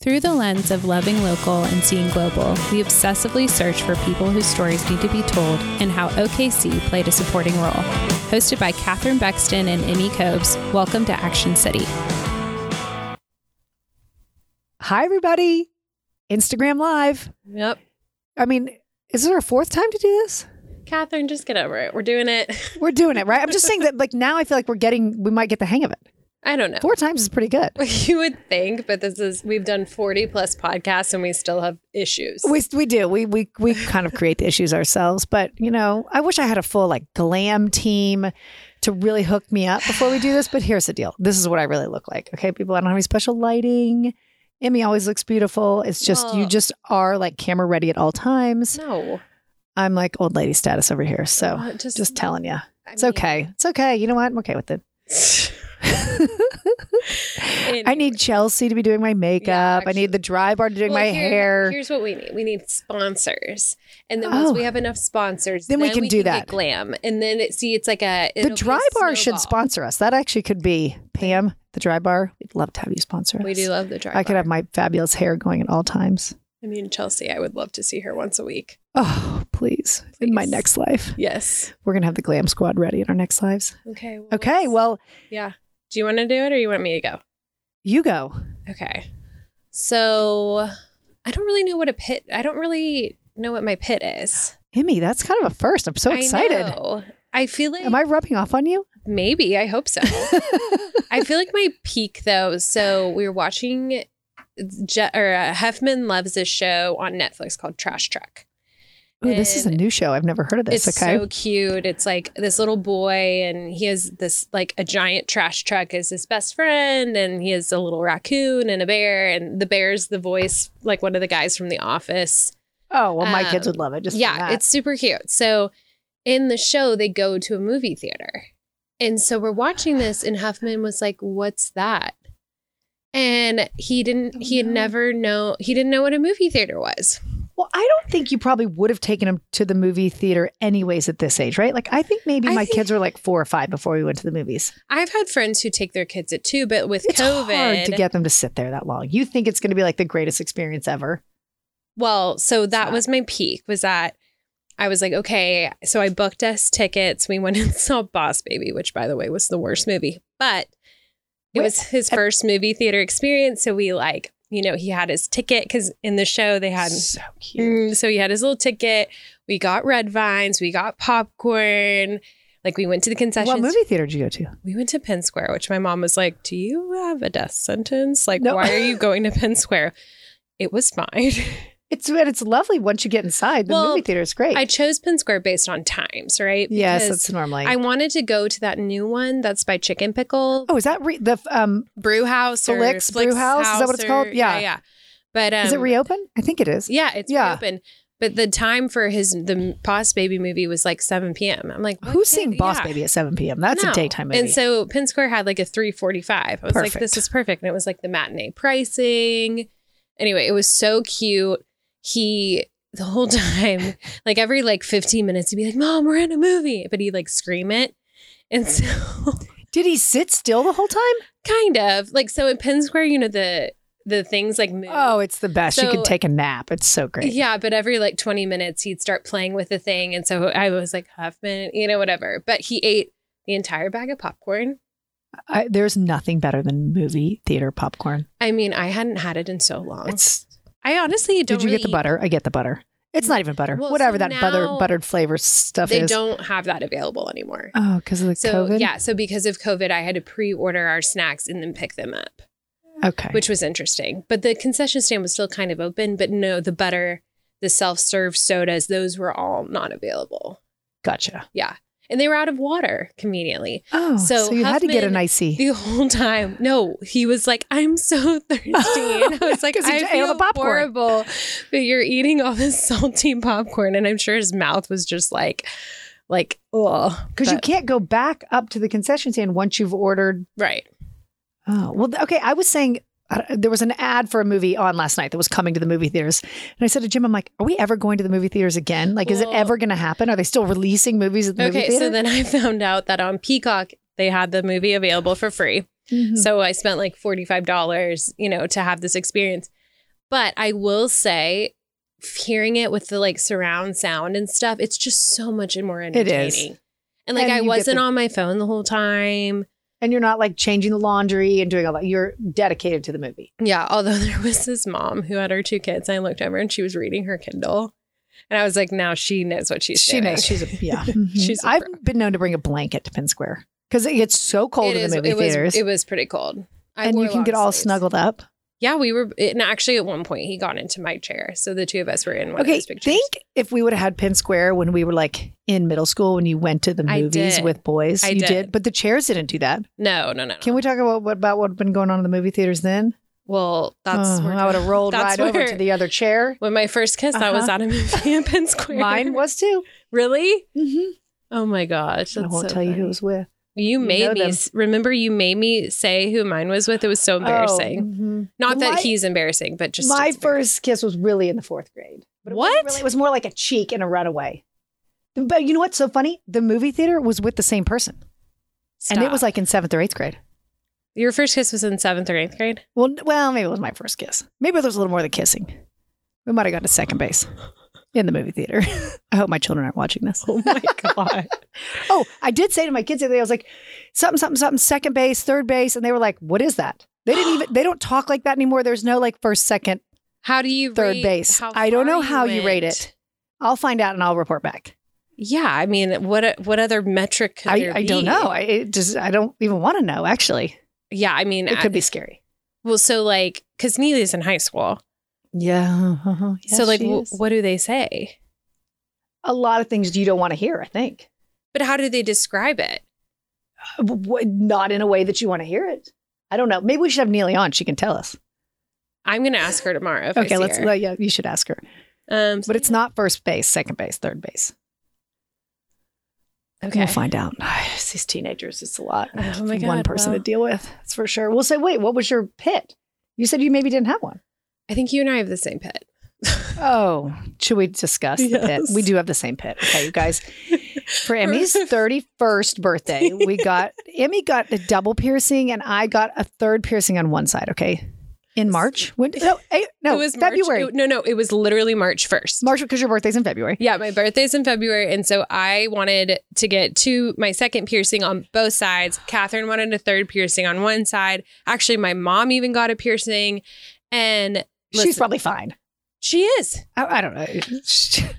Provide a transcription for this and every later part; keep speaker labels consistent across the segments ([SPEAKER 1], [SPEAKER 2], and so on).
[SPEAKER 1] Through the lens of loving local and seeing global, we obsessively search for people whose stories need to be told and how OKC played a supporting role. Hosted by Katherine Bexton and Emmy Cobes, welcome to Action City.
[SPEAKER 2] Hi, everybody. Instagram Live.
[SPEAKER 3] Yep.
[SPEAKER 2] I mean, is there a fourth time to do this?
[SPEAKER 3] Catherine, just get over it. We're doing it.
[SPEAKER 2] We're doing it, right? I'm just saying that, like, now I feel like we're getting, we might get the hang of it.
[SPEAKER 3] I don't know.
[SPEAKER 2] Four times is pretty good.
[SPEAKER 3] You would think, but this is we've done 40 plus podcasts and we still have issues.
[SPEAKER 2] We, we do. We, we, we kind of create the issues ourselves. But, you know, I wish I had a full, like, glam team to really hook me up before we do this. But here's the deal this is what I really look like. Okay, people, I don't have any special lighting. Emmy always looks beautiful. It's just, you
[SPEAKER 3] Aw.
[SPEAKER 2] just are like camera ready at all times.
[SPEAKER 3] no.
[SPEAKER 2] I'm like old lady status over here. So
[SPEAKER 3] Uh, just
[SPEAKER 2] just telling you.
[SPEAKER 3] I
[SPEAKER 2] It's
[SPEAKER 3] mean-
[SPEAKER 2] okay. It's okay. You know what? I'm okay with it. I
[SPEAKER 3] Anyway.
[SPEAKER 2] need Chelsea to be doing my makeup. I
[SPEAKER 3] actually.
[SPEAKER 2] need the dry bar to doing
[SPEAKER 3] Well,
[SPEAKER 2] my
[SPEAKER 3] here-
[SPEAKER 2] hair.
[SPEAKER 3] Here's what we need. We need sponsors. And then once
[SPEAKER 2] Oh.
[SPEAKER 3] we have enough sponsors,
[SPEAKER 2] Then we can do
[SPEAKER 3] get
[SPEAKER 2] that.
[SPEAKER 3] glam. And then it see it's like a
[SPEAKER 2] the
[SPEAKER 3] it'll be a
[SPEAKER 2] dry bar should
[SPEAKER 3] snowball.
[SPEAKER 2] sponsor us. That actually could be Pam, the dry bar. We'd love to have you sponsor us.
[SPEAKER 3] We do love the dry
[SPEAKER 2] I could
[SPEAKER 3] bar.
[SPEAKER 2] have my fabulous hair going at all times.
[SPEAKER 3] I mean Chelsea, I would love to see her once a week.
[SPEAKER 2] Oh, please. In my
[SPEAKER 3] Please.
[SPEAKER 2] next life.
[SPEAKER 3] Yes.
[SPEAKER 2] We're going to have the glam squad ready in our next lives.
[SPEAKER 3] Okay. Well,
[SPEAKER 2] Okay.
[SPEAKER 3] let's-
[SPEAKER 2] Well,
[SPEAKER 3] yeah. Do you want to do it or you want me to go?
[SPEAKER 2] you go.
[SPEAKER 3] Okay. So I don't really know what a pit I don't really know what my pit is.
[SPEAKER 2] Emmy, that's kind of a first. I'm so
[SPEAKER 3] I,
[SPEAKER 2] excited.
[SPEAKER 3] know. I feel like
[SPEAKER 2] Am I rubbing off on you?
[SPEAKER 3] maybe, I hope so. I feel like my peak though. So we were watching Je- or uh, Huffman loves this show on Netflix called Trash Truck.
[SPEAKER 2] Ooh, this is a
[SPEAKER 3] And
[SPEAKER 2] new show. I've never heard of this.
[SPEAKER 3] It's
[SPEAKER 2] okay.
[SPEAKER 3] so cute. It's like this little boy, and he has this like a giant trash truck as his best friend, and he has a little raccoon and a bear, and the bear's the voice like one of the guys from The Office.
[SPEAKER 2] oh, well, my kids
[SPEAKER 3] um,
[SPEAKER 2] would love it. Just
[SPEAKER 3] yeah,
[SPEAKER 2] from that.
[SPEAKER 3] it's super cute. So in the show, they go to a movie theater, and so we're watching this, and Huffman was like, "What's that?" And he didn't.
[SPEAKER 2] Oh,
[SPEAKER 3] he had
[SPEAKER 2] no.
[SPEAKER 3] never know. He didn't know what a movie theater was.
[SPEAKER 2] Well, I don't think you probably would have taken him to the movie theater anyways at this age, right? Like I think maybe
[SPEAKER 3] I
[SPEAKER 2] my
[SPEAKER 3] think-
[SPEAKER 2] kids were like four or five before we went to the movies.
[SPEAKER 3] I've had friends who take their kids at two, but with
[SPEAKER 2] It's
[SPEAKER 3] COVID,
[SPEAKER 2] hard to get them to sit there that long. You think it's going to be like the greatest experience ever?
[SPEAKER 3] Well, so that
[SPEAKER 2] not.
[SPEAKER 3] was my peak was that I was like, okay, so I booked us tickets. We went and saw Boss Baby, which by the way was the worst movie, but it
[SPEAKER 2] Wait,
[SPEAKER 3] was his first movie theater experience. So we like, you know, he had his ticket because in the show they had,
[SPEAKER 2] so cute.
[SPEAKER 3] Mm, so he had his little ticket. We got red vines, we got popcorn. Like we went to the concessions.
[SPEAKER 2] What movie theater did you go to?
[SPEAKER 3] We went to Penn Square, which my mom was like, "Do you have a death sentence? Like,
[SPEAKER 2] No.
[SPEAKER 3] why are you going to Penn Square?" It was fine.
[SPEAKER 2] It's and it's lovely once you get inside. The
[SPEAKER 3] Well,
[SPEAKER 2] movie theater is great.
[SPEAKER 3] I chose Penn Square based on times, right?
[SPEAKER 2] yes,
[SPEAKER 3] Because
[SPEAKER 2] that's normally.
[SPEAKER 3] I wanted to go to that new one that's by Chicken Pickle
[SPEAKER 2] oh, is that re- the um?
[SPEAKER 3] Brew House or
[SPEAKER 2] Flick's Brew House? Is that what it's
[SPEAKER 3] or-
[SPEAKER 2] called? Yeah.
[SPEAKER 3] yeah, But um,
[SPEAKER 2] is it reopen? I think it is.
[SPEAKER 3] Yeah, it's
[SPEAKER 2] Yeah.
[SPEAKER 3] reopen. But the time for his the Boss Baby movie was like 7 p.m. I'm like, what
[SPEAKER 2] Who's
[SPEAKER 3] can't-
[SPEAKER 2] seeing Boss
[SPEAKER 3] yeah.
[SPEAKER 2] Baby at seven p.m.? That's a
[SPEAKER 3] No.
[SPEAKER 2] daytime movie.
[SPEAKER 3] And so Penn Square had like a 345. I was like,
[SPEAKER 2] Perfect.
[SPEAKER 3] this is perfect. And it was like the matinee pricing. Anyway, it was so cute. He the whole time, like every like 15 minutes, he'd be like, Mom, we're in a movie. But he'd like scream it. And so
[SPEAKER 2] Did he sit still the whole time?
[SPEAKER 3] kind of like so in Penn Square, you know, the the things like move.
[SPEAKER 2] Oh, it's the best. you can
[SPEAKER 3] So-
[SPEAKER 2] take a nap. It's so great.
[SPEAKER 3] Yeah, but every like 20 minutes he'd start playing with the thing. And so I was like, Huffman, you know, whatever. But he ate the entire bag of popcorn.
[SPEAKER 2] I, there's nothing better than movie theater popcorn.
[SPEAKER 3] I mean, I hadn't had it in so long.
[SPEAKER 2] It's,
[SPEAKER 3] I honestly Oh, don't.
[SPEAKER 2] did you
[SPEAKER 3] really
[SPEAKER 2] get the butter? I get the butter. It's not even butter.
[SPEAKER 3] Well,
[SPEAKER 2] Whatever
[SPEAKER 3] so
[SPEAKER 2] that butter,
[SPEAKER 3] now
[SPEAKER 2] buttered flavor stuff
[SPEAKER 3] They
[SPEAKER 2] is.
[SPEAKER 3] don't have that available anymore.
[SPEAKER 2] oh, because of the
[SPEAKER 3] so
[SPEAKER 2] COVID.
[SPEAKER 3] yeah, so because of COVID, I had to pre-order our snacks and then pick them up,
[SPEAKER 2] Okay.
[SPEAKER 3] which was interesting. But the concession stand was still kind of open. But no, the butter, the self-serve sodas, those were all not available,
[SPEAKER 2] gotcha.
[SPEAKER 3] and they were out of water conveniently
[SPEAKER 2] Oh, so,
[SPEAKER 3] So
[SPEAKER 2] you had to get an
[SPEAKER 3] Huffman-
[SPEAKER 2] icy.
[SPEAKER 3] the whole time. No, he was like, "I'm so thirsty," and I was like,
[SPEAKER 2] 'Cause he
[SPEAKER 3] "I
[SPEAKER 2] ate all
[SPEAKER 3] feel
[SPEAKER 2] the popcorn."
[SPEAKER 3] horrible." But you're eating all this salty popcorn, and I'm sure his mouth was just like, like, oh,
[SPEAKER 2] Because you can't go back up to the concession stand once you've ordered.
[SPEAKER 3] right.
[SPEAKER 2] Oh, well, th- okay. I was saying I don't- there was an ad for a movie on last night that was coming to the movie theaters. And I said to Jim, I'm like, are we ever going to the movie theaters again? Like, is it
[SPEAKER 3] Well-
[SPEAKER 2] ever going to happen? Are they still releasing movies at the movie
[SPEAKER 3] Okay,
[SPEAKER 2] theater?
[SPEAKER 3] so then I found out that on Peacock they had the movie available for free.
[SPEAKER 2] Mhm.
[SPEAKER 3] So I spent like $45, you know, to have this experience. But I will say, hearing it with the like surround sound and stuff, it's just so much more
[SPEAKER 2] is.
[SPEAKER 3] entertaining. And like
[SPEAKER 2] And
[SPEAKER 3] I
[SPEAKER 2] you get
[SPEAKER 3] wasn't
[SPEAKER 2] the-
[SPEAKER 3] on my phone the whole time.
[SPEAKER 2] And you're not like changing the laundry and doing all that. You're dedicated to the movie.
[SPEAKER 3] Yeah, although there was this mom who had her two kids. I looked over and she was reading her Kindle. And I was like, now she knows what she's
[SPEAKER 2] she
[SPEAKER 3] doing.
[SPEAKER 2] knows she's a yeah. Mm-hmm.
[SPEAKER 3] She's a
[SPEAKER 2] I've
[SPEAKER 3] pro.
[SPEAKER 2] been known to bring a blanket to Penn Square because it gets so cold
[SPEAKER 3] It
[SPEAKER 2] in
[SPEAKER 3] is-
[SPEAKER 2] the movie
[SPEAKER 3] it
[SPEAKER 2] theaters,
[SPEAKER 3] Was, it was pretty cold. I
[SPEAKER 2] and
[SPEAKER 3] wore
[SPEAKER 2] you can get
[SPEAKER 3] long
[SPEAKER 2] all
[SPEAKER 3] sleeves.
[SPEAKER 2] snuggled up.
[SPEAKER 3] Yeah, we were. And actually, at one point, he got into my chair. So the two of us were in one of
[SPEAKER 2] Okay,
[SPEAKER 3] those pictures.
[SPEAKER 2] think if we would have had Penn Square when we were like in middle school when you went to the
[SPEAKER 3] I
[SPEAKER 2] movies
[SPEAKER 3] did.
[SPEAKER 2] with boys.
[SPEAKER 3] I
[SPEAKER 2] you
[SPEAKER 3] did.
[SPEAKER 2] but the chairs didn't do that.
[SPEAKER 3] oh, no, no, no. no.
[SPEAKER 2] Can we talk about what about what had been going on in the movie theaters then?
[SPEAKER 3] well, that's
[SPEAKER 2] Oh,
[SPEAKER 3] where
[SPEAKER 2] I would have rolled
[SPEAKER 3] that's
[SPEAKER 2] right over
[SPEAKER 3] where-
[SPEAKER 2] to the other chair.
[SPEAKER 3] When my first kiss, oh I was
[SPEAKER 2] Uh-huh.
[SPEAKER 3] at a movie in Penn Square.
[SPEAKER 2] Mine was too.
[SPEAKER 3] really?
[SPEAKER 2] Mhm.
[SPEAKER 3] Oh my gosh!
[SPEAKER 2] I
[SPEAKER 3] that's
[SPEAKER 2] won't
[SPEAKER 3] so
[SPEAKER 2] tell you who
[SPEAKER 3] funny.
[SPEAKER 2] it was with.
[SPEAKER 3] You made
[SPEAKER 2] know
[SPEAKER 3] me
[SPEAKER 2] them.
[SPEAKER 3] s- remember. You made me say who mine was with. It was so embarrassing.
[SPEAKER 2] Oh, mhm.
[SPEAKER 3] Not that
[SPEAKER 2] My-
[SPEAKER 3] he's embarrassing, but just
[SPEAKER 2] my
[SPEAKER 3] it's embarrassing.
[SPEAKER 2] first kiss was really in the fourth grade. But it wasn't
[SPEAKER 3] What?
[SPEAKER 2] Really, it was more like a cheek and a runaway. But you know what's so funny? The movie theater was with the same person, and it was
[SPEAKER 3] Stop.
[SPEAKER 2] like in seventh or eighth grade.
[SPEAKER 3] your first kiss was in seventh or eighth grade.
[SPEAKER 2] Well, n- well, maybe it was my first kiss. Maybe there was a little more of the kissing. We might have gone to second base in the movie theater. I hope my children aren't watching this.
[SPEAKER 3] Oh my god!
[SPEAKER 2] Oh, I did say to my kids the other day, I was like, something, something, something, second base, third base, and they were like, "What is that?" They didn't even. They don't talk like that anymore. There's no like first, second.
[SPEAKER 3] How do you
[SPEAKER 2] Third
[SPEAKER 3] rate
[SPEAKER 2] base.
[SPEAKER 3] how
[SPEAKER 2] I don't
[SPEAKER 3] far
[SPEAKER 2] know how you rate
[SPEAKER 3] went?
[SPEAKER 2] it. I'll find out and I'll report back.
[SPEAKER 3] Yeah, I mean, what uh, what other metric? Could
[SPEAKER 2] I,
[SPEAKER 3] there
[SPEAKER 2] I don't
[SPEAKER 3] be?
[SPEAKER 2] know. I it just I don't even want to know. Actually,
[SPEAKER 3] Yeah, I mean,
[SPEAKER 2] it
[SPEAKER 3] I-
[SPEAKER 2] could be scary.
[SPEAKER 3] well, so like, because Neely's in high school,
[SPEAKER 2] Yeah.
[SPEAKER 3] so like, w- what do they say?
[SPEAKER 2] a lot of things you don't want to hear. I think,
[SPEAKER 3] But how do they describe it?
[SPEAKER 2] W- Uh, not in a way that you want to hear it. I don't know. Maybe we should have Neely on. She can tell us.
[SPEAKER 3] I'm gonna ask her tomorrow. If I
[SPEAKER 2] Okay,
[SPEAKER 3] see
[SPEAKER 2] let's.
[SPEAKER 3] her.
[SPEAKER 2] let- Yeah, you should ask her.
[SPEAKER 3] um,
[SPEAKER 2] But it's not first base, second base, third base.
[SPEAKER 3] okay.
[SPEAKER 2] We'll find out. It's These teenagers, it's a lot.
[SPEAKER 3] Oh my
[SPEAKER 2] One
[SPEAKER 3] God,
[SPEAKER 2] person
[SPEAKER 3] well.
[SPEAKER 2] to deal with. That's for sure. We'll say, wait, what was your pit? You said you maybe didn't have one.
[SPEAKER 3] I think you and I have the same pet.
[SPEAKER 2] Oh, should we discuss the pit?
[SPEAKER 3] Yes.
[SPEAKER 2] We do have the same pit. Okay, you guys. For Emmy's 31st birthday, we got Emmy got a double piercing and I got a third piercing on one side, okay? In March? When no, eh, no,
[SPEAKER 3] it was March-
[SPEAKER 2] February.
[SPEAKER 3] it- no, no, it was literally March first.
[SPEAKER 2] March because your birthday's in February.
[SPEAKER 3] yeah, my birthday's in February, and so I wanted to get two my second piercing on both sides. Catherine wanted a third piercing on one side. Actually, my mom even got a piercing, and
[SPEAKER 2] She's
[SPEAKER 3] listen,
[SPEAKER 2] probably fine.
[SPEAKER 3] she is.
[SPEAKER 2] I, I don't know.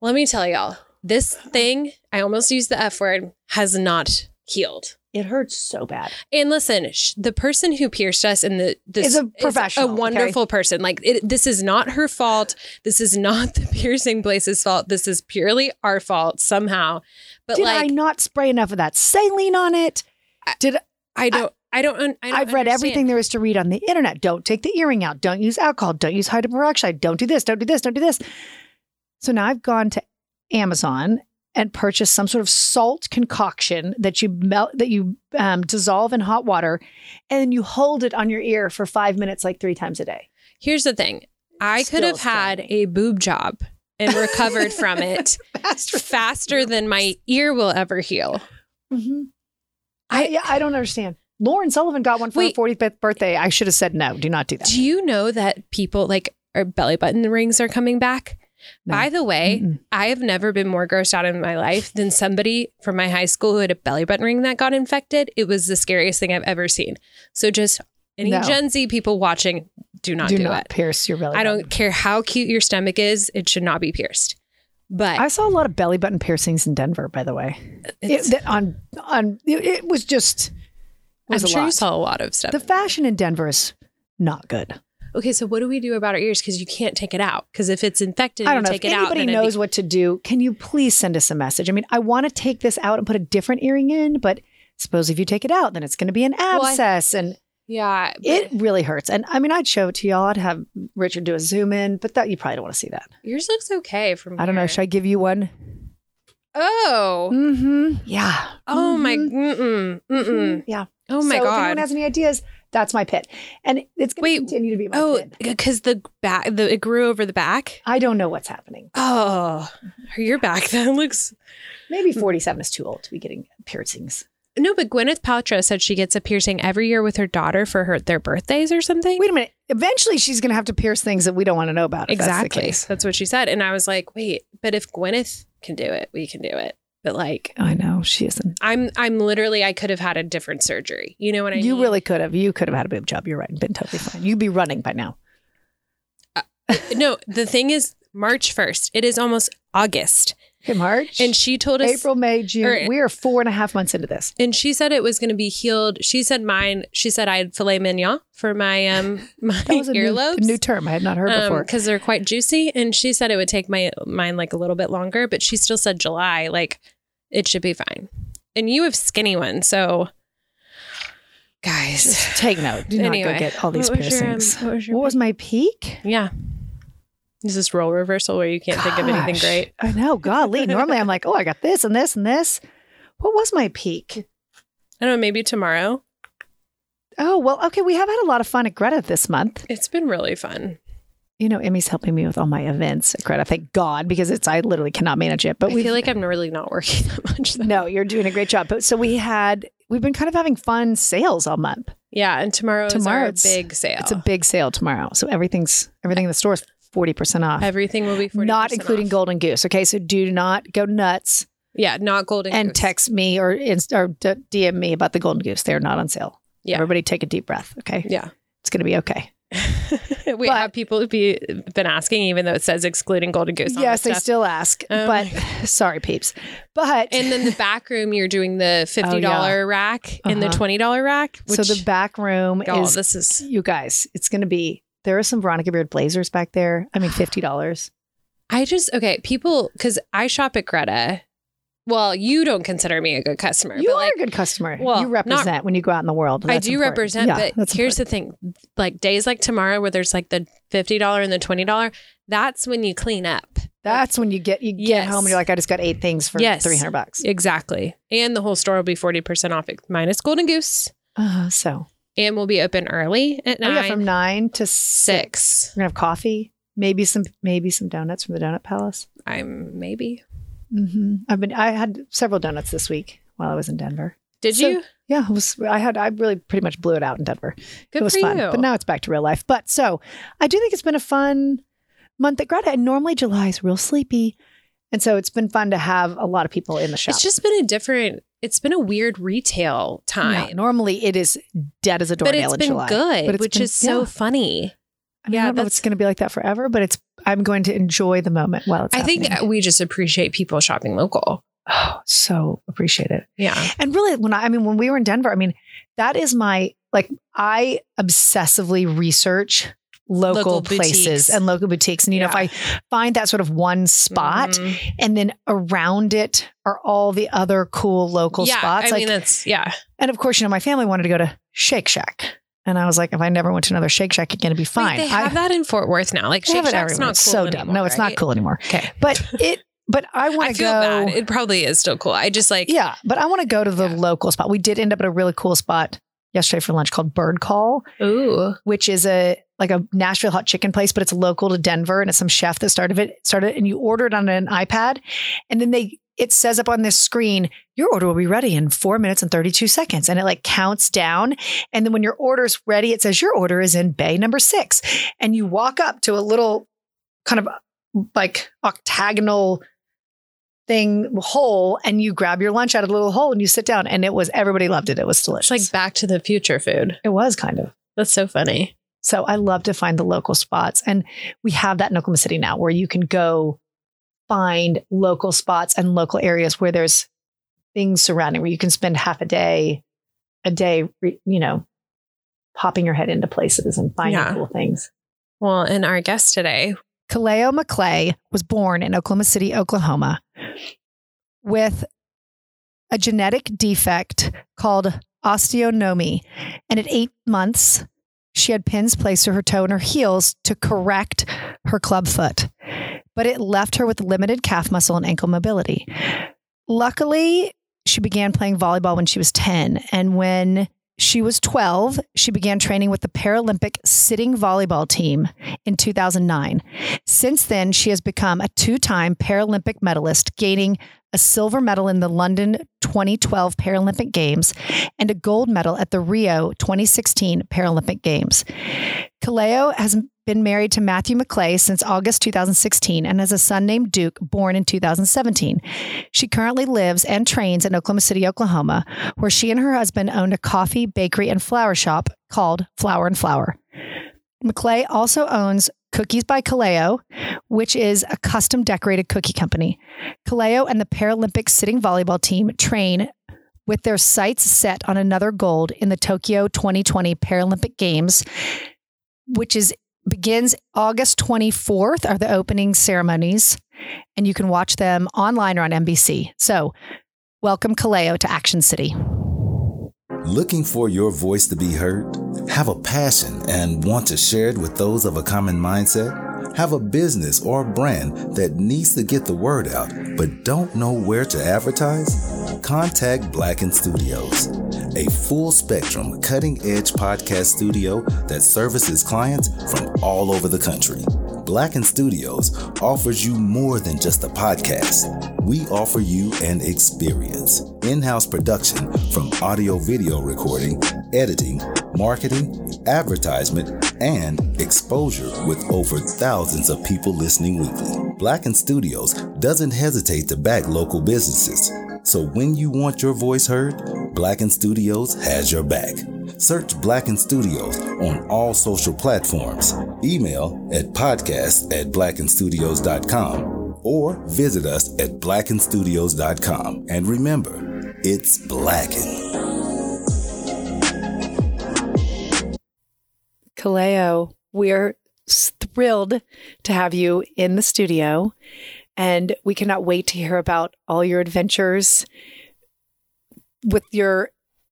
[SPEAKER 3] Let me tell y'all, this thing, I almost used the F word, has not healed.
[SPEAKER 2] It hurts so bad.
[SPEAKER 3] And listen, sh- the person who pierced us in the this
[SPEAKER 2] Is a professional,
[SPEAKER 3] a
[SPEAKER 2] okay?
[SPEAKER 3] wonderful person. Like it, this is not her fault. This is not the piercing place's fault. This is purely our fault somehow. But
[SPEAKER 2] Did I
[SPEAKER 3] like
[SPEAKER 2] not spray enough of that saline on it? Did
[SPEAKER 3] I, don't, I don't, un- I don't.
[SPEAKER 2] I've read everything there is to read on the internet. Don't take the earring out. Don't use alcohol. Don't use hydrogen peroxide. Don't do this. Don't do this. Don't do this. So now I've gone to Amazon and purchased some sort of salt concoction that you melt, that you um, dissolve in hot water, and then you hold it on your ear for five minutes, like three times a day.
[SPEAKER 3] Here's the thing: I could
[SPEAKER 2] Still
[SPEAKER 3] have had
[SPEAKER 2] astounding.
[SPEAKER 3] a boob job and recovered from it faster than my ear will ever heal.
[SPEAKER 2] Mhm. I yeah, I don't understand. Lauren Sullivan got one for
[SPEAKER 3] Wait.
[SPEAKER 2] her 45th birthday. I should have said no. Do not do that.
[SPEAKER 3] Do you know that people like our belly button rings are coming back?
[SPEAKER 2] No.
[SPEAKER 3] By the way,
[SPEAKER 2] Mm-mm.
[SPEAKER 3] I have never been more grossed out in my life than somebody from my high school who had a belly button ring that got infected. It was the scariest thing I've ever seen. So just any
[SPEAKER 2] No.
[SPEAKER 3] Gen Z people watching, do not do,
[SPEAKER 2] do not
[SPEAKER 3] it.
[SPEAKER 2] pierce your belly.
[SPEAKER 3] I
[SPEAKER 2] button.
[SPEAKER 3] don't care how cute your stomach is, it should not be pierced. But
[SPEAKER 2] I saw a lot of belly button piercings in Denver, by the way. It,
[SPEAKER 3] it's-
[SPEAKER 2] that on on it, it was just it was
[SPEAKER 3] I'm
[SPEAKER 2] a
[SPEAKER 3] sure you
[SPEAKER 2] lot.
[SPEAKER 3] saw a lot of stuff.
[SPEAKER 2] the fashion in Denver is not good.
[SPEAKER 3] okay, so what do we do about our ears? Because you can't take it out. Because if it's infected,
[SPEAKER 2] I don't
[SPEAKER 3] you
[SPEAKER 2] know if
[SPEAKER 3] take it out.
[SPEAKER 2] anybody
[SPEAKER 3] then it'd be-
[SPEAKER 2] knows what to do. Can you please send us a message? I mean, I want to take this out and put a different earring in, but suppose if you take it out, then it's going to be an
[SPEAKER 3] Well, I-
[SPEAKER 2] abscess, and
[SPEAKER 3] yeah, but
[SPEAKER 2] it really hurts. And I mean, I'd show it to y'all. I'd have Richard do a zoom in, but that you probably don't want to see that.
[SPEAKER 3] yours looks okay. From
[SPEAKER 2] I don't know.
[SPEAKER 3] here.
[SPEAKER 2] Should I give you one?
[SPEAKER 3] oh,
[SPEAKER 2] Mm-hmm. Yeah.
[SPEAKER 3] Oh my,
[SPEAKER 2] Mhm.
[SPEAKER 3] mm-mm, mm-mm.
[SPEAKER 2] Yeah.
[SPEAKER 3] Oh my
[SPEAKER 2] so If
[SPEAKER 3] god.
[SPEAKER 2] anyone has any ideas, that's my pit, and it's going
[SPEAKER 3] Wait,
[SPEAKER 2] to continue to be my
[SPEAKER 3] oh,
[SPEAKER 2] pit.
[SPEAKER 3] because the back, the it grew over the back.
[SPEAKER 2] I don't know what's happening.
[SPEAKER 3] Oh, your back that looks.
[SPEAKER 2] Maybe 47 is too old to be getting piercings.
[SPEAKER 3] No, but Gwyneth Paltrow said she gets a piercing every year with her daughter for her their birthdays or something.
[SPEAKER 2] Wait a minute. Eventually, she's going to have to pierce things that we don't want to know about. if that's the
[SPEAKER 3] exactly.
[SPEAKER 2] case.
[SPEAKER 3] what she said, and I was like, wait, but if Gwyneth can do it, we can do it. But like,
[SPEAKER 2] I know she isn't.
[SPEAKER 3] I'm I'm literally I could have had a different surgery. You know what I mean?
[SPEAKER 2] You really could have. You could have had a boob job. You're right. and Been totally fine. You'd be running by now.
[SPEAKER 3] no. The thing is, March first. It is almost August,
[SPEAKER 2] Okay, March
[SPEAKER 3] and she told us
[SPEAKER 2] April, May, June.
[SPEAKER 3] or-
[SPEAKER 2] we are four and a half months into this.
[SPEAKER 3] and she said it was going to be healed. She said mine. She said I had filet mignon for my um my
[SPEAKER 2] That was a new, a
[SPEAKER 3] earlobes. Um,
[SPEAKER 2] new term I had not heard before.
[SPEAKER 3] because they're quite juicy. And she said it would take my mine like a little bit longer, but she still said July. Like it should be fine. And you have skinny ones, so guys.
[SPEAKER 2] Just take note. Do not
[SPEAKER 3] Anyway,
[SPEAKER 2] go get all these
[SPEAKER 3] what was your, um,
[SPEAKER 2] piercings.
[SPEAKER 3] what was your
[SPEAKER 2] what was my peak?
[SPEAKER 3] Yeah. Is this role reversal where you can't think of anything
[SPEAKER 2] Gosh.
[SPEAKER 3] great?
[SPEAKER 2] I know. Golly. Normally I'm like, oh, I got this and this and this. What was my peak?
[SPEAKER 3] I don't know, maybe tomorrow.
[SPEAKER 2] Oh, well, okay. We have had a lot of fun at Greta this month.
[SPEAKER 3] It's been really fun.
[SPEAKER 2] You know, Emmy's helping me with all my events at Greta. Thank God, because it's, I literally cannot manage it. But
[SPEAKER 3] But we
[SPEAKER 2] we
[SPEAKER 3] feel like I'm really not working that much. Though.
[SPEAKER 2] no, you're doing a great job. But so we had, we've been kind of having fun sales all month.
[SPEAKER 3] Yeah, and tomorrow
[SPEAKER 2] Tomorrow
[SPEAKER 3] tomorrow
[SPEAKER 2] it's-
[SPEAKER 3] is our big sale.
[SPEAKER 2] It's a big sale tomorrow. So everything's, everything in the store is 40% off.
[SPEAKER 3] Everything will be 40
[SPEAKER 2] Not including
[SPEAKER 3] off.
[SPEAKER 2] Golden Goose. Okay. So do not go nuts
[SPEAKER 3] Yeah, not golden
[SPEAKER 2] and
[SPEAKER 3] Goose.
[SPEAKER 2] text me or, inst- or d- DM me about the Golden Goose. They're not on sale.
[SPEAKER 3] Yeah.
[SPEAKER 2] Everybody take a deep breath. Okay.
[SPEAKER 3] Yeah.
[SPEAKER 2] It's going to be okay.
[SPEAKER 3] we
[SPEAKER 2] But-
[SPEAKER 3] have people be been asking, even though it says excluding golden goose. on
[SPEAKER 2] yes,
[SPEAKER 3] the
[SPEAKER 2] they
[SPEAKER 3] stuff.
[SPEAKER 2] still ask,
[SPEAKER 3] Oh
[SPEAKER 2] but sorry, peeps. But
[SPEAKER 3] And then the back room, you're doing the fifty dollar rack and the
[SPEAKER 2] Oh, Uh-huh.
[SPEAKER 3] twenty dollar rack.
[SPEAKER 2] so
[SPEAKER 3] Which,
[SPEAKER 2] the back room
[SPEAKER 3] y'all,
[SPEAKER 2] is,
[SPEAKER 3] this is
[SPEAKER 2] you guys, it's going to be, there are some Veronica Beard blazers back there. I mean, $50.
[SPEAKER 3] I just okay, people because I shop at Greta. Well, you don't consider me a good customer.
[SPEAKER 2] You
[SPEAKER 3] but
[SPEAKER 2] are
[SPEAKER 3] like,
[SPEAKER 2] a good customer.
[SPEAKER 3] well,
[SPEAKER 2] you
[SPEAKER 3] not-
[SPEAKER 2] represent when you go out in the world.
[SPEAKER 3] I
[SPEAKER 2] That's
[SPEAKER 3] do
[SPEAKER 2] important.
[SPEAKER 3] represent,
[SPEAKER 2] Yeah,
[SPEAKER 3] but
[SPEAKER 2] that's
[SPEAKER 3] here's the thing: like days like tomorrow, where there's like the fifty dollar and the twenty dollar, that's when you clean up.
[SPEAKER 2] That's when you get you get
[SPEAKER 3] Yes.
[SPEAKER 2] home and you're like, I just got eight things for
[SPEAKER 3] Yes.
[SPEAKER 2] three hundred bucks.
[SPEAKER 3] Exactly, and the whole store will be forty percent off, minus Golden Goose,
[SPEAKER 2] Uh, so
[SPEAKER 3] and we'll be open early at
[SPEAKER 2] oh,
[SPEAKER 3] nine,
[SPEAKER 2] yeah, from nine to six,
[SPEAKER 3] six.
[SPEAKER 2] we're gonna have coffee, maybe some maybe some donuts from the Donut Palace.
[SPEAKER 3] I'm maybe.
[SPEAKER 2] hmm I've been I had several donuts this week while I was in Denver.
[SPEAKER 3] Did
[SPEAKER 2] So-
[SPEAKER 3] you?
[SPEAKER 2] Yeah, it was I had I really pretty much blew it out in Denver.
[SPEAKER 3] Good
[SPEAKER 2] it was
[SPEAKER 3] for
[SPEAKER 2] fun,
[SPEAKER 3] you.
[SPEAKER 2] but now it's back to real life. But so I do think it's been a fun month at Greta, and normally July is real sleepy, and so it's been fun to have a lot of people in the shop.
[SPEAKER 3] it's just been a different. It's been a weird retail
[SPEAKER 2] Yeah,
[SPEAKER 3] time.
[SPEAKER 2] normally it is dead as a
[SPEAKER 3] but
[SPEAKER 2] doornail
[SPEAKER 3] it's
[SPEAKER 2] in
[SPEAKER 3] been
[SPEAKER 2] July.
[SPEAKER 3] good,
[SPEAKER 2] but it's
[SPEAKER 3] which
[SPEAKER 2] been-
[SPEAKER 3] is so
[SPEAKER 2] yeah.
[SPEAKER 3] funny.
[SPEAKER 2] I mean,
[SPEAKER 3] Yeah,
[SPEAKER 2] I don't know if it's
[SPEAKER 3] that's-
[SPEAKER 2] going to be like that forever, but it's. I'm going to enjoy the moment while it's.
[SPEAKER 3] I think
[SPEAKER 2] happening.
[SPEAKER 3] we just appreciate people shopping local.
[SPEAKER 2] oh, so appreciate it.
[SPEAKER 3] Yeah,
[SPEAKER 2] And really, when I, I mean, when we were in Denver, I mean, that is my like. I obsessively research local,
[SPEAKER 3] Local
[SPEAKER 2] places
[SPEAKER 3] boutiques.
[SPEAKER 2] and local boutiques, and you know,
[SPEAKER 3] Yeah.
[SPEAKER 2] if I find that sort of one spot,
[SPEAKER 3] Mhm.
[SPEAKER 2] and then around it are all the other cool local
[SPEAKER 3] yeah,
[SPEAKER 2] spots.
[SPEAKER 3] I
[SPEAKER 2] like,
[SPEAKER 3] mean uh, that's yeah.
[SPEAKER 2] and of course, you know, my family wanted to go to Shake Shack. And I was like, if I never went to another Shake Shack, it's going to be fine.
[SPEAKER 3] Like, they
[SPEAKER 2] I-
[SPEAKER 3] have that in Fort Worth now. Like
[SPEAKER 2] They have
[SPEAKER 3] Shake
[SPEAKER 2] it
[SPEAKER 3] Shack's
[SPEAKER 2] everywhere.
[SPEAKER 3] not cool
[SPEAKER 2] It's so dumb.
[SPEAKER 3] anymore,
[SPEAKER 2] No, it's not
[SPEAKER 3] right?
[SPEAKER 2] cool anymore.
[SPEAKER 3] Okay,
[SPEAKER 2] But it, but I
[SPEAKER 3] I
[SPEAKER 2] want to
[SPEAKER 3] feel
[SPEAKER 2] go.
[SPEAKER 3] bad. It probably is still cool. I just like
[SPEAKER 2] yeah, but I want to go to the
[SPEAKER 3] Yeah.
[SPEAKER 2] local spot. We did end up at a really cool spot yesterday for lunch called Bird Call,
[SPEAKER 3] ooh
[SPEAKER 2] which is a like a Nashville hot chicken place, but it's local to Denver, and it's some chef that started it. Started, it, and you order it on an iPad, and then they it says up on this screen, your order will be ready in four minutes and thirty two seconds, and it like counts down, and then when your order's ready, it says your order is in bay number six, and you walk up to a little kind of like octagonal thing hole, and you grab your lunch out of the little hole, and you sit down, and it was everybody loved it. It was
[SPEAKER 3] it's
[SPEAKER 2] delicious.
[SPEAKER 3] like Back to the Future food.
[SPEAKER 2] it was kind of.
[SPEAKER 3] That's so funny.
[SPEAKER 2] So I love to find the local spots. And we have that in Oklahoma City now where you can go find local spots and local areas where there's things surrounding where you can spend half a day, a day, re- you know, popping your head into places and finding
[SPEAKER 3] Yeah.
[SPEAKER 2] cool things.
[SPEAKER 3] Well, and our guest today,
[SPEAKER 2] Kaleo McClay was born in Oklahoma City, Oklahoma with a genetic defect called osteonomy. And at eight months, she had pins placed through her toe and her heels to correct her club foot, but it left her with limited calf muscle and ankle mobility. Luckily, she began playing volleyball when she was 10. And when she was 12, she began training with the Paralympic sitting volleyball team in 2009. Since then, she has become a two time Paralympic medalist, gaining a silver medal in the London 2012 Paralympic Games, and a gold medal at the Rio 2016 Paralympic Games. Kaleo has been married to Matthew McClay since August 2016 and has a son named Duke, born in 2017. She currently lives and trains in Oklahoma City, Oklahoma, where she and her husband owned a coffee, bakery, and flower shop called Flower and Flower. McClay also owns Cookies by Kaleo, which is a custom decorated cookie company. Kaleo and the Paralympic sitting volleyball team train with their sights set on another gold in the Tokyo 2020 Paralympic Games, which is begins August 24th are the opening ceremonies and you can watch them online or on NBC. So, welcome Kaleo to Action City.
[SPEAKER 4] Looking for your voice to be heard? Have a passion and want to share it with those of a common mindset? Have a business or brand that needs to get the word out but don't know where to advertise? Contact Blacken Studios, a full spectrum, cutting edge podcast studio that services clients from all over the country. Black and Studios offers you more than just a podcast. We offer you an experience. In house production from audio video recording, editing, marketing, advertisement, and exposure with over thousands of people listening weekly. Black and Studios doesn't hesitate to back local businesses. So when you want your voice heard, Black and Studios has your back. Search Black and Studios on all social platforms. Email at podcast at blackandstudios.com or visit us at blackandstudios.com. And remember, it's Blacken.
[SPEAKER 2] Kaleo, we're thrilled to have you in the studio and we cannot wait to hear about all your adventures with your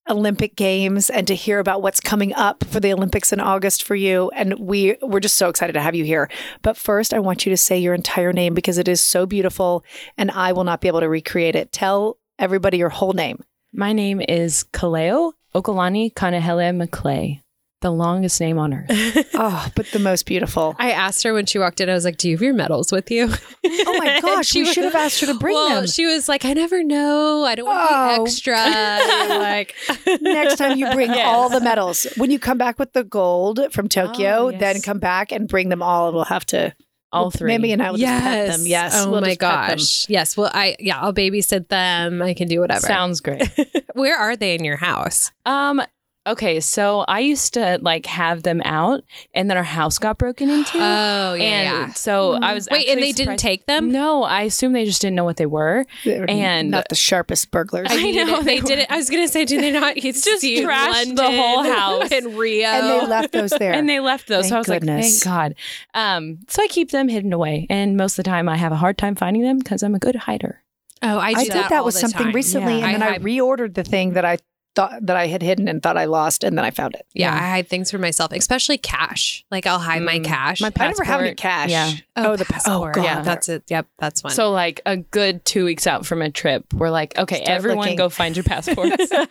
[SPEAKER 2] Olympic Games and to hear about what's coming up for the Olympics in August for you. And we we're just so excited to have you here. But first, I want you to say your entire name because it is so beautiful, and I will not be able to recreate it. Tell everybody your whole name.
[SPEAKER 5] My name is Kaleo Okalani Kanahele McClay, the longest name on earth.
[SPEAKER 2] oh, but the most beautiful.
[SPEAKER 3] I asked her when she walked in. I was like, "Do you have your medals with you?"
[SPEAKER 2] Oh my gosh,
[SPEAKER 3] She
[SPEAKER 2] we
[SPEAKER 3] was-
[SPEAKER 2] should have asked you to bring
[SPEAKER 3] well,
[SPEAKER 2] them.
[SPEAKER 3] she was like, "I never know. I don't want to
[SPEAKER 2] Oh.
[SPEAKER 3] be extra." And I'm like,
[SPEAKER 2] Next time you bring all the medals. When you come back with the gold from Tokyo,
[SPEAKER 5] Oh, yes.
[SPEAKER 2] then come back and bring them all. and We'll have to
[SPEAKER 5] All
[SPEAKER 2] well,
[SPEAKER 5] three.
[SPEAKER 2] Mimi and I will just pet them. Yes.
[SPEAKER 3] Oh
[SPEAKER 2] we'll
[SPEAKER 3] my
[SPEAKER 2] just pet them.
[SPEAKER 3] gosh. Yes. Well, I yeah, I'll babysit them. I can do whatever.
[SPEAKER 5] Sounds great.
[SPEAKER 3] Where are they in your house?
[SPEAKER 5] um, okay, so I used to like have them out, and then our house got broken into.
[SPEAKER 3] Oh yeah. Mm-hmm.
[SPEAKER 5] and so I was
[SPEAKER 3] Wait, and
[SPEAKER 5] actually
[SPEAKER 3] they didn't
[SPEAKER 5] surprised-
[SPEAKER 3] take them?
[SPEAKER 5] No, I assume they just didn't know what they were.
[SPEAKER 2] They're
[SPEAKER 5] And-
[SPEAKER 2] not the sharpest burglars.
[SPEAKER 3] I,
[SPEAKER 5] I
[SPEAKER 3] know
[SPEAKER 5] know,
[SPEAKER 3] they
[SPEAKER 5] they
[SPEAKER 3] did it. I was gonna say, do they not? It's
[SPEAKER 5] Just trashed the whole house.
[SPEAKER 3] in Rio.
[SPEAKER 2] and they left those there.
[SPEAKER 5] And they left those. so I
[SPEAKER 2] Thank
[SPEAKER 5] was
[SPEAKER 2] goodness.
[SPEAKER 5] like, thank God. Um, so I keep them hidden away. And most of the time I have a hard time finding them because I'm a good hider.
[SPEAKER 3] oh, I, do
[SPEAKER 2] I, did that,
[SPEAKER 3] all
[SPEAKER 2] with
[SPEAKER 3] the
[SPEAKER 2] something
[SPEAKER 3] time.
[SPEAKER 2] recently,
[SPEAKER 5] Yeah.
[SPEAKER 2] and then I,
[SPEAKER 3] I-
[SPEAKER 2] reordered the thing that I thought that I had hidden and thought I lost, and then I found it.
[SPEAKER 3] Yeah, I hide things for myself, especially cash. Like I'll hide my
[SPEAKER 5] Mm.
[SPEAKER 3] cash.
[SPEAKER 5] My
[SPEAKER 2] I never have any cash.
[SPEAKER 5] Passport. Yeah.
[SPEAKER 2] Oh, the pa- oh
[SPEAKER 3] passport.
[SPEAKER 2] god.
[SPEAKER 3] Yeah, that's it. Yep, that's one.
[SPEAKER 5] So like a good two weeks out from a trip, we're like, okay,
[SPEAKER 2] Start
[SPEAKER 5] everyone
[SPEAKER 2] looking.
[SPEAKER 5] go find your passports.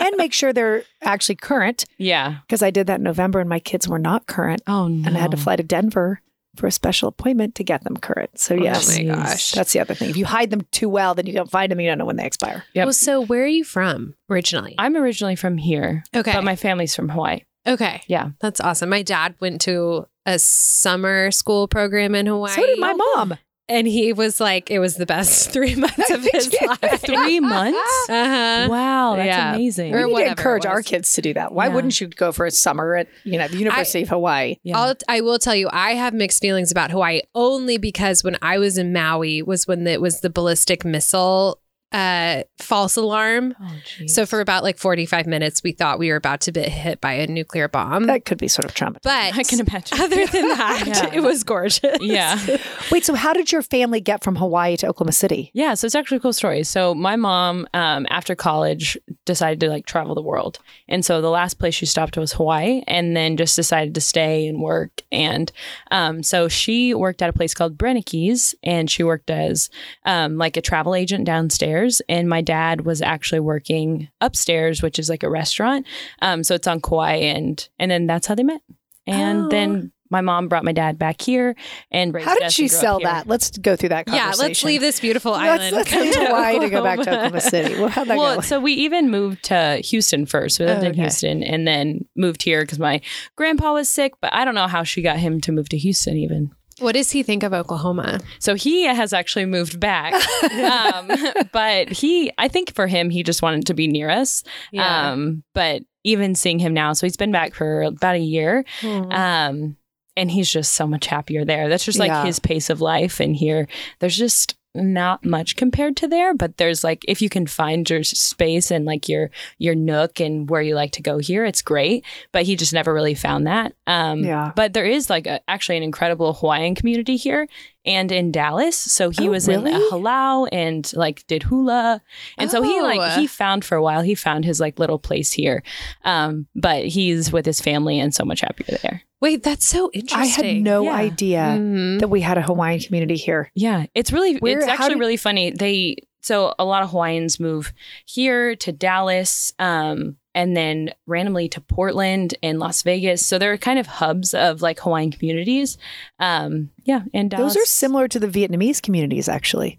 [SPEAKER 2] and make sure they're actually current
[SPEAKER 5] yeah.
[SPEAKER 2] because I did that in November, and my kids were not current,
[SPEAKER 5] Oh no.
[SPEAKER 2] and I had to fly to Denver for a special appointment to get them current. So yes,
[SPEAKER 3] oh my
[SPEAKER 5] Jeez.
[SPEAKER 3] gosh.
[SPEAKER 2] that's the other thing. If you hide them too well, then you don't find them. You don't know when they expire.
[SPEAKER 5] Yep.
[SPEAKER 3] Well, so where are you from originally?
[SPEAKER 5] I'm originally from here,
[SPEAKER 3] okay.
[SPEAKER 5] but my family's from Hawaii.
[SPEAKER 3] okay.
[SPEAKER 5] Yeah.
[SPEAKER 3] That's awesome. My dad went to a summer school program in Hawaii.
[SPEAKER 2] So did my mom.
[SPEAKER 3] And he was like, it was the best three months of his life.
[SPEAKER 5] Three months?
[SPEAKER 3] Uh-huh.
[SPEAKER 5] Wow, that's
[SPEAKER 3] Yeah.
[SPEAKER 5] amazing.
[SPEAKER 3] Or
[SPEAKER 2] We need to
[SPEAKER 3] whatever it
[SPEAKER 2] encourage our
[SPEAKER 3] was.
[SPEAKER 2] kids to do that. Why
[SPEAKER 5] Yeah.
[SPEAKER 2] wouldn't you go for a summer at you know the University of Hawaii?
[SPEAKER 5] Yeah.
[SPEAKER 3] I'll, I will tell you, I have mixed feelings about Hawaii only because when I was in Maui was when it was the ballistic missile uh, false alarm.
[SPEAKER 5] Oh, geez.
[SPEAKER 3] So for about like 45 minutes, we thought we were about to be hit by a nuclear bomb.
[SPEAKER 2] That could be sort of traumatizing.
[SPEAKER 3] but
[SPEAKER 5] I can imagine.
[SPEAKER 3] other than that,
[SPEAKER 5] Yeah.
[SPEAKER 3] it was gorgeous.
[SPEAKER 5] yeah.
[SPEAKER 2] Wait, so how did your family get from Hawaii to Oklahoma City?
[SPEAKER 5] Yeah, so it's actually a cool story. So my mom, um, after college, decided to like travel the world, and so the last place she stopped was Hawaii, and then just decided to stay and work. And um, so she worked at a place called Brennicki's, and she worked as um, like a travel agent downstairs. And my dad was actually working upstairs, which is like a restaurant. Um, so it's on Kauai, and and then that's how they met. And
[SPEAKER 3] Oh.
[SPEAKER 5] then my mom brought my dad back here and raised
[SPEAKER 2] How did
[SPEAKER 5] us
[SPEAKER 2] she
[SPEAKER 5] and grew up
[SPEAKER 2] sell
[SPEAKER 5] here.
[SPEAKER 2] that? Let's go through that
[SPEAKER 3] Yeah,
[SPEAKER 2] conversation.
[SPEAKER 3] let's leave this beautiful
[SPEAKER 2] Let's,
[SPEAKER 3] island.
[SPEAKER 2] let's
[SPEAKER 3] Come
[SPEAKER 2] leave
[SPEAKER 3] to
[SPEAKER 2] Hawaii to go back to
[SPEAKER 3] Oklahoma.
[SPEAKER 2] Oklahoma City. Well, how'd that
[SPEAKER 5] well,
[SPEAKER 2] go?
[SPEAKER 5] so we even moved to Houston first. We lived
[SPEAKER 2] Oh,
[SPEAKER 5] in
[SPEAKER 2] okay.
[SPEAKER 5] Houston and then moved here because my grandpa was sick, but I don't know how she got him to move to Houston even.
[SPEAKER 3] What does he think of Oklahoma?
[SPEAKER 5] So he has actually moved back. um, but he, I think for him, he just wanted to be near us. Um, but even seeing him now, so he's been back for about a year.
[SPEAKER 3] Hmm.
[SPEAKER 5] Um, and he's just so much happier there. That's just like
[SPEAKER 2] Mm-hmm. Yeah.
[SPEAKER 5] his pace of life. And here, there's just not much compared to there. But there's like if you can find your space and like your your nook and where you like to go here, it's great. But he just never really found that. Um,
[SPEAKER 2] Yeah.
[SPEAKER 5] But there is like a, actually an incredible Hawaiian community here and in Dallas. So he
[SPEAKER 2] Oh,
[SPEAKER 5] was in
[SPEAKER 2] really?
[SPEAKER 5] a halau and like did hula, and so he like
[SPEAKER 3] Oh.
[SPEAKER 5] he found for a while. He found his like little place here, um, but he's with his family and so much happier there.
[SPEAKER 3] Wait, that's so
[SPEAKER 2] I
[SPEAKER 3] interesting.
[SPEAKER 2] had no
[SPEAKER 5] Yeah.
[SPEAKER 2] idea
[SPEAKER 3] Mhm.
[SPEAKER 2] that we had a Hawaiian community here.
[SPEAKER 5] Yeah, it's really
[SPEAKER 2] Where-
[SPEAKER 5] it's
[SPEAKER 2] how
[SPEAKER 5] actually
[SPEAKER 2] did-
[SPEAKER 5] really funny. They so a lot of Hawaiians move here to Dallas, um, and then randomly to Portland and Las Vegas. So they're kind of hubs of like Hawaiian communities. Um, yeah, and Dallas.
[SPEAKER 2] Those are similar to the Vietnamese communities, actually.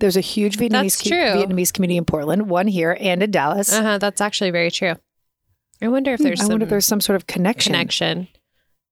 [SPEAKER 2] There's a huge Vietnamese,
[SPEAKER 3] That's
[SPEAKER 2] co-
[SPEAKER 3] true.
[SPEAKER 2] Vietnamese community in Portland, one here and in Dallas.
[SPEAKER 5] Uh,
[SPEAKER 3] Uh-huh, that's actually very true. I wonder if
[SPEAKER 2] Hmm,
[SPEAKER 3] there's
[SPEAKER 2] I
[SPEAKER 3] some
[SPEAKER 2] wonder if there's some sort of connection.
[SPEAKER 3] connection.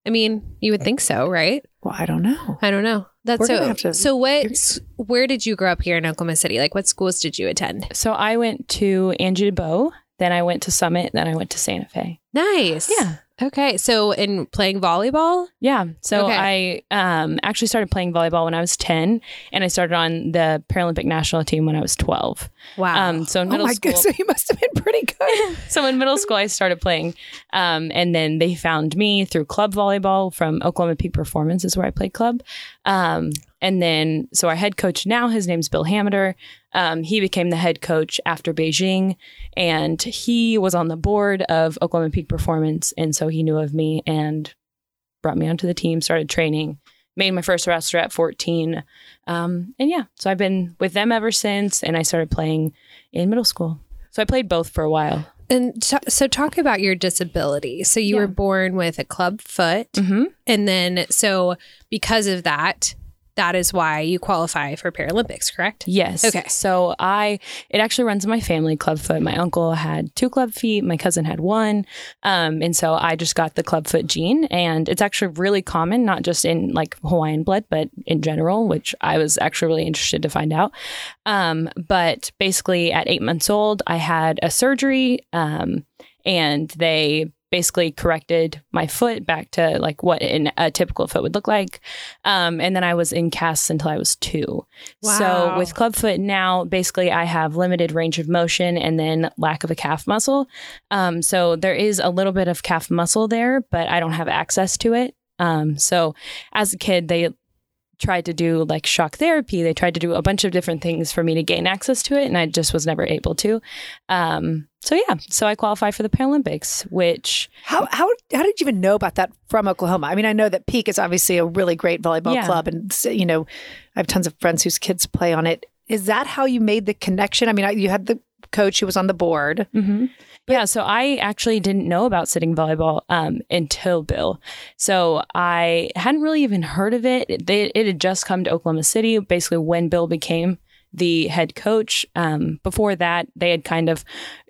[SPEAKER 3] I mean, you would think so, right?
[SPEAKER 2] Well, I don't know.
[SPEAKER 3] I don't know. That's
[SPEAKER 2] We're gonna
[SPEAKER 3] so.
[SPEAKER 2] have to-
[SPEAKER 3] so what? s- Where did you grow up here in Oklahoma City? Like, what schools did you attend?
[SPEAKER 5] So I went to Angie DeBow, then I went to Summit, then I went to Santa Fe.
[SPEAKER 3] Nice.
[SPEAKER 5] Yeah.
[SPEAKER 3] Okay. So in playing volleyball.
[SPEAKER 5] Yeah. So
[SPEAKER 3] Okay.
[SPEAKER 5] I um, actually started playing volleyball when I was 10, and I started on the Paralympic national team when I was 12.
[SPEAKER 3] Wow.
[SPEAKER 5] Um, so in
[SPEAKER 2] Oh
[SPEAKER 5] middle
[SPEAKER 2] my
[SPEAKER 5] school,
[SPEAKER 2] goodness, you must have been pretty good.
[SPEAKER 5] so in middle school, I started playing, um, and then they found me through club volleyball from Oklahoma Peak Performance, is where I played club. Um, and then, so our head coach now, his name's Bill Hameter. Um, he became the head coach after Beijing, and he was on the board of Oklahoma Peak Performance, and so he knew of me and brought me onto the team, started training. Made my first roster at 14. Um, and yeah, so I've been with them ever since. And I started playing in middle school. So I played both for a while.
[SPEAKER 3] and t- so talk about your disability. So you
[SPEAKER 5] Yeah.
[SPEAKER 3] were born with a club foot,
[SPEAKER 5] Mm-hmm.
[SPEAKER 3] and then so because of that, that is why you qualify for Paralympics, correct?
[SPEAKER 5] Yes.
[SPEAKER 3] Okay.
[SPEAKER 5] So I, it actually runs in my family club foot. My uncle had two club feet. My cousin had one. Um, and so I just got the club foot gene and it's actually really common, not just in like Hawaiian blood, but in general, which I was actually really interested to find out. Um, but basically at eight months old, I had a surgery. Um, and they basically corrected my foot back to like what an, a typical foot would look like. Um, and then I was in casts until I was two. So
[SPEAKER 3] Wow.
[SPEAKER 5] with clubfoot now, basically I have limited range of motion and then lack of a calf muscle. Um, so there is a little bit of calf muscle there, but I don't have access to it. Um, so as a kid, they tried to do like shock therapy. They tried to do a bunch of different things for me to gain access to it, and I just was never able to. Um, so yeah, so I qualify for the Paralympics, which
[SPEAKER 2] How, how, how did you even know about that from Oklahoma? I mean, I know that Peak is obviously a really great volleyball
[SPEAKER 5] Yeah.
[SPEAKER 2] club, and you know, I have tons of friends whose kids play on it. Is that how you made the connection? I mean, I, you had the coach who was on the board.
[SPEAKER 5] Mm-hmm. yeah. So I actually didn't know about sitting volleyball um, until Bill. So I hadn't really even heard of it. It, they, it had just come to Oklahoma City, basically when Bill became the head coach. Um, before that, they had kind of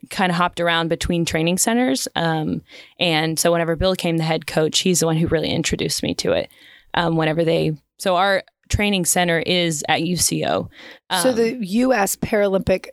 [SPEAKER 5] kind of hopped around between training centers. Um, and so whenever Bill came the head coach, he's the one who really introduced me to it. Um, whenever they, so our training center is at UCO.
[SPEAKER 2] so
[SPEAKER 5] Um,
[SPEAKER 2] the U.S. Paralympic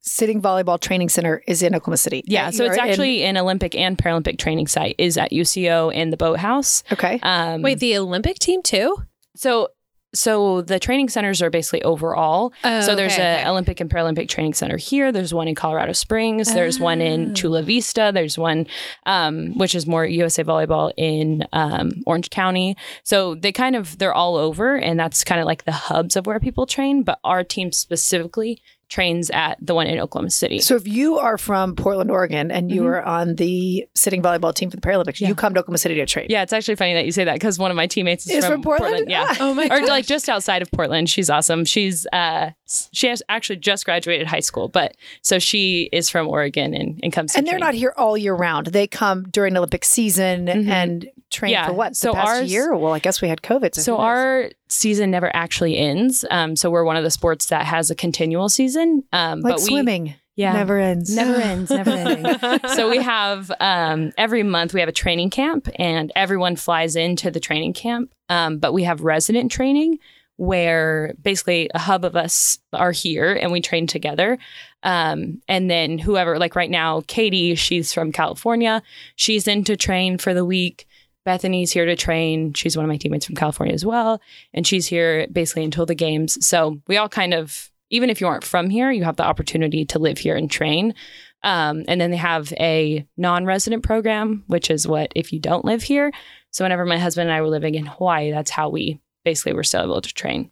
[SPEAKER 2] Sitting Volleyball Training Center is in Oklahoma City.
[SPEAKER 5] Yeah, so
[SPEAKER 2] You're
[SPEAKER 5] it's
[SPEAKER 2] in-
[SPEAKER 5] actually an Olympic and Paralympic training site is at UCO and the Boathouse.
[SPEAKER 2] okay.
[SPEAKER 5] Um,
[SPEAKER 3] Wait, the Olympic team too?
[SPEAKER 5] so so the training centers are basically overall.
[SPEAKER 3] Oh,
[SPEAKER 5] so there's
[SPEAKER 3] okay,
[SPEAKER 5] a
[SPEAKER 3] okay.
[SPEAKER 5] Olympic and Paralympic training center here. There's one in Colorado Springs. There's one
[SPEAKER 3] Oh.
[SPEAKER 5] in Chula Vista. There's one um, which is more USA volleyball in um, Orange County. So they kind of they're all over, and that's kind of like the hubs of where people train. But our team specifically trains at the one in Oklahoma City.
[SPEAKER 2] So if you are from Portland, Oregon, and
[SPEAKER 5] Mm-hmm.
[SPEAKER 2] you are on the sitting volleyball team for the Paralympics, you come to Oklahoma City to train.
[SPEAKER 5] Yeah, it's actually funny that you say that because one of my teammates is,
[SPEAKER 2] Is from Portland?
[SPEAKER 5] Yeah.
[SPEAKER 2] Ah. Oh my
[SPEAKER 5] Or like just outside of Portland. She's awesome. She's uh s- she has actually just graduated high school, but so she is from Oregon and, and comes to
[SPEAKER 2] And they're
[SPEAKER 5] train.
[SPEAKER 2] not here all year round. They come during Olympic season and trained
[SPEAKER 5] Mm-hmm. Yeah.
[SPEAKER 2] for what? The
[SPEAKER 5] So
[SPEAKER 2] past
[SPEAKER 5] ours-
[SPEAKER 2] year? Well, I guess we had COVID. So,
[SPEAKER 5] So
[SPEAKER 2] who knows?
[SPEAKER 5] our season never actually ends. Um, so we're one of the sports that has a continual season. Um,
[SPEAKER 2] like
[SPEAKER 5] but we,
[SPEAKER 2] swimming
[SPEAKER 5] yeah,
[SPEAKER 2] never ends.
[SPEAKER 5] never ends, never ending. so we have um, every month we have a training camp, and everyone flies into the training camp. Um, but we have resident training where basically a hub of us are here and we train together. Um, and then whoever, like right now, Katie, she's from California. She's in to train for the week. Bethany's here to train. She's one of my teammates from California as well. And she's here basically until the games. So we all kind of, even if you aren't from here, you have the opportunity to live here and train. Um, and then they have a non resident program, which is what if you don't live here. So whenever my husband and I were living in Hawaii, that's how we basically were still able to train.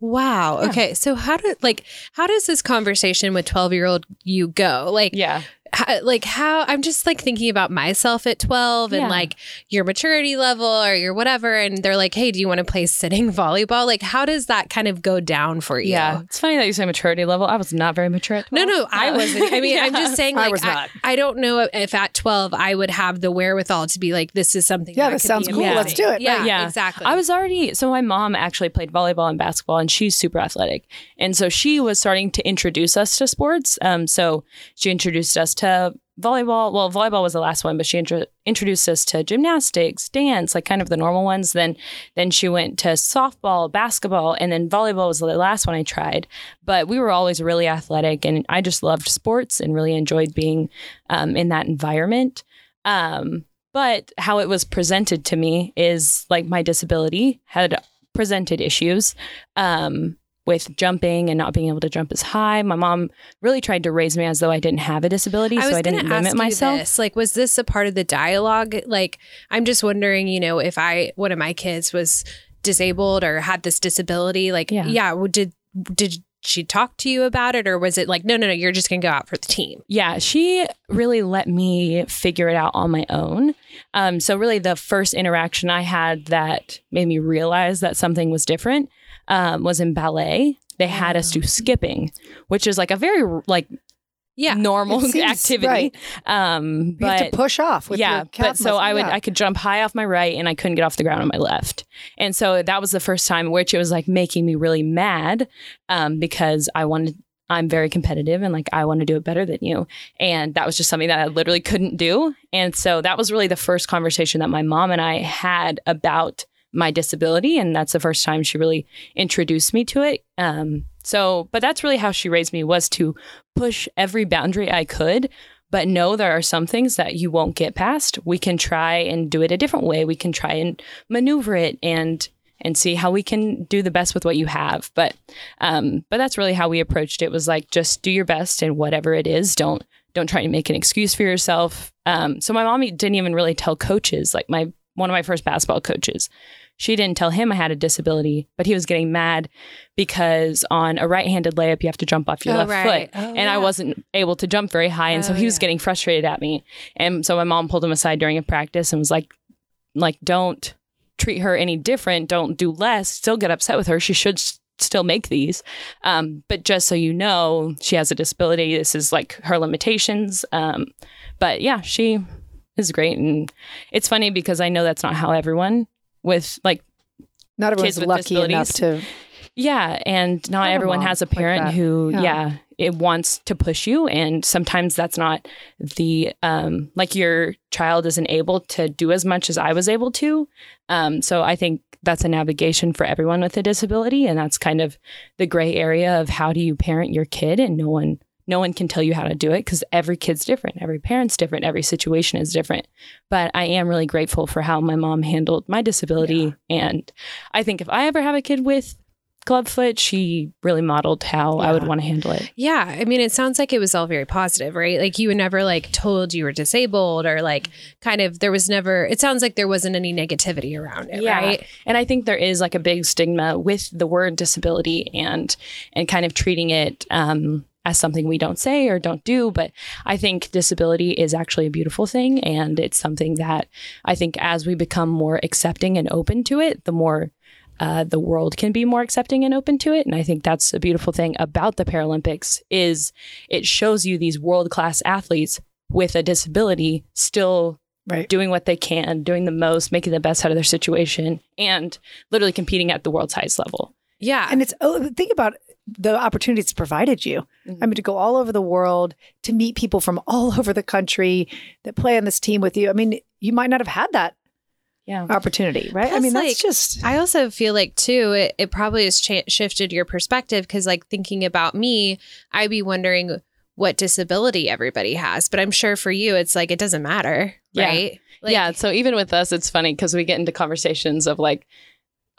[SPEAKER 3] Wow. Okay. So how do like how does this conversation with 12-year-old you go? Like
[SPEAKER 5] Yeah.
[SPEAKER 3] how, like how I'm just like thinking about myself at 12 and
[SPEAKER 5] Yeah.
[SPEAKER 3] like your maturity level or your whatever and they're like, "Hey, do you want to play sitting volleyball?" Like how does that kind of go down for you?
[SPEAKER 5] Yeah. It's funny that you say maturity level. I was not very mature. At
[SPEAKER 3] No,
[SPEAKER 5] 12.
[SPEAKER 3] no, I wasn't. I mean, I'm
[SPEAKER 5] Yeah.
[SPEAKER 3] just saying,
[SPEAKER 2] I
[SPEAKER 3] like,
[SPEAKER 2] was not.
[SPEAKER 3] I don't know if at 12 I would have the wherewithal to be like, this is something.
[SPEAKER 2] Yeah,
[SPEAKER 3] that
[SPEAKER 2] this
[SPEAKER 3] could
[SPEAKER 2] sounds
[SPEAKER 3] be
[SPEAKER 2] cool.
[SPEAKER 5] Let's
[SPEAKER 3] amazing.
[SPEAKER 2] do it,
[SPEAKER 3] Yeah,
[SPEAKER 5] right? Yeah.
[SPEAKER 3] exactly.
[SPEAKER 5] I was already so my mom actually played volleyball and basketball and she's super athletic. And so she was starting to introduce us to sports. Um so she introduced us to volleyball. Well, volleyball was the last one, but she intro- introduced us to gymnastics, dance, like kind of the normal ones. Then then she went to softball, basketball, and then volleyball was the last one I tried. But we were always really athletic and I just loved sports and really enjoyed being um, in that environment. Um, but how it was presented to me is like my disability had presented issues um, with jumping and not being able to jump as high. My mom really tried to raise me as though I didn't have a disability, so I
[SPEAKER 3] gonna
[SPEAKER 5] didn't limit
[SPEAKER 3] ask you
[SPEAKER 5] myself.
[SPEAKER 3] This. Like, was this a part of the dialogue? Like, I'm just wondering, you know, if I one of my kids was disabled or had this disability, like, yeah,
[SPEAKER 5] Yeah.
[SPEAKER 3] w- did did she talk to you about it, or was it like, no, no, no, you're just gonna go out for the team?
[SPEAKER 5] Yeah, she really let me figure it out on my own. Um, so, really, the first interaction I had that made me realize that something was different um, was in ballet. They had us
[SPEAKER 3] Oh.
[SPEAKER 5] do skipping, which is like a very like
[SPEAKER 3] Yeah.
[SPEAKER 5] normal
[SPEAKER 2] It seems
[SPEAKER 5] activity.
[SPEAKER 2] right.
[SPEAKER 5] Um,
[SPEAKER 2] You
[SPEAKER 5] but
[SPEAKER 2] have to push off with
[SPEAKER 5] yeah,
[SPEAKER 2] your
[SPEAKER 5] but
[SPEAKER 2] calf
[SPEAKER 5] so I
[SPEAKER 2] muscle.
[SPEAKER 5] would
[SPEAKER 2] Yeah.
[SPEAKER 5] I could jump high off my right and I couldn't get off the ground on my left, and so that was the first time which it was like making me really mad um, because I wanted. I'm very competitive and like I want to do it better than you. And that was just something that I literally couldn't do. And so that was really the first conversation that my mom and I had about my disability. And that's the first time she really introduced me to it. Um, so, but that's really how she raised me was to push every boundary I could but know there are some things that you won't get past. We can try and do it a different way. We can try and maneuver it and and see how we can do the best with what you have. But um, but that's really how we approached it. Was like just do your best and whatever it is, don't don't try to make an excuse for yourself. Um, so my mom didn't even really tell coaches. Like my one of my first basketball coaches, she didn't tell him I had a disability, but he was getting mad because on a right-handed layup you have to jump off your
[SPEAKER 3] Oh,
[SPEAKER 5] left
[SPEAKER 3] right.
[SPEAKER 5] foot,
[SPEAKER 3] Oh,
[SPEAKER 5] and I wasn't able to jump very high, and so
[SPEAKER 3] Oh,
[SPEAKER 5] he was
[SPEAKER 3] yeah.
[SPEAKER 5] getting frustrated at me. And so my mom pulled him aside during a practice and was like, like don't treat her any different. Don't do less. Still get upset with her. She should s- still make these. Um, but just so you know, she has a disability. This is like her limitations. Um, but yeah, she is great, and it's funny because I know that's not how everyone with like
[SPEAKER 2] Not
[SPEAKER 5] kids
[SPEAKER 2] everyone's
[SPEAKER 5] with
[SPEAKER 2] lucky enough to.
[SPEAKER 5] disabilities. yeah, and not
[SPEAKER 2] Not a
[SPEAKER 5] everyone
[SPEAKER 2] mom
[SPEAKER 5] has a
[SPEAKER 2] like
[SPEAKER 5] parent
[SPEAKER 2] that.
[SPEAKER 5] who
[SPEAKER 2] Yeah.
[SPEAKER 5] yeah. it wants to push you, and sometimes that's not the um like your child isn't able to do as much as I was able to. Um, so I think that's a navigation for everyone with a disability, and that's kind of the gray area of how do you parent your kid, and no one no one can tell you how to do it because every kid's different, every parent's different, every situation is different. But I am really grateful for how my mom handled my disability, and I think if I ever have a kid with Clubfoot, she really modeled how I would
[SPEAKER 2] Yeah.
[SPEAKER 5] want to handle it.
[SPEAKER 3] Yeah, I mean, it sounds like it was all very positive, right? Like you were never like told you were disabled or like kind of there was never. It sounds like there wasn't any negativity around it,
[SPEAKER 5] Yeah.
[SPEAKER 3] right?
[SPEAKER 5] And I think there is like a big stigma with the word disability and and kind of treating it um, as something we don't say or don't do. But I think disability is actually a beautiful thing, and it's something that I think as we become more accepting and open to it, the more. Uh, the world can be more accepting and open to it and i think that's a beautiful thing about the paralympics is it shows you these world-class athletes with a disability still
[SPEAKER 2] Right.
[SPEAKER 5] doing what they can, doing the most, making the best out of their situation, and literally competing at the world's highest level.
[SPEAKER 3] Yeah.
[SPEAKER 2] And it's oh, think about the opportunity it's provided you.
[SPEAKER 5] Mm-hmm.
[SPEAKER 2] I mean, to go all over the world to meet people from all over the country that play on this team with you. I mean, you might not have had that
[SPEAKER 5] Yeah.
[SPEAKER 2] Uh, opportunity, right? I
[SPEAKER 3] Plus,
[SPEAKER 2] mean,
[SPEAKER 3] like,
[SPEAKER 2] that's just
[SPEAKER 3] I also feel like too it, it probably has cha- shifted your perspective because like thinking about me, I'd be wondering what disability everybody has, but I'm sure for you it's like it doesn't matter,
[SPEAKER 5] Yeah.
[SPEAKER 3] right? Like,
[SPEAKER 5] yeah. So even with us, it's funny because we get into conversations of like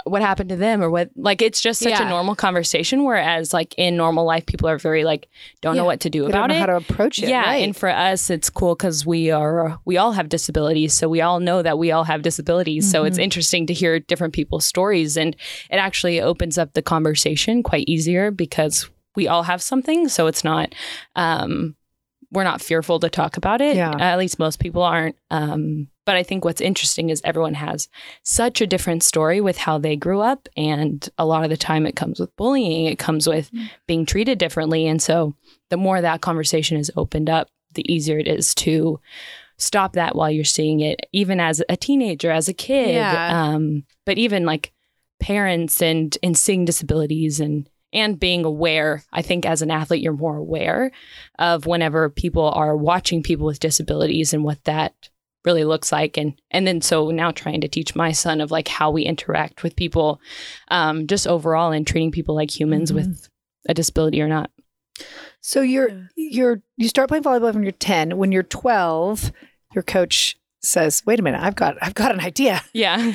[SPEAKER 5] what happened to them or what, like, it's just such
[SPEAKER 3] Yeah.
[SPEAKER 5] a normal conversation. Whereas, like, in normal life, people are very like, don't
[SPEAKER 3] Yeah.
[SPEAKER 5] know what to do
[SPEAKER 2] you
[SPEAKER 5] about
[SPEAKER 2] don't know
[SPEAKER 5] it.
[SPEAKER 2] how to approach it.
[SPEAKER 5] yeah.
[SPEAKER 2] right.
[SPEAKER 5] And for us, it's cool because we are, we all have disabilities. So we all know that we all have disabilities. So it's
[SPEAKER 2] Mhm.
[SPEAKER 5] interesting to hear different people's stories. And it actually opens up the conversation quite easier because we all have something. So it's not, um, we're not fearful to talk about it.
[SPEAKER 2] Yeah.
[SPEAKER 5] At least most people aren't. Um, but I think what's interesting is everyone has such a different story with how they grew up. And a lot of the time it comes with bullying, it comes with
[SPEAKER 2] Mm.
[SPEAKER 5] being treated differently. And so the more that conversation is opened up, the easier it is to stop that while you're seeing it, even as a teenager, as a kid.
[SPEAKER 3] Yeah.
[SPEAKER 5] Um, but even like parents and and seeing disabilities and and being aware, I think as an athlete, you're more aware of whenever people are watching people with disabilities and what that really looks like and and then so now trying to teach my son of like how we interact with people um just overall and treating people like humans with a disability or not
[SPEAKER 2] So you're you're you start playing volleyball when you're 10. When you're 12, your coach says, "Wait a minute, I've got I've got an idea.
[SPEAKER 5] yeah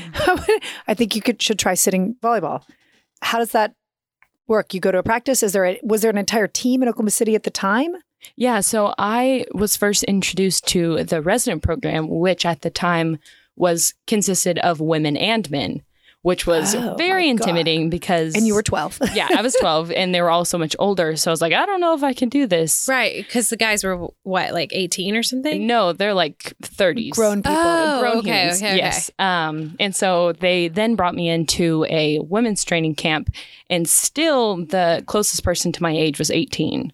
[SPEAKER 2] I think you could should try sitting volleyball." How does that work? You go to a practice. Is there a, was there an entire team in Oklahoma City at the time?
[SPEAKER 5] Yeah, so I was first introduced to the resident program, which at the time was consisted of women and men, which was
[SPEAKER 2] Oh,
[SPEAKER 5] very
[SPEAKER 2] my God.
[SPEAKER 5] intimidating because
[SPEAKER 2] And you were 12.
[SPEAKER 5] yeah, I was twelve, and they were all so much older. So I was like, I don't know if I can do this.
[SPEAKER 3] Right, because the guys were what like 18 or something.
[SPEAKER 5] No, they're like thirties,
[SPEAKER 2] Grown people.
[SPEAKER 3] Oh,
[SPEAKER 5] grown
[SPEAKER 3] okay,
[SPEAKER 5] humans.
[SPEAKER 3] okay, okay.
[SPEAKER 5] Yes. Um, and so they then brought me into a women's training camp, and still the closest person to my age was 18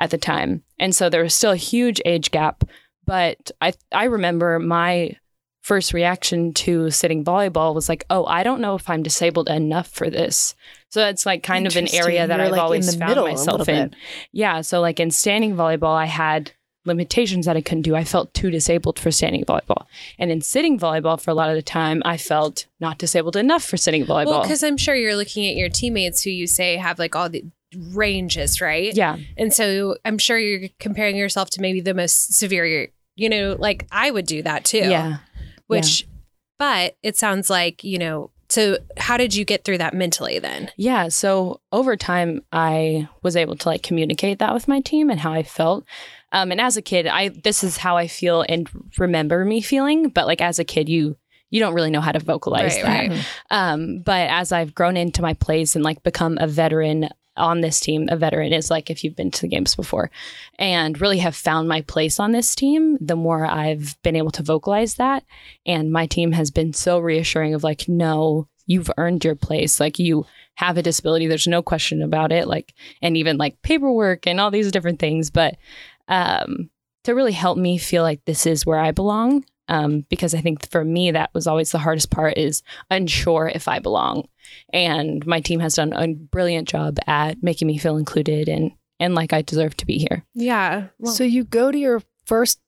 [SPEAKER 5] at the time, and so there was still a huge age gap. But I I remember my first reaction to sitting volleyball was like, oh, I don't know if I'm disabled enough for this. So that's like kind of an
[SPEAKER 2] Interesting.
[SPEAKER 5] area that
[SPEAKER 2] You're,
[SPEAKER 5] I've
[SPEAKER 2] like, in
[SPEAKER 5] always
[SPEAKER 2] the
[SPEAKER 5] found
[SPEAKER 2] middle a
[SPEAKER 5] myself
[SPEAKER 2] little
[SPEAKER 5] in.
[SPEAKER 2] bit.
[SPEAKER 5] Yeah. So, like in standing volleyball, I had limitations that I couldn't do. I felt too disabled for standing volleyball. And in sitting volleyball, for a lot of the time, I felt not disabled enough for sitting volleyball.
[SPEAKER 3] Well, because I'm sure you're looking at your teammates who you say have like all the ranges, right?
[SPEAKER 5] yeah.
[SPEAKER 3] And so I'm sure you're comparing yourself to maybe the most severe. You know, like I would do that too.
[SPEAKER 5] Yeah.
[SPEAKER 3] Which, but it sounds like you know. So how did you get through that mentally then?
[SPEAKER 5] Yeah. So over time, I was able to like communicate that with my team and how I felt. Um, and as a kid, I this is how I feel and remember me feeling. But like as a kid, you you don't really know how to vocalize
[SPEAKER 3] Right,
[SPEAKER 5] that.
[SPEAKER 3] right.
[SPEAKER 5] Um, but as I've grown into my plays and like become a veteran on this team, a veteran is like if you've been to the games before and really have found my place on this team, the more I've been able to vocalize that. And my team has been so reassuring of like, no, you've earned your place. Like you have a disability. There's no question about it. Like, and even like paperwork and all these different things. But um, to really help me feel like this is where I belong. Um, because I think for me, that was always the hardest part is unsure if I belong. And my team has done a brilliant job at making me feel included and, and like I deserve to be here.
[SPEAKER 3] Yeah.
[SPEAKER 2] so you go to your first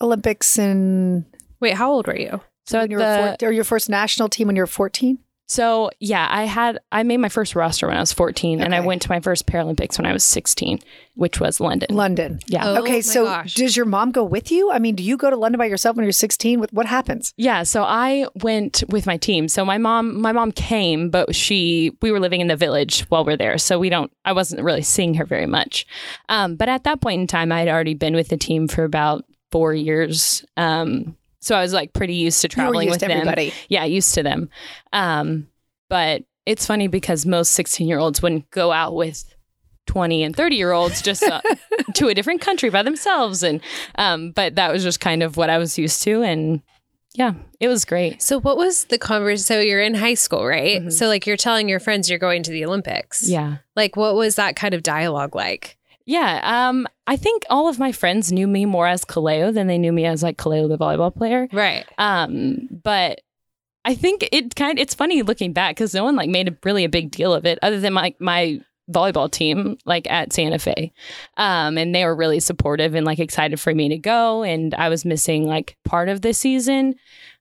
[SPEAKER 2] Olympics in
[SPEAKER 3] wait, how old were you?
[SPEAKER 5] So
[SPEAKER 2] when you were
[SPEAKER 5] the-
[SPEAKER 2] four, or your first national team when you were 14?
[SPEAKER 5] So yeah, I had I made my first roster when I was 14 and I
[SPEAKER 2] Okay.
[SPEAKER 5] went to my first Paralympics when I was 16, which was London.
[SPEAKER 2] London.
[SPEAKER 5] yeah.
[SPEAKER 3] Oh my
[SPEAKER 2] okay, so
[SPEAKER 3] gosh.
[SPEAKER 2] does your mom go with you? I mean, do you go to London by yourself when you're 16? What, what happens?
[SPEAKER 5] Yeah, so I went with my team. So my mom, my mom came, but she, we were living in the village while we're there, so we don't. I wasn't really seeing her very much. Um, but at that point in time, I had already been with the team for about four years. Um, so I was like pretty used to
[SPEAKER 2] you were
[SPEAKER 5] traveling
[SPEAKER 2] used
[SPEAKER 5] with
[SPEAKER 2] to
[SPEAKER 5] them.
[SPEAKER 2] everybody.
[SPEAKER 5] Yeah, used to them. Um, but it's funny because most sixteen-year-olds wouldn't go out with 20 and 30 year olds just uh, to a different country by themselves and um but that was just kind of what I was used to and yeah it was great
[SPEAKER 3] So what was the converse? So you're in high school, right?
[SPEAKER 5] Mhm.
[SPEAKER 3] So like you're telling your friends you're going to the Olympics.
[SPEAKER 5] yeah
[SPEAKER 3] Like what was that kind of dialogue like?
[SPEAKER 5] Yeah. Um, I think all of my friends knew me more as Kaleo than they knew me as like Kaleo the volleyball player.
[SPEAKER 3] Right.
[SPEAKER 5] Um, but I think it kind it's funny looking back because no one like made a really a big deal of it other than my my volleyball team like at Santa Fe. Um, and they were really supportive and like excited for me to go. And I was missing like part of the season.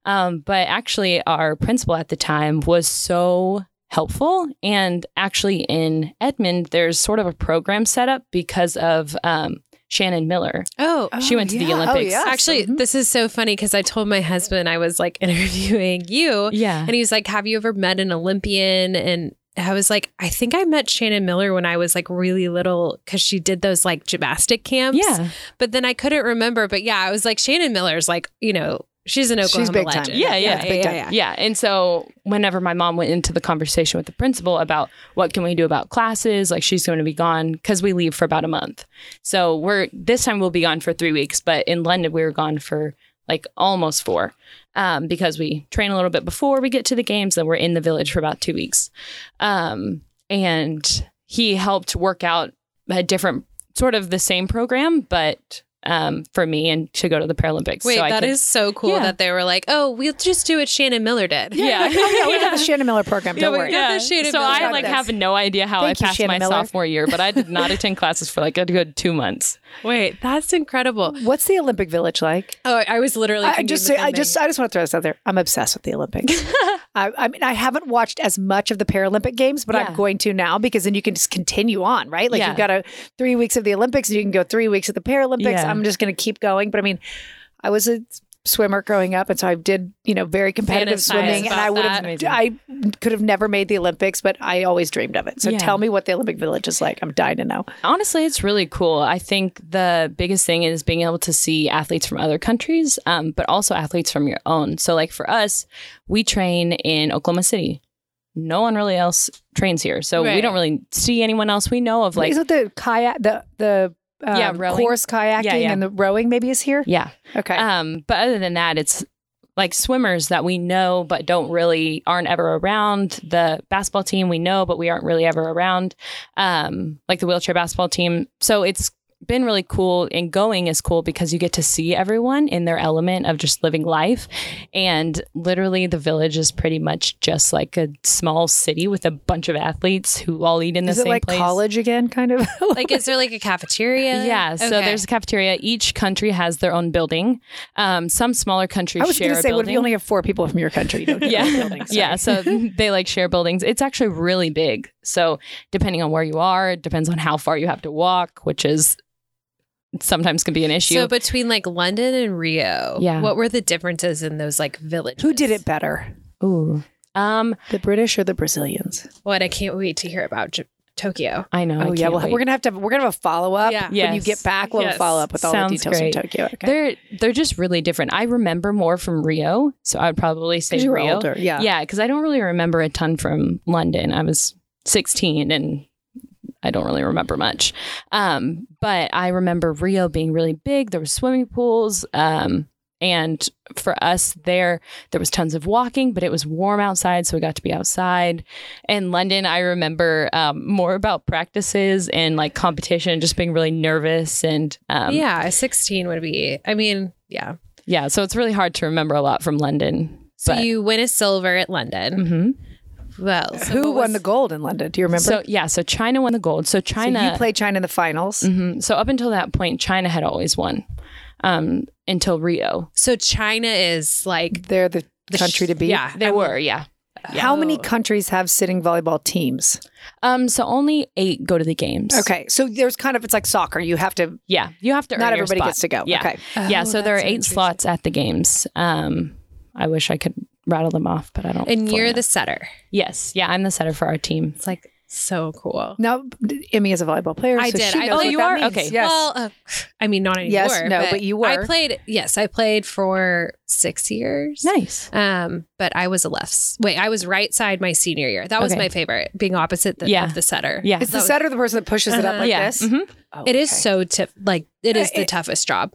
[SPEAKER 5] Um, but actually our principal at the time was so helpful. And actually in Edmond, there's sort of a program set up because of um, Shannon Miller.
[SPEAKER 3] Oh,
[SPEAKER 5] She went to the
[SPEAKER 2] yeah. Oh,
[SPEAKER 5] Olympics.
[SPEAKER 2] yeah.
[SPEAKER 3] actually,
[SPEAKER 2] Mhm.
[SPEAKER 3] this is so funny because I told my husband I was like interviewing you,
[SPEAKER 5] Yeah.
[SPEAKER 3] and he was like, "Have you ever met an Olympian?" And I was like, "I think I met Shannon Miller when I was like really little because she did those like gymnastic camps."
[SPEAKER 5] Yeah.
[SPEAKER 3] but then I couldn't remember. But yeah, I was like, Shannon Miller's like, you know, she's an Oklahoma
[SPEAKER 2] She's big time.
[SPEAKER 3] legend.
[SPEAKER 5] Yeah,
[SPEAKER 2] Yeah,
[SPEAKER 5] yeah,
[SPEAKER 2] it's
[SPEAKER 5] yeah,
[SPEAKER 2] big
[SPEAKER 5] yeah,
[SPEAKER 2] time.
[SPEAKER 5] yeah. And so whenever my mom went into the conversation with the principal about what can we do about classes, like she's going to be gone because we leave for about a month. So we're this time we'll be gone for three weeks, but in London we were gone for like almost four um, because we train a little bit before we get to the games, then we're in the village for about two weeks. Um, and he helped work out a different sort of the same program, but. Um, for me and to go to the Paralympics.
[SPEAKER 3] Wait,
[SPEAKER 5] so
[SPEAKER 3] that
[SPEAKER 5] I
[SPEAKER 3] is
[SPEAKER 5] could-
[SPEAKER 3] so cool
[SPEAKER 5] Yeah.
[SPEAKER 3] that they were like, oh, we'll just do what Shannon Miller did.
[SPEAKER 5] yeah.
[SPEAKER 2] Oh, yeah, we got the Shannon Miller program. Don't
[SPEAKER 3] we
[SPEAKER 2] worry.
[SPEAKER 3] got- Yeah. Shade
[SPEAKER 5] So
[SPEAKER 3] Miller
[SPEAKER 5] I
[SPEAKER 2] got
[SPEAKER 5] like
[SPEAKER 2] this.
[SPEAKER 5] have no idea how
[SPEAKER 2] Thank
[SPEAKER 5] I
[SPEAKER 2] you,
[SPEAKER 5] passed
[SPEAKER 2] Shannon
[SPEAKER 5] my
[SPEAKER 2] Miller.
[SPEAKER 5] sophomore year, but I did not attend classes for like a good two months.
[SPEAKER 3] Wait, that's incredible.
[SPEAKER 2] What's the Olympic Village like?
[SPEAKER 3] Oh, I- I was literally.
[SPEAKER 2] I
[SPEAKER 3] thinking
[SPEAKER 2] just,
[SPEAKER 3] the same
[SPEAKER 2] I just,
[SPEAKER 3] thing.
[SPEAKER 2] I just want to throw this out there. I'm obsessed with the Olympics. I, I mean, I haven't watched as much of the Paralympic Games, but I'm
[SPEAKER 5] Yeah.
[SPEAKER 2] going to now because then you can just continue on, right? Like
[SPEAKER 5] Yeah.
[SPEAKER 2] you've got a three weeks of the Olympics, and you can go three weeks of the Paralympics.
[SPEAKER 5] Yeah.
[SPEAKER 2] I'm just going to keep going. But I mean, I was a swimmer growing up, and so I did, you know, very competitive
[SPEAKER 3] Fantasize
[SPEAKER 2] swimming, and
[SPEAKER 3] about
[SPEAKER 2] I would have,
[SPEAKER 5] that.
[SPEAKER 2] I could have never made the Olympics, but I always dreamed of it. So
[SPEAKER 5] Yeah.
[SPEAKER 2] tell me what the Olympic Village is like. I'm dying to know.
[SPEAKER 5] Honestly, it's really cool. I think the biggest thing is being able to see athletes from other countries, um, but also athletes from your own. So, like for us, we train in Oklahoma City. No one really else trains here, so we
[SPEAKER 3] Right.
[SPEAKER 5] don't really see anyone else we know of. Like,
[SPEAKER 2] Is it the kayak, the the um,
[SPEAKER 5] Yeah, rowing.
[SPEAKER 2] course kayaking
[SPEAKER 5] yeah.
[SPEAKER 2] and the rowing maybe is here?
[SPEAKER 5] yeah,
[SPEAKER 2] Okay.
[SPEAKER 5] Um, but other than that, it's like swimmers that we know but don't really aren't ever around. The basketball team we know but we aren't really ever around. Um, like the wheelchair basketball team. So it's been really cool and going is cool because you get to see everyone in their element of just living life. And literally the village is pretty much just like a small city with a bunch of athletes who all eat in the
[SPEAKER 2] is
[SPEAKER 5] same
[SPEAKER 2] it like
[SPEAKER 5] place.
[SPEAKER 2] college again, kind of?
[SPEAKER 3] like, is there like a cafeteria?
[SPEAKER 5] Yeah, so
[SPEAKER 3] Okay.
[SPEAKER 5] there's a cafeteria. Each country has their own building. Um, some smaller countries
[SPEAKER 2] I was
[SPEAKER 5] share
[SPEAKER 2] going
[SPEAKER 5] a
[SPEAKER 2] to say, what if
[SPEAKER 5] building.
[SPEAKER 2] you only have four people from your country? You don't get
[SPEAKER 5] yeah,
[SPEAKER 2] a building, sorry.
[SPEAKER 5] yeah. So they like share buildings. It's actually really big. So depending on where you are, it depends on how far you have to walk, which is sometimes can be an issue.
[SPEAKER 3] So between like London and Rio,
[SPEAKER 5] Yeah.
[SPEAKER 3] what were the differences in those like villages?
[SPEAKER 2] Who did it better,
[SPEAKER 5] Ooh, um,
[SPEAKER 2] the British or the Brazilians?
[SPEAKER 3] What I can't wait to hear about J- Tokyo.
[SPEAKER 5] I know. I
[SPEAKER 2] Oh yeah,
[SPEAKER 5] can't
[SPEAKER 2] well,
[SPEAKER 5] wait.
[SPEAKER 2] we're gonna have to we're gonna have a follow up
[SPEAKER 3] Yeah.
[SPEAKER 2] when you
[SPEAKER 5] Yes.
[SPEAKER 2] get back. We'll
[SPEAKER 3] Yes.
[SPEAKER 2] follow up with all
[SPEAKER 5] Sounds
[SPEAKER 2] the details
[SPEAKER 5] great.
[SPEAKER 2] from Tokyo. Okay,
[SPEAKER 5] They're they're just really different. I remember more from Rio, so I'd probably
[SPEAKER 2] 'Cause
[SPEAKER 5] say
[SPEAKER 2] you were
[SPEAKER 5] Rio.
[SPEAKER 2] older. Yeah,
[SPEAKER 5] Yeah, because I don't really remember a ton from London. I was 16 and I don't really remember much. Um, but I remember Rio being really big. There were swimming pools. Um, and for us there, there was tons of walking, but it was warm outside, so we got to be outside. In London, I remember um, more about practices and like competition, just being really nervous and um,
[SPEAKER 3] yeah, 16 would be. I mean, yeah.
[SPEAKER 5] yeah. So it's really hard to remember a lot from London.
[SPEAKER 3] So
[SPEAKER 5] but-
[SPEAKER 3] you win a silver at London.
[SPEAKER 5] Mhm.
[SPEAKER 3] Well, so
[SPEAKER 2] who won
[SPEAKER 3] what was-
[SPEAKER 2] the gold in London? Do you remember?
[SPEAKER 5] So yeah, so China won the gold. So
[SPEAKER 2] So
[SPEAKER 5] China,
[SPEAKER 2] you played China in the finals.
[SPEAKER 5] Mhm. so up until that point, China had always won um, until Rio.
[SPEAKER 3] So China is like
[SPEAKER 2] They're the,
[SPEAKER 3] the sh-
[SPEAKER 2] country to beat.
[SPEAKER 3] Yeah,
[SPEAKER 5] They were, yeah.
[SPEAKER 2] How many
[SPEAKER 3] Oh.
[SPEAKER 2] countries have sitting volleyball teams?
[SPEAKER 5] Um, so only eight go to the games.
[SPEAKER 2] Okay, so there's kind of it's like soccer. You have to.
[SPEAKER 5] Yeah, you have to.
[SPEAKER 2] Not
[SPEAKER 5] earn your
[SPEAKER 2] everybody
[SPEAKER 5] spot.
[SPEAKER 2] gets to go.
[SPEAKER 5] Yeah,
[SPEAKER 2] Okay.
[SPEAKER 5] yeah.
[SPEAKER 3] Oh,
[SPEAKER 5] So there are
[SPEAKER 3] that's
[SPEAKER 5] eight
[SPEAKER 3] interesting.
[SPEAKER 5] slots at the games. Um, I wish I could rattle them off, but I don't.
[SPEAKER 3] And
[SPEAKER 5] fully
[SPEAKER 3] you're
[SPEAKER 5] know.
[SPEAKER 3] the setter.
[SPEAKER 5] yes, yeah. I'm the setter for our team.
[SPEAKER 3] It's like so cool.
[SPEAKER 2] Now, Emmy is a volleyball player.
[SPEAKER 3] I
[SPEAKER 2] so
[SPEAKER 3] did.
[SPEAKER 2] She
[SPEAKER 3] I
[SPEAKER 2] knows
[SPEAKER 3] played-
[SPEAKER 2] what
[SPEAKER 5] Oh, you
[SPEAKER 2] that
[SPEAKER 5] are?
[SPEAKER 2] means.
[SPEAKER 5] Okay.
[SPEAKER 2] Yes.
[SPEAKER 3] Well, uh, I mean, not anymore.
[SPEAKER 2] Yes, no, but you
[SPEAKER 3] I
[SPEAKER 2] were.
[SPEAKER 3] played. Yes, I played for six years.
[SPEAKER 5] Nice.
[SPEAKER 3] Um, but I was a left. s- Wait, I was right side my senior year. That was
[SPEAKER 5] Okay.
[SPEAKER 3] my favorite, being opposite the,
[SPEAKER 5] Yeah.
[SPEAKER 3] of the setter.
[SPEAKER 5] Yeah.
[SPEAKER 2] It's the
[SPEAKER 3] That was-
[SPEAKER 2] setter, the person that pushes it up
[SPEAKER 3] Uh-huh. Oh,
[SPEAKER 2] like
[SPEAKER 5] yeah.
[SPEAKER 2] this.
[SPEAKER 5] mhm.
[SPEAKER 3] It is so tip. Like it is
[SPEAKER 2] Uh,
[SPEAKER 3] the
[SPEAKER 2] it-
[SPEAKER 3] toughest job.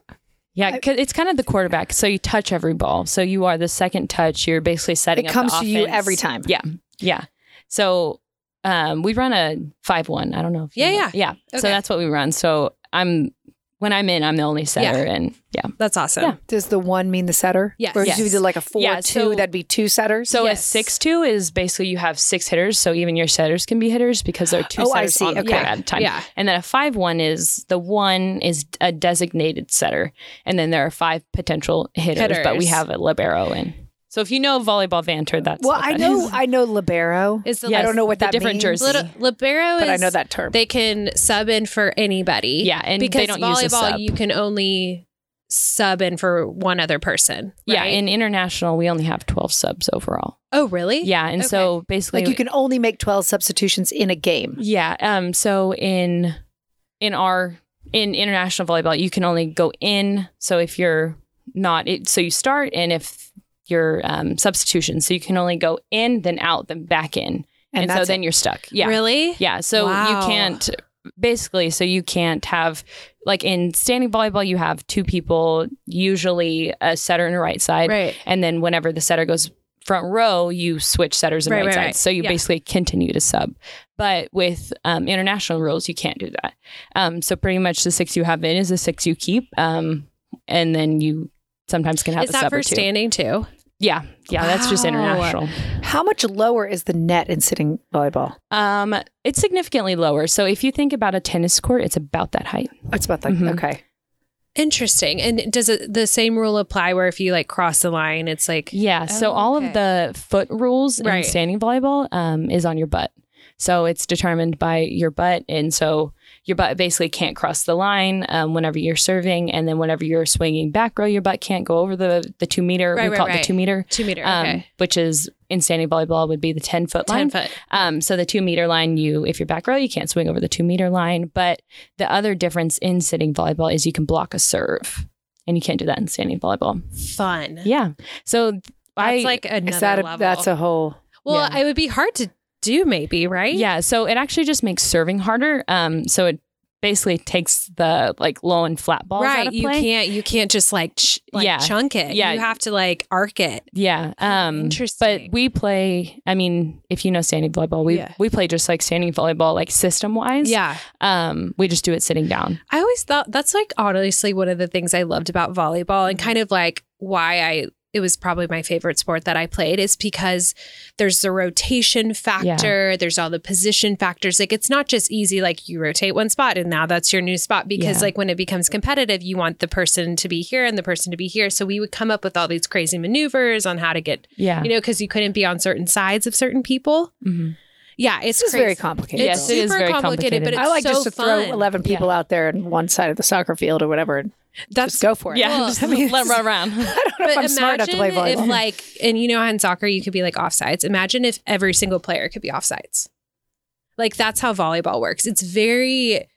[SPEAKER 5] Yeah, 'cause it's kind of the quarterback. So you touch every ball. So you are the second touch. You're basically setting
[SPEAKER 2] It
[SPEAKER 5] up.
[SPEAKER 2] comes
[SPEAKER 5] the
[SPEAKER 2] to you
[SPEAKER 5] offense.
[SPEAKER 2] every time.
[SPEAKER 5] Yeah. Yeah. So um, we run a five one. I don't know. If you
[SPEAKER 3] Yeah,
[SPEAKER 5] know.
[SPEAKER 3] yeah.
[SPEAKER 5] yeah. So
[SPEAKER 3] Okay.
[SPEAKER 5] that's what we run. So I'm when I'm in, I'm the only setter, and yeah.
[SPEAKER 3] That's awesome.
[SPEAKER 5] Yeah.
[SPEAKER 2] Does the one mean the setter?
[SPEAKER 3] Yes.
[SPEAKER 2] Whereas if you
[SPEAKER 5] Yes.
[SPEAKER 2] did like a four
[SPEAKER 5] Yeah,
[SPEAKER 2] two,
[SPEAKER 5] so-
[SPEAKER 2] that'd be two setters.
[SPEAKER 5] So
[SPEAKER 3] Yes.
[SPEAKER 5] a six two is basically you have six hitters, so even your setters can be hitters because there are two
[SPEAKER 2] Oh, I
[SPEAKER 5] setters
[SPEAKER 2] see.
[SPEAKER 5] on the
[SPEAKER 2] Okay.
[SPEAKER 5] court at a time.
[SPEAKER 3] Yeah.
[SPEAKER 5] And then a five one is the one is a designated setter, and then there are five potential hitters, but we
[SPEAKER 3] Hitters.
[SPEAKER 5] have a libero in. So if you know volleyball banter, that's
[SPEAKER 2] well,
[SPEAKER 5] what
[SPEAKER 2] I
[SPEAKER 5] that
[SPEAKER 2] know
[SPEAKER 5] is.
[SPEAKER 2] I know libero.
[SPEAKER 3] Is the
[SPEAKER 5] Yes,
[SPEAKER 2] I don't know what
[SPEAKER 5] the
[SPEAKER 2] that
[SPEAKER 5] different
[SPEAKER 2] means,
[SPEAKER 5] jersey.
[SPEAKER 3] Little, libero
[SPEAKER 2] but
[SPEAKER 3] is
[SPEAKER 2] I know that term.
[SPEAKER 3] they can sub in for anybody.
[SPEAKER 5] Yeah, and
[SPEAKER 3] because
[SPEAKER 5] they don't
[SPEAKER 3] volleyball,
[SPEAKER 5] use a sub.
[SPEAKER 3] you can only sub in for one other person.
[SPEAKER 5] yeah,
[SPEAKER 3] right?
[SPEAKER 5] in international we only have twelve subs overall.
[SPEAKER 3] oh really?
[SPEAKER 5] Yeah, and so basically
[SPEAKER 2] like you can only make twelve substitutions in a game.
[SPEAKER 5] Yeah. Um. So in in our in international volleyball, you can only go in. So if you're not, it, so you start, and if your um, substitution, so you can only go in, then out, then back in, and, so
[SPEAKER 2] that's
[SPEAKER 5] then
[SPEAKER 2] it.
[SPEAKER 5] you're stuck. Yeah.
[SPEAKER 3] Really?
[SPEAKER 5] Yeah. So
[SPEAKER 3] Wow.
[SPEAKER 5] you can't basically so you can't have like in standing volleyball you have two people usually a setter and a right side
[SPEAKER 3] Right.
[SPEAKER 5] and then whenever the setter goes front row, you switch setters and
[SPEAKER 3] Right,
[SPEAKER 5] right,
[SPEAKER 3] right,
[SPEAKER 5] sides.
[SPEAKER 3] right.
[SPEAKER 5] So you
[SPEAKER 3] Yeah.
[SPEAKER 5] basically continue to sub. But with um, international rules, you can't do that. Um, so pretty much the six you have in is the six you keep, um, and then you sometimes can have
[SPEAKER 3] Is
[SPEAKER 5] a
[SPEAKER 3] that
[SPEAKER 5] sub or
[SPEAKER 3] for
[SPEAKER 5] two.
[SPEAKER 3] standing too?
[SPEAKER 5] Yeah, yeah, that's just
[SPEAKER 3] Wow.
[SPEAKER 5] international.
[SPEAKER 2] How much lower is the net in sitting volleyball?
[SPEAKER 5] Um, it's significantly lower. So if you think about a tennis court, it's about that height.
[SPEAKER 2] It's about that.
[SPEAKER 3] Mm-hmm.
[SPEAKER 5] Mhm.
[SPEAKER 2] Okay.
[SPEAKER 3] Interesting. And does it, the same rule apply where if you like cross the line, it's like
[SPEAKER 5] Yeah. so
[SPEAKER 3] Oh,
[SPEAKER 5] all
[SPEAKER 3] okay.
[SPEAKER 5] of the foot rules
[SPEAKER 3] Right.
[SPEAKER 5] in standing volleyball um, is on your butt. So it's determined by your butt, and so your butt basically can't cross the line um, whenever you're serving, and then whenever you're swinging back row, your butt can't go over the the two meter.
[SPEAKER 3] Right,
[SPEAKER 5] we
[SPEAKER 3] right,
[SPEAKER 5] call it
[SPEAKER 3] right.
[SPEAKER 5] the two meter,
[SPEAKER 3] two meter?
[SPEAKER 5] um,
[SPEAKER 3] okay.
[SPEAKER 5] which is in standing volleyball would be the ten foot line.
[SPEAKER 3] Ten foot.
[SPEAKER 5] Um, so the two meter line, you if you're back row, you can't swing over the two meter line. But the other difference in sitting volleyball is you can block a serve, and you can't do that in standing volleyball.
[SPEAKER 3] Fun.
[SPEAKER 5] Yeah. So th-
[SPEAKER 3] That's
[SPEAKER 5] I
[SPEAKER 3] like another
[SPEAKER 2] Is that a,
[SPEAKER 3] level.
[SPEAKER 2] that's a whole
[SPEAKER 3] well,
[SPEAKER 5] yeah.
[SPEAKER 3] it would be hard to do maybe, right?
[SPEAKER 5] Yeah, so it actually just makes serving harder. Um, so it basically takes the like low and flat balls
[SPEAKER 3] right.
[SPEAKER 5] out of
[SPEAKER 3] You
[SPEAKER 5] play.
[SPEAKER 3] can't you can't just like, ch- like
[SPEAKER 5] Yeah.
[SPEAKER 3] chunk it.
[SPEAKER 5] Yeah.
[SPEAKER 3] You have to like arc it.
[SPEAKER 5] Yeah. Um,
[SPEAKER 3] Interesting.
[SPEAKER 5] But we play. I mean, if you know standing volleyball, we
[SPEAKER 3] Yeah.
[SPEAKER 5] we play just like standing volleyball, like system wise.
[SPEAKER 3] Yeah.
[SPEAKER 5] Um, we just do it sitting down.
[SPEAKER 3] I always thought that's like honestly one of the things I loved about volleyball
[SPEAKER 5] Mm-hmm.
[SPEAKER 3] and kind of like why I it was probably my favorite sport that I played is because there's the rotation factor, there's all the position factors. Like it's not just easy like you rotate one spot and now that's your new spot because
[SPEAKER 5] Yeah.
[SPEAKER 3] like when it becomes competitive, you want the person to be here and the person to be here. So we would come up with all these crazy maneuvers on how to get,
[SPEAKER 5] Yeah.
[SPEAKER 3] you know, cuz you couldn't be on certain sides of certain people.
[SPEAKER 5] Mhm.
[SPEAKER 3] Yeah, it's
[SPEAKER 2] This is
[SPEAKER 3] crazy.
[SPEAKER 2] very complicated.
[SPEAKER 5] Yes,
[SPEAKER 3] it's
[SPEAKER 5] it is
[SPEAKER 3] super
[SPEAKER 5] very
[SPEAKER 3] complicated, but
[SPEAKER 5] complicated.
[SPEAKER 3] it's
[SPEAKER 2] I like
[SPEAKER 3] so
[SPEAKER 2] just to
[SPEAKER 3] fun. Mm-hmm.
[SPEAKER 2] throw eleven people out there on one side of the soccer field or whatever, and
[SPEAKER 3] That's
[SPEAKER 2] just go for it.
[SPEAKER 5] Yeah.
[SPEAKER 3] Well,
[SPEAKER 5] just
[SPEAKER 3] I
[SPEAKER 2] mean,
[SPEAKER 5] let 'em run around.
[SPEAKER 2] I don't know if I'm smart enough to play volleyball.
[SPEAKER 3] if like, and you know, how in soccer you could be like offsides. Imagine if every single player could be offsides. Like that's how volleyball works. It's very,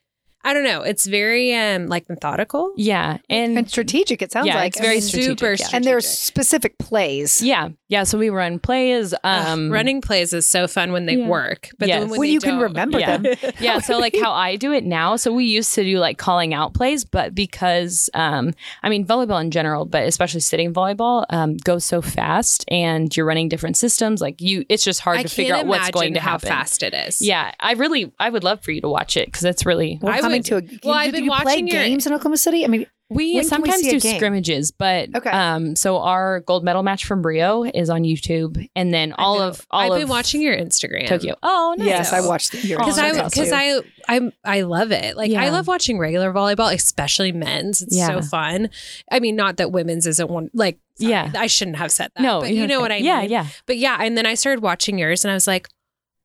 [SPEAKER 3] I don't know. It's very um like methodical.
[SPEAKER 5] yeah. And,
[SPEAKER 2] and strategic, it sounds
[SPEAKER 5] yeah,
[SPEAKER 2] like
[SPEAKER 5] it's
[SPEAKER 2] I
[SPEAKER 5] very
[SPEAKER 2] mean,
[SPEAKER 5] strategic.
[SPEAKER 3] super
[SPEAKER 5] yeah.
[SPEAKER 3] str-
[SPEAKER 2] and there's
[SPEAKER 3] strategic.
[SPEAKER 2] specific plays.
[SPEAKER 5] yeah. Yeah. So we run plays.
[SPEAKER 3] Ugh,
[SPEAKER 5] Um,
[SPEAKER 3] running plays is so fun when they
[SPEAKER 5] Yeah.
[SPEAKER 3] work, but
[SPEAKER 5] Yes.
[SPEAKER 3] then when
[SPEAKER 2] Well,
[SPEAKER 3] they
[SPEAKER 2] you can
[SPEAKER 3] don't-
[SPEAKER 2] remember
[SPEAKER 5] Yeah.
[SPEAKER 2] them.
[SPEAKER 5] yeah so like how i do it now so we used to do like calling out plays but because um i mean volleyball in general but especially sitting volleyball um goes so fast and you're running different systems like you it's just hard
[SPEAKER 3] I
[SPEAKER 5] to
[SPEAKER 3] can't
[SPEAKER 5] figure out what's
[SPEAKER 3] imagine
[SPEAKER 5] going to
[SPEAKER 3] how
[SPEAKER 5] happen
[SPEAKER 3] fast it is.
[SPEAKER 5] yeah i really i would love for you to watch it because it's really
[SPEAKER 2] We're
[SPEAKER 3] I
[SPEAKER 2] coming
[SPEAKER 3] would-
[SPEAKER 2] to a.
[SPEAKER 3] well,
[SPEAKER 2] you,
[SPEAKER 3] I've
[SPEAKER 2] do
[SPEAKER 3] been
[SPEAKER 2] you play
[SPEAKER 3] watching your-
[SPEAKER 2] games in Oklahoma City. I mean,
[SPEAKER 5] we
[SPEAKER 2] When can we
[SPEAKER 5] sometimes
[SPEAKER 2] see a
[SPEAKER 5] do
[SPEAKER 2] game?
[SPEAKER 5] scrimmages but
[SPEAKER 2] Okay.
[SPEAKER 5] um so our gold medal match from rio is on youtube and then
[SPEAKER 3] I
[SPEAKER 5] all
[SPEAKER 3] know.
[SPEAKER 5] of all
[SPEAKER 3] I've
[SPEAKER 5] of
[SPEAKER 3] been watching your Instagram.
[SPEAKER 5] tokyo oh nice.
[SPEAKER 2] yes, I
[SPEAKER 3] So-
[SPEAKER 2] watched the
[SPEAKER 3] Because I,
[SPEAKER 5] Oh,
[SPEAKER 2] Euros
[SPEAKER 3] because
[SPEAKER 2] too.
[SPEAKER 3] I, I'm, I love it. Like I
[SPEAKER 5] Yeah.
[SPEAKER 3] love watching regular volleyball, especially men's. It's so
[SPEAKER 5] Yeah.
[SPEAKER 3] fun. I mean, not that women's isn't one. Like, sorry,
[SPEAKER 5] Yeah.
[SPEAKER 3] I shouldn't have said that.
[SPEAKER 5] no
[SPEAKER 3] but you
[SPEAKER 5] you're
[SPEAKER 3] know
[SPEAKER 5] okay.
[SPEAKER 3] what I
[SPEAKER 5] yeah
[SPEAKER 3] mean.
[SPEAKER 5] yeah
[SPEAKER 3] But yeah, and then I started watching yours, and I was like,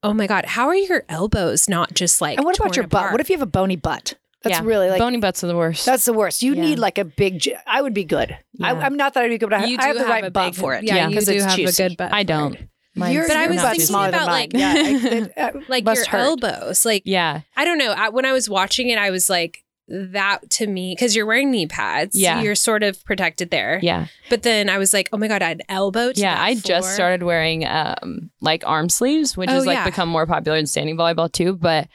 [SPEAKER 3] oh my god, how are your elbows not just like?
[SPEAKER 2] and what about
[SPEAKER 3] torn
[SPEAKER 2] your butt?
[SPEAKER 3] apart?
[SPEAKER 2] What if you have a bony butt? That's
[SPEAKER 5] Yeah.
[SPEAKER 2] really like
[SPEAKER 5] bony butts are the worst
[SPEAKER 2] that's the worst. You
[SPEAKER 5] Yeah.
[SPEAKER 2] need like a big. j- I would be good. I,
[SPEAKER 5] Yeah.
[SPEAKER 2] I'm not that I'd be good, but I,
[SPEAKER 3] You
[SPEAKER 2] I have
[SPEAKER 3] do
[SPEAKER 2] the
[SPEAKER 3] have
[SPEAKER 2] right
[SPEAKER 3] a
[SPEAKER 2] butt
[SPEAKER 3] big-
[SPEAKER 2] for it.
[SPEAKER 3] yeah, you
[SPEAKER 2] because
[SPEAKER 3] do
[SPEAKER 2] it's
[SPEAKER 3] have a
[SPEAKER 2] juicy.
[SPEAKER 3] good butt
[SPEAKER 5] i
[SPEAKER 3] for
[SPEAKER 5] don't
[SPEAKER 3] it.
[SPEAKER 5] Mine's
[SPEAKER 2] Your-
[SPEAKER 3] But I
[SPEAKER 5] not
[SPEAKER 3] was
[SPEAKER 5] too
[SPEAKER 2] butt's
[SPEAKER 3] thinking
[SPEAKER 5] small.
[SPEAKER 2] smaller than
[SPEAKER 3] about,
[SPEAKER 2] mine.
[SPEAKER 3] like,
[SPEAKER 2] yeah, it- it, uh,
[SPEAKER 3] Like
[SPEAKER 2] must
[SPEAKER 3] your
[SPEAKER 2] hurt.
[SPEAKER 3] elbows, like
[SPEAKER 5] yeah
[SPEAKER 3] I don't know. I, when I was watching it, I was like. That to me, because you're wearing knee pads,
[SPEAKER 5] Yeah.
[SPEAKER 3] you're sort of protected there.
[SPEAKER 5] yeah
[SPEAKER 3] But then I was like, oh my god, I had elbow. To
[SPEAKER 5] yeah
[SPEAKER 3] that
[SPEAKER 5] i
[SPEAKER 3] floor.
[SPEAKER 5] just started wearing um like arm sleeves which
[SPEAKER 3] Oh,
[SPEAKER 5] has like
[SPEAKER 3] yeah.
[SPEAKER 5] become more popular in standing volleyball too but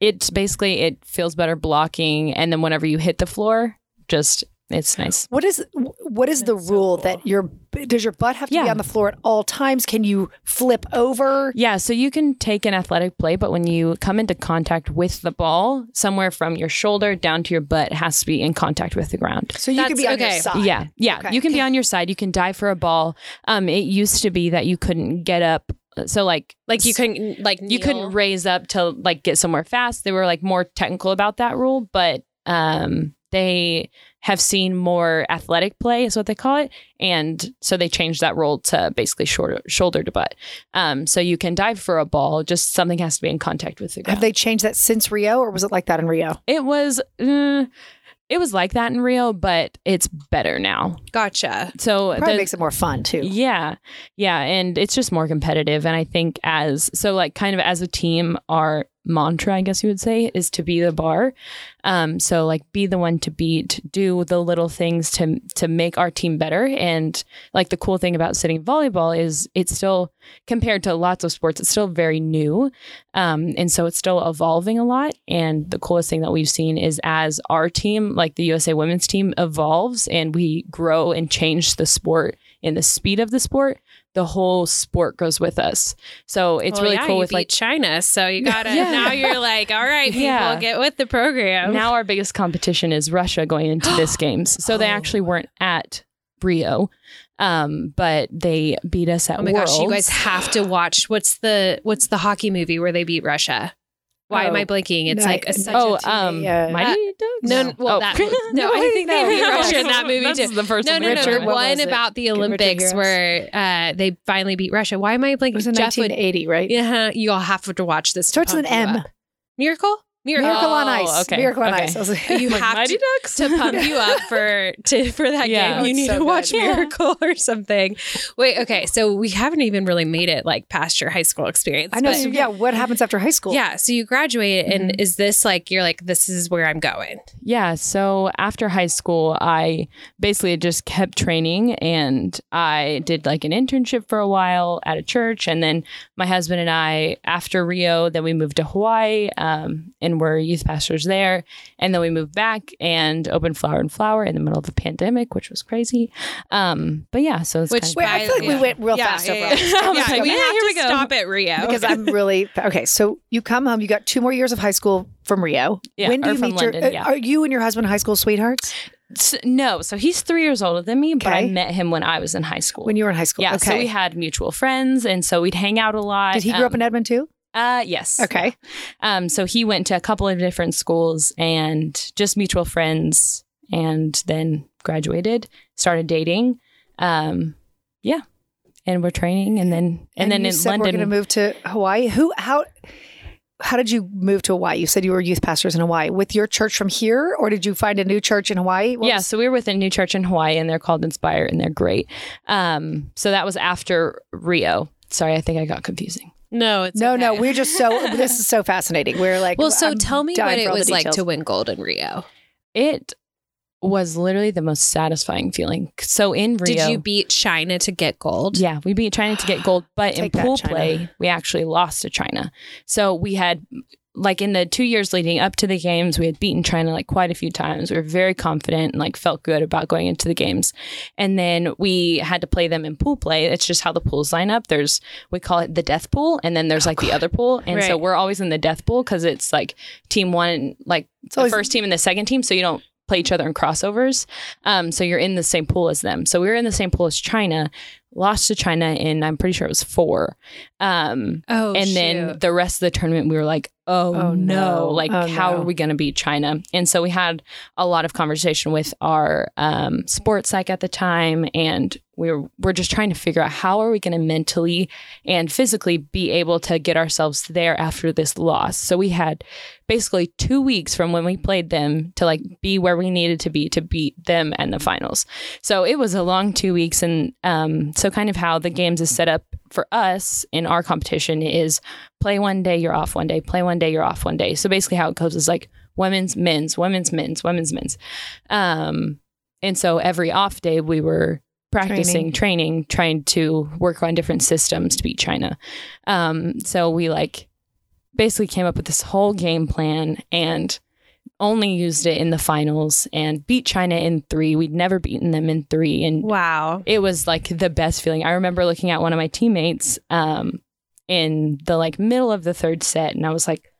[SPEAKER 5] it's basically it feels better blocking and then whenever you hit the floor just it's nice.
[SPEAKER 2] What is what is the
[SPEAKER 3] That's so
[SPEAKER 2] rule
[SPEAKER 3] cool.
[SPEAKER 2] that your does your butt have to be
[SPEAKER 5] Yeah.
[SPEAKER 2] on the floor at all times? Can you flip over?
[SPEAKER 5] Yeah, so you can take an athletic play, but when you come into contact with the ball, somewhere from your shoulder down to your butt has to be in contact with the ground.
[SPEAKER 2] So you could
[SPEAKER 3] That's-
[SPEAKER 2] be on
[SPEAKER 3] okay.
[SPEAKER 2] your side.
[SPEAKER 5] Yeah, yeah.
[SPEAKER 2] Okay.
[SPEAKER 5] You can be on your side. You can dive for a ball. Um, it used to be that you couldn't get up. uh, So like,
[SPEAKER 3] Like you couldn't like
[SPEAKER 5] you couldn't
[SPEAKER 3] kneel.
[SPEAKER 5] raise up to like get somewhere fast. They were like more technical about that rule, but um, they have seen more athletic play is what they call it, and so they changed that rule to basically shoulder shoulder to butt. Um, so you can dive for a ball, just something has to be in contact with the ground.
[SPEAKER 2] Have they changed that since Rio, or was it like that in Rio?
[SPEAKER 5] it was. uh, it was like that in Rio, but it's better now.
[SPEAKER 3] gotcha.
[SPEAKER 5] So
[SPEAKER 2] Probably
[SPEAKER 5] the-
[SPEAKER 2] makes it more fun too.
[SPEAKER 5] Yeah. Yeah. And it's just more competitive. And I think as so like kind of as a team, our mantra, I guess you would say, is to be the bar. Um, so like be the one to beat, do the little things to to make our team better. And like the cool thing about sitting volleyball is it's still compared to lots of sports, it's still very new. Um, and so it's still evolving a lot. And the coolest thing that we've seen is as our team, like the USA women's team, evolves and we grow and change the sport and the speed of the sport, the whole sport goes with us. So it's
[SPEAKER 3] Well,
[SPEAKER 5] really
[SPEAKER 3] Oh, yeah,
[SPEAKER 5] cool
[SPEAKER 3] you
[SPEAKER 5] with
[SPEAKER 3] beat
[SPEAKER 5] like
[SPEAKER 3] China, so you gotta
[SPEAKER 5] Yeah.
[SPEAKER 3] now you're like, all right, people,
[SPEAKER 5] Yeah.
[SPEAKER 3] get with the program.
[SPEAKER 5] now our biggest competition is Russia going into this games. So they
[SPEAKER 3] Oh.
[SPEAKER 5] actually weren't at Rio, um, but they beat us at
[SPEAKER 3] oh my gosh, you guys
[SPEAKER 5] Worlds.
[SPEAKER 3] have to watch what's the what's the hockey movie where they beat Russia? Why am
[SPEAKER 2] Oh,
[SPEAKER 3] I blinking? It's
[SPEAKER 2] no,
[SPEAKER 3] like a, such a
[SPEAKER 5] Oh,
[SPEAKER 3] TV
[SPEAKER 5] um,
[SPEAKER 2] uh,
[SPEAKER 5] Mighty Ducks?
[SPEAKER 3] No, no, well,
[SPEAKER 5] Oh.
[SPEAKER 3] that, no, I think they
[SPEAKER 2] No,
[SPEAKER 3] beat
[SPEAKER 2] no,
[SPEAKER 3] Russia in that movie
[SPEAKER 5] That's
[SPEAKER 3] too.
[SPEAKER 5] the first
[SPEAKER 3] No,
[SPEAKER 5] one.
[SPEAKER 3] no, no,
[SPEAKER 5] Richard,
[SPEAKER 3] the
[SPEAKER 2] what
[SPEAKER 3] one
[SPEAKER 2] was it?
[SPEAKER 3] about the
[SPEAKER 2] Richard
[SPEAKER 3] Olympics
[SPEAKER 2] Harris.
[SPEAKER 3] where uh, they finally beat Russia. Why am I blinking?
[SPEAKER 2] It was in
[SPEAKER 3] Jeff would-
[SPEAKER 2] 1980, right?
[SPEAKER 3] yeah, you all have to watch this. to
[SPEAKER 2] Starts with an
[SPEAKER 3] pump you
[SPEAKER 2] M.
[SPEAKER 3] up. Miracle, miracle,
[SPEAKER 2] Miracle on
[SPEAKER 5] Oh,
[SPEAKER 2] Ice.
[SPEAKER 5] okay,
[SPEAKER 2] Miracle on
[SPEAKER 5] okay.
[SPEAKER 2] Ice. I was like,
[SPEAKER 3] You
[SPEAKER 5] Like
[SPEAKER 3] have
[SPEAKER 5] Mighty
[SPEAKER 3] to, to pump you up for to for that
[SPEAKER 5] Yeah.
[SPEAKER 3] game.
[SPEAKER 5] Oh,
[SPEAKER 3] You
[SPEAKER 2] it's
[SPEAKER 3] need
[SPEAKER 2] so
[SPEAKER 3] to
[SPEAKER 2] good.
[SPEAKER 3] watch
[SPEAKER 5] Yeah.
[SPEAKER 3] Miracle or something. Wait, okay, so we haven't even really made it like past your high school experience.
[SPEAKER 2] I know.
[SPEAKER 3] but-
[SPEAKER 2] So, yeah, what happens after high school?
[SPEAKER 3] yeah. So you graduate, and is this like you're like this is where I'm going?
[SPEAKER 5] Yeah. So after high school, I basically just kept training and I did like an internship for a while at a church. And then my husband and I, after Rio, then we moved to Hawaii um, and we're youth pastors there. And then we moved back and opened Flower and Flower in the middle of the pandemic, which was crazy. Um, but yeah, so it's
[SPEAKER 3] Which-
[SPEAKER 5] kind of
[SPEAKER 2] Wait, I feel like
[SPEAKER 3] Yeah.
[SPEAKER 2] we went real
[SPEAKER 3] Yeah,
[SPEAKER 2] fast
[SPEAKER 3] yeah,
[SPEAKER 2] over
[SPEAKER 3] yeah.
[SPEAKER 2] all this.
[SPEAKER 3] yeah,
[SPEAKER 5] I was like,
[SPEAKER 3] we
[SPEAKER 5] "Yeah,
[SPEAKER 3] have
[SPEAKER 5] here
[SPEAKER 3] to
[SPEAKER 5] we go."
[SPEAKER 3] stop at Rio
[SPEAKER 2] Because I'm really okay. So you come home. You got two more years of high school from Rio.
[SPEAKER 5] Yeah,
[SPEAKER 2] when do
[SPEAKER 5] or
[SPEAKER 2] you
[SPEAKER 5] from
[SPEAKER 2] meet your?
[SPEAKER 5] London,
[SPEAKER 2] uh,
[SPEAKER 5] yeah.
[SPEAKER 2] Are you and your husband high school sweethearts?
[SPEAKER 5] S- no. So he's three years older than me, but I
[SPEAKER 2] Okay.
[SPEAKER 5] met him when I was in high school.
[SPEAKER 2] When you were in high school,
[SPEAKER 5] yeah,
[SPEAKER 2] Okay.
[SPEAKER 5] so we had mutual friends, and so we'd hang out a lot.
[SPEAKER 2] Did he grow up
[SPEAKER 5] Um,
[SPEAKER 2] in Edmond too?
[SPEAKER 5] Uh, yes.
[SPEAKER 2] Okay.
[SPEAKER 5] Um, so he went to a couple of different schools and just mutual friends, and then graduated, started dating. Um, yeah, and we're training, and then and, then
[SPEAKER 2] you
[SPEAKER 5] in
[SPEAKER 2] said we're
[SPEAKER 5] London,
[SPEAKER 2] going to move to Hawaii. Who? How? How did you move to Hawaii? You said you were youth pastors in Hawaii with your church from here, or did you find a new church in Hawaii? What
[SPEAKER 5] yeah,
[SPEAKER 2] was-
[SPEAKER 5] so we were with a new church in Hawaii, and they're called Inspire, and they're great. Um, so that was after Rio. Sorry, I think I got confusing.
[SPEAKER 3] no, it's
[SPEAKER 2] no, no, we're just so. This is so fascinating. We're like,
[SPEAKER 3] Well, so
[SPEAKER 2] I'm
[SPEAKER 3] tell me
[SPEAKER 2] dying
[SPEAKER 3] what
[SPEAKER 2] for
[SPEAKER 3] it
[SPEAKER 2] all the
[SPEAKER 3] was like to
[SPEAKER 2] details.
[SPEAKER 3] win gold in Rio.
[SPEAKER 5] It was literally the most satisfying feeling. So in Rio,
[SPEAKER 3] Did you beat China to get gold?
[SPEAKER 5] Yeah, we beat China to get gold, but in
[SPEAKER 2] Take that,
[SPEAKER 5] pool
[SPEAKER 2] China.
[SPEAKER 5] play, we actually lost to China. So we had like in the two years leading up to the games, we had beaten China like quite a few times. We were very confident and like felt good about going into the games. And then we had to play them in pool play. It's just how the pools line up. There's we call it the death pool, and then there's like the other pool. And so
[SPEAKER 3] Right.
[SPEAKER 5] we're always in the death pool because it's like team one, like the
[SPEAKER 2] always-
[SPEAKER 5] first team and the second team. So you don't play each other in crossovers. Um, so you're in the same pool as them. So we were in the same pool as China, lost to China, and I'm pretty sure it was four. Um,
[SPEAKER 3] Oh,
[SPEAKER 5] and then the rest of the tournament, we were like, oh,
[SPEAKER 2] Oh,
[SPEAKER 5] no,
[SPEAKER 2] no.
[SPEAKER 5] like,
[SPEAKER 2] Oh,
[SPEAKER 5] how
[SPEAKER 2] no.
[SPEAKER 5] are we going to beat China? And so we had a lot of conversation with our um, sports psych at the time. And we were, we're just trying to figure out how are we going to mentally and physically be able to get ourselves there after this loss. So we had basically two weeks from when we played them to like be where we needed to be to beat them and the finals. So it was a long two weeks. And um, so, kind of how the games is set up for us in our competition is play one day, you're off one day, play one day, you're off one day. So, basically, how it goes is like women's, men's, women's, men's, women's, men's. Um, and so, every off day, we were practicing training, trying to work on different systems to beat China. Um, so, we like basically came up with this whole game plan and only used it in the finals and beat China in three. We'd never beaten them in three. And
[SPEAKER 6] Wow.
[SPEAKER 5] it was like the best feeling. I remember looking at one of my teammates um, in the like middle of the third set, and I was like,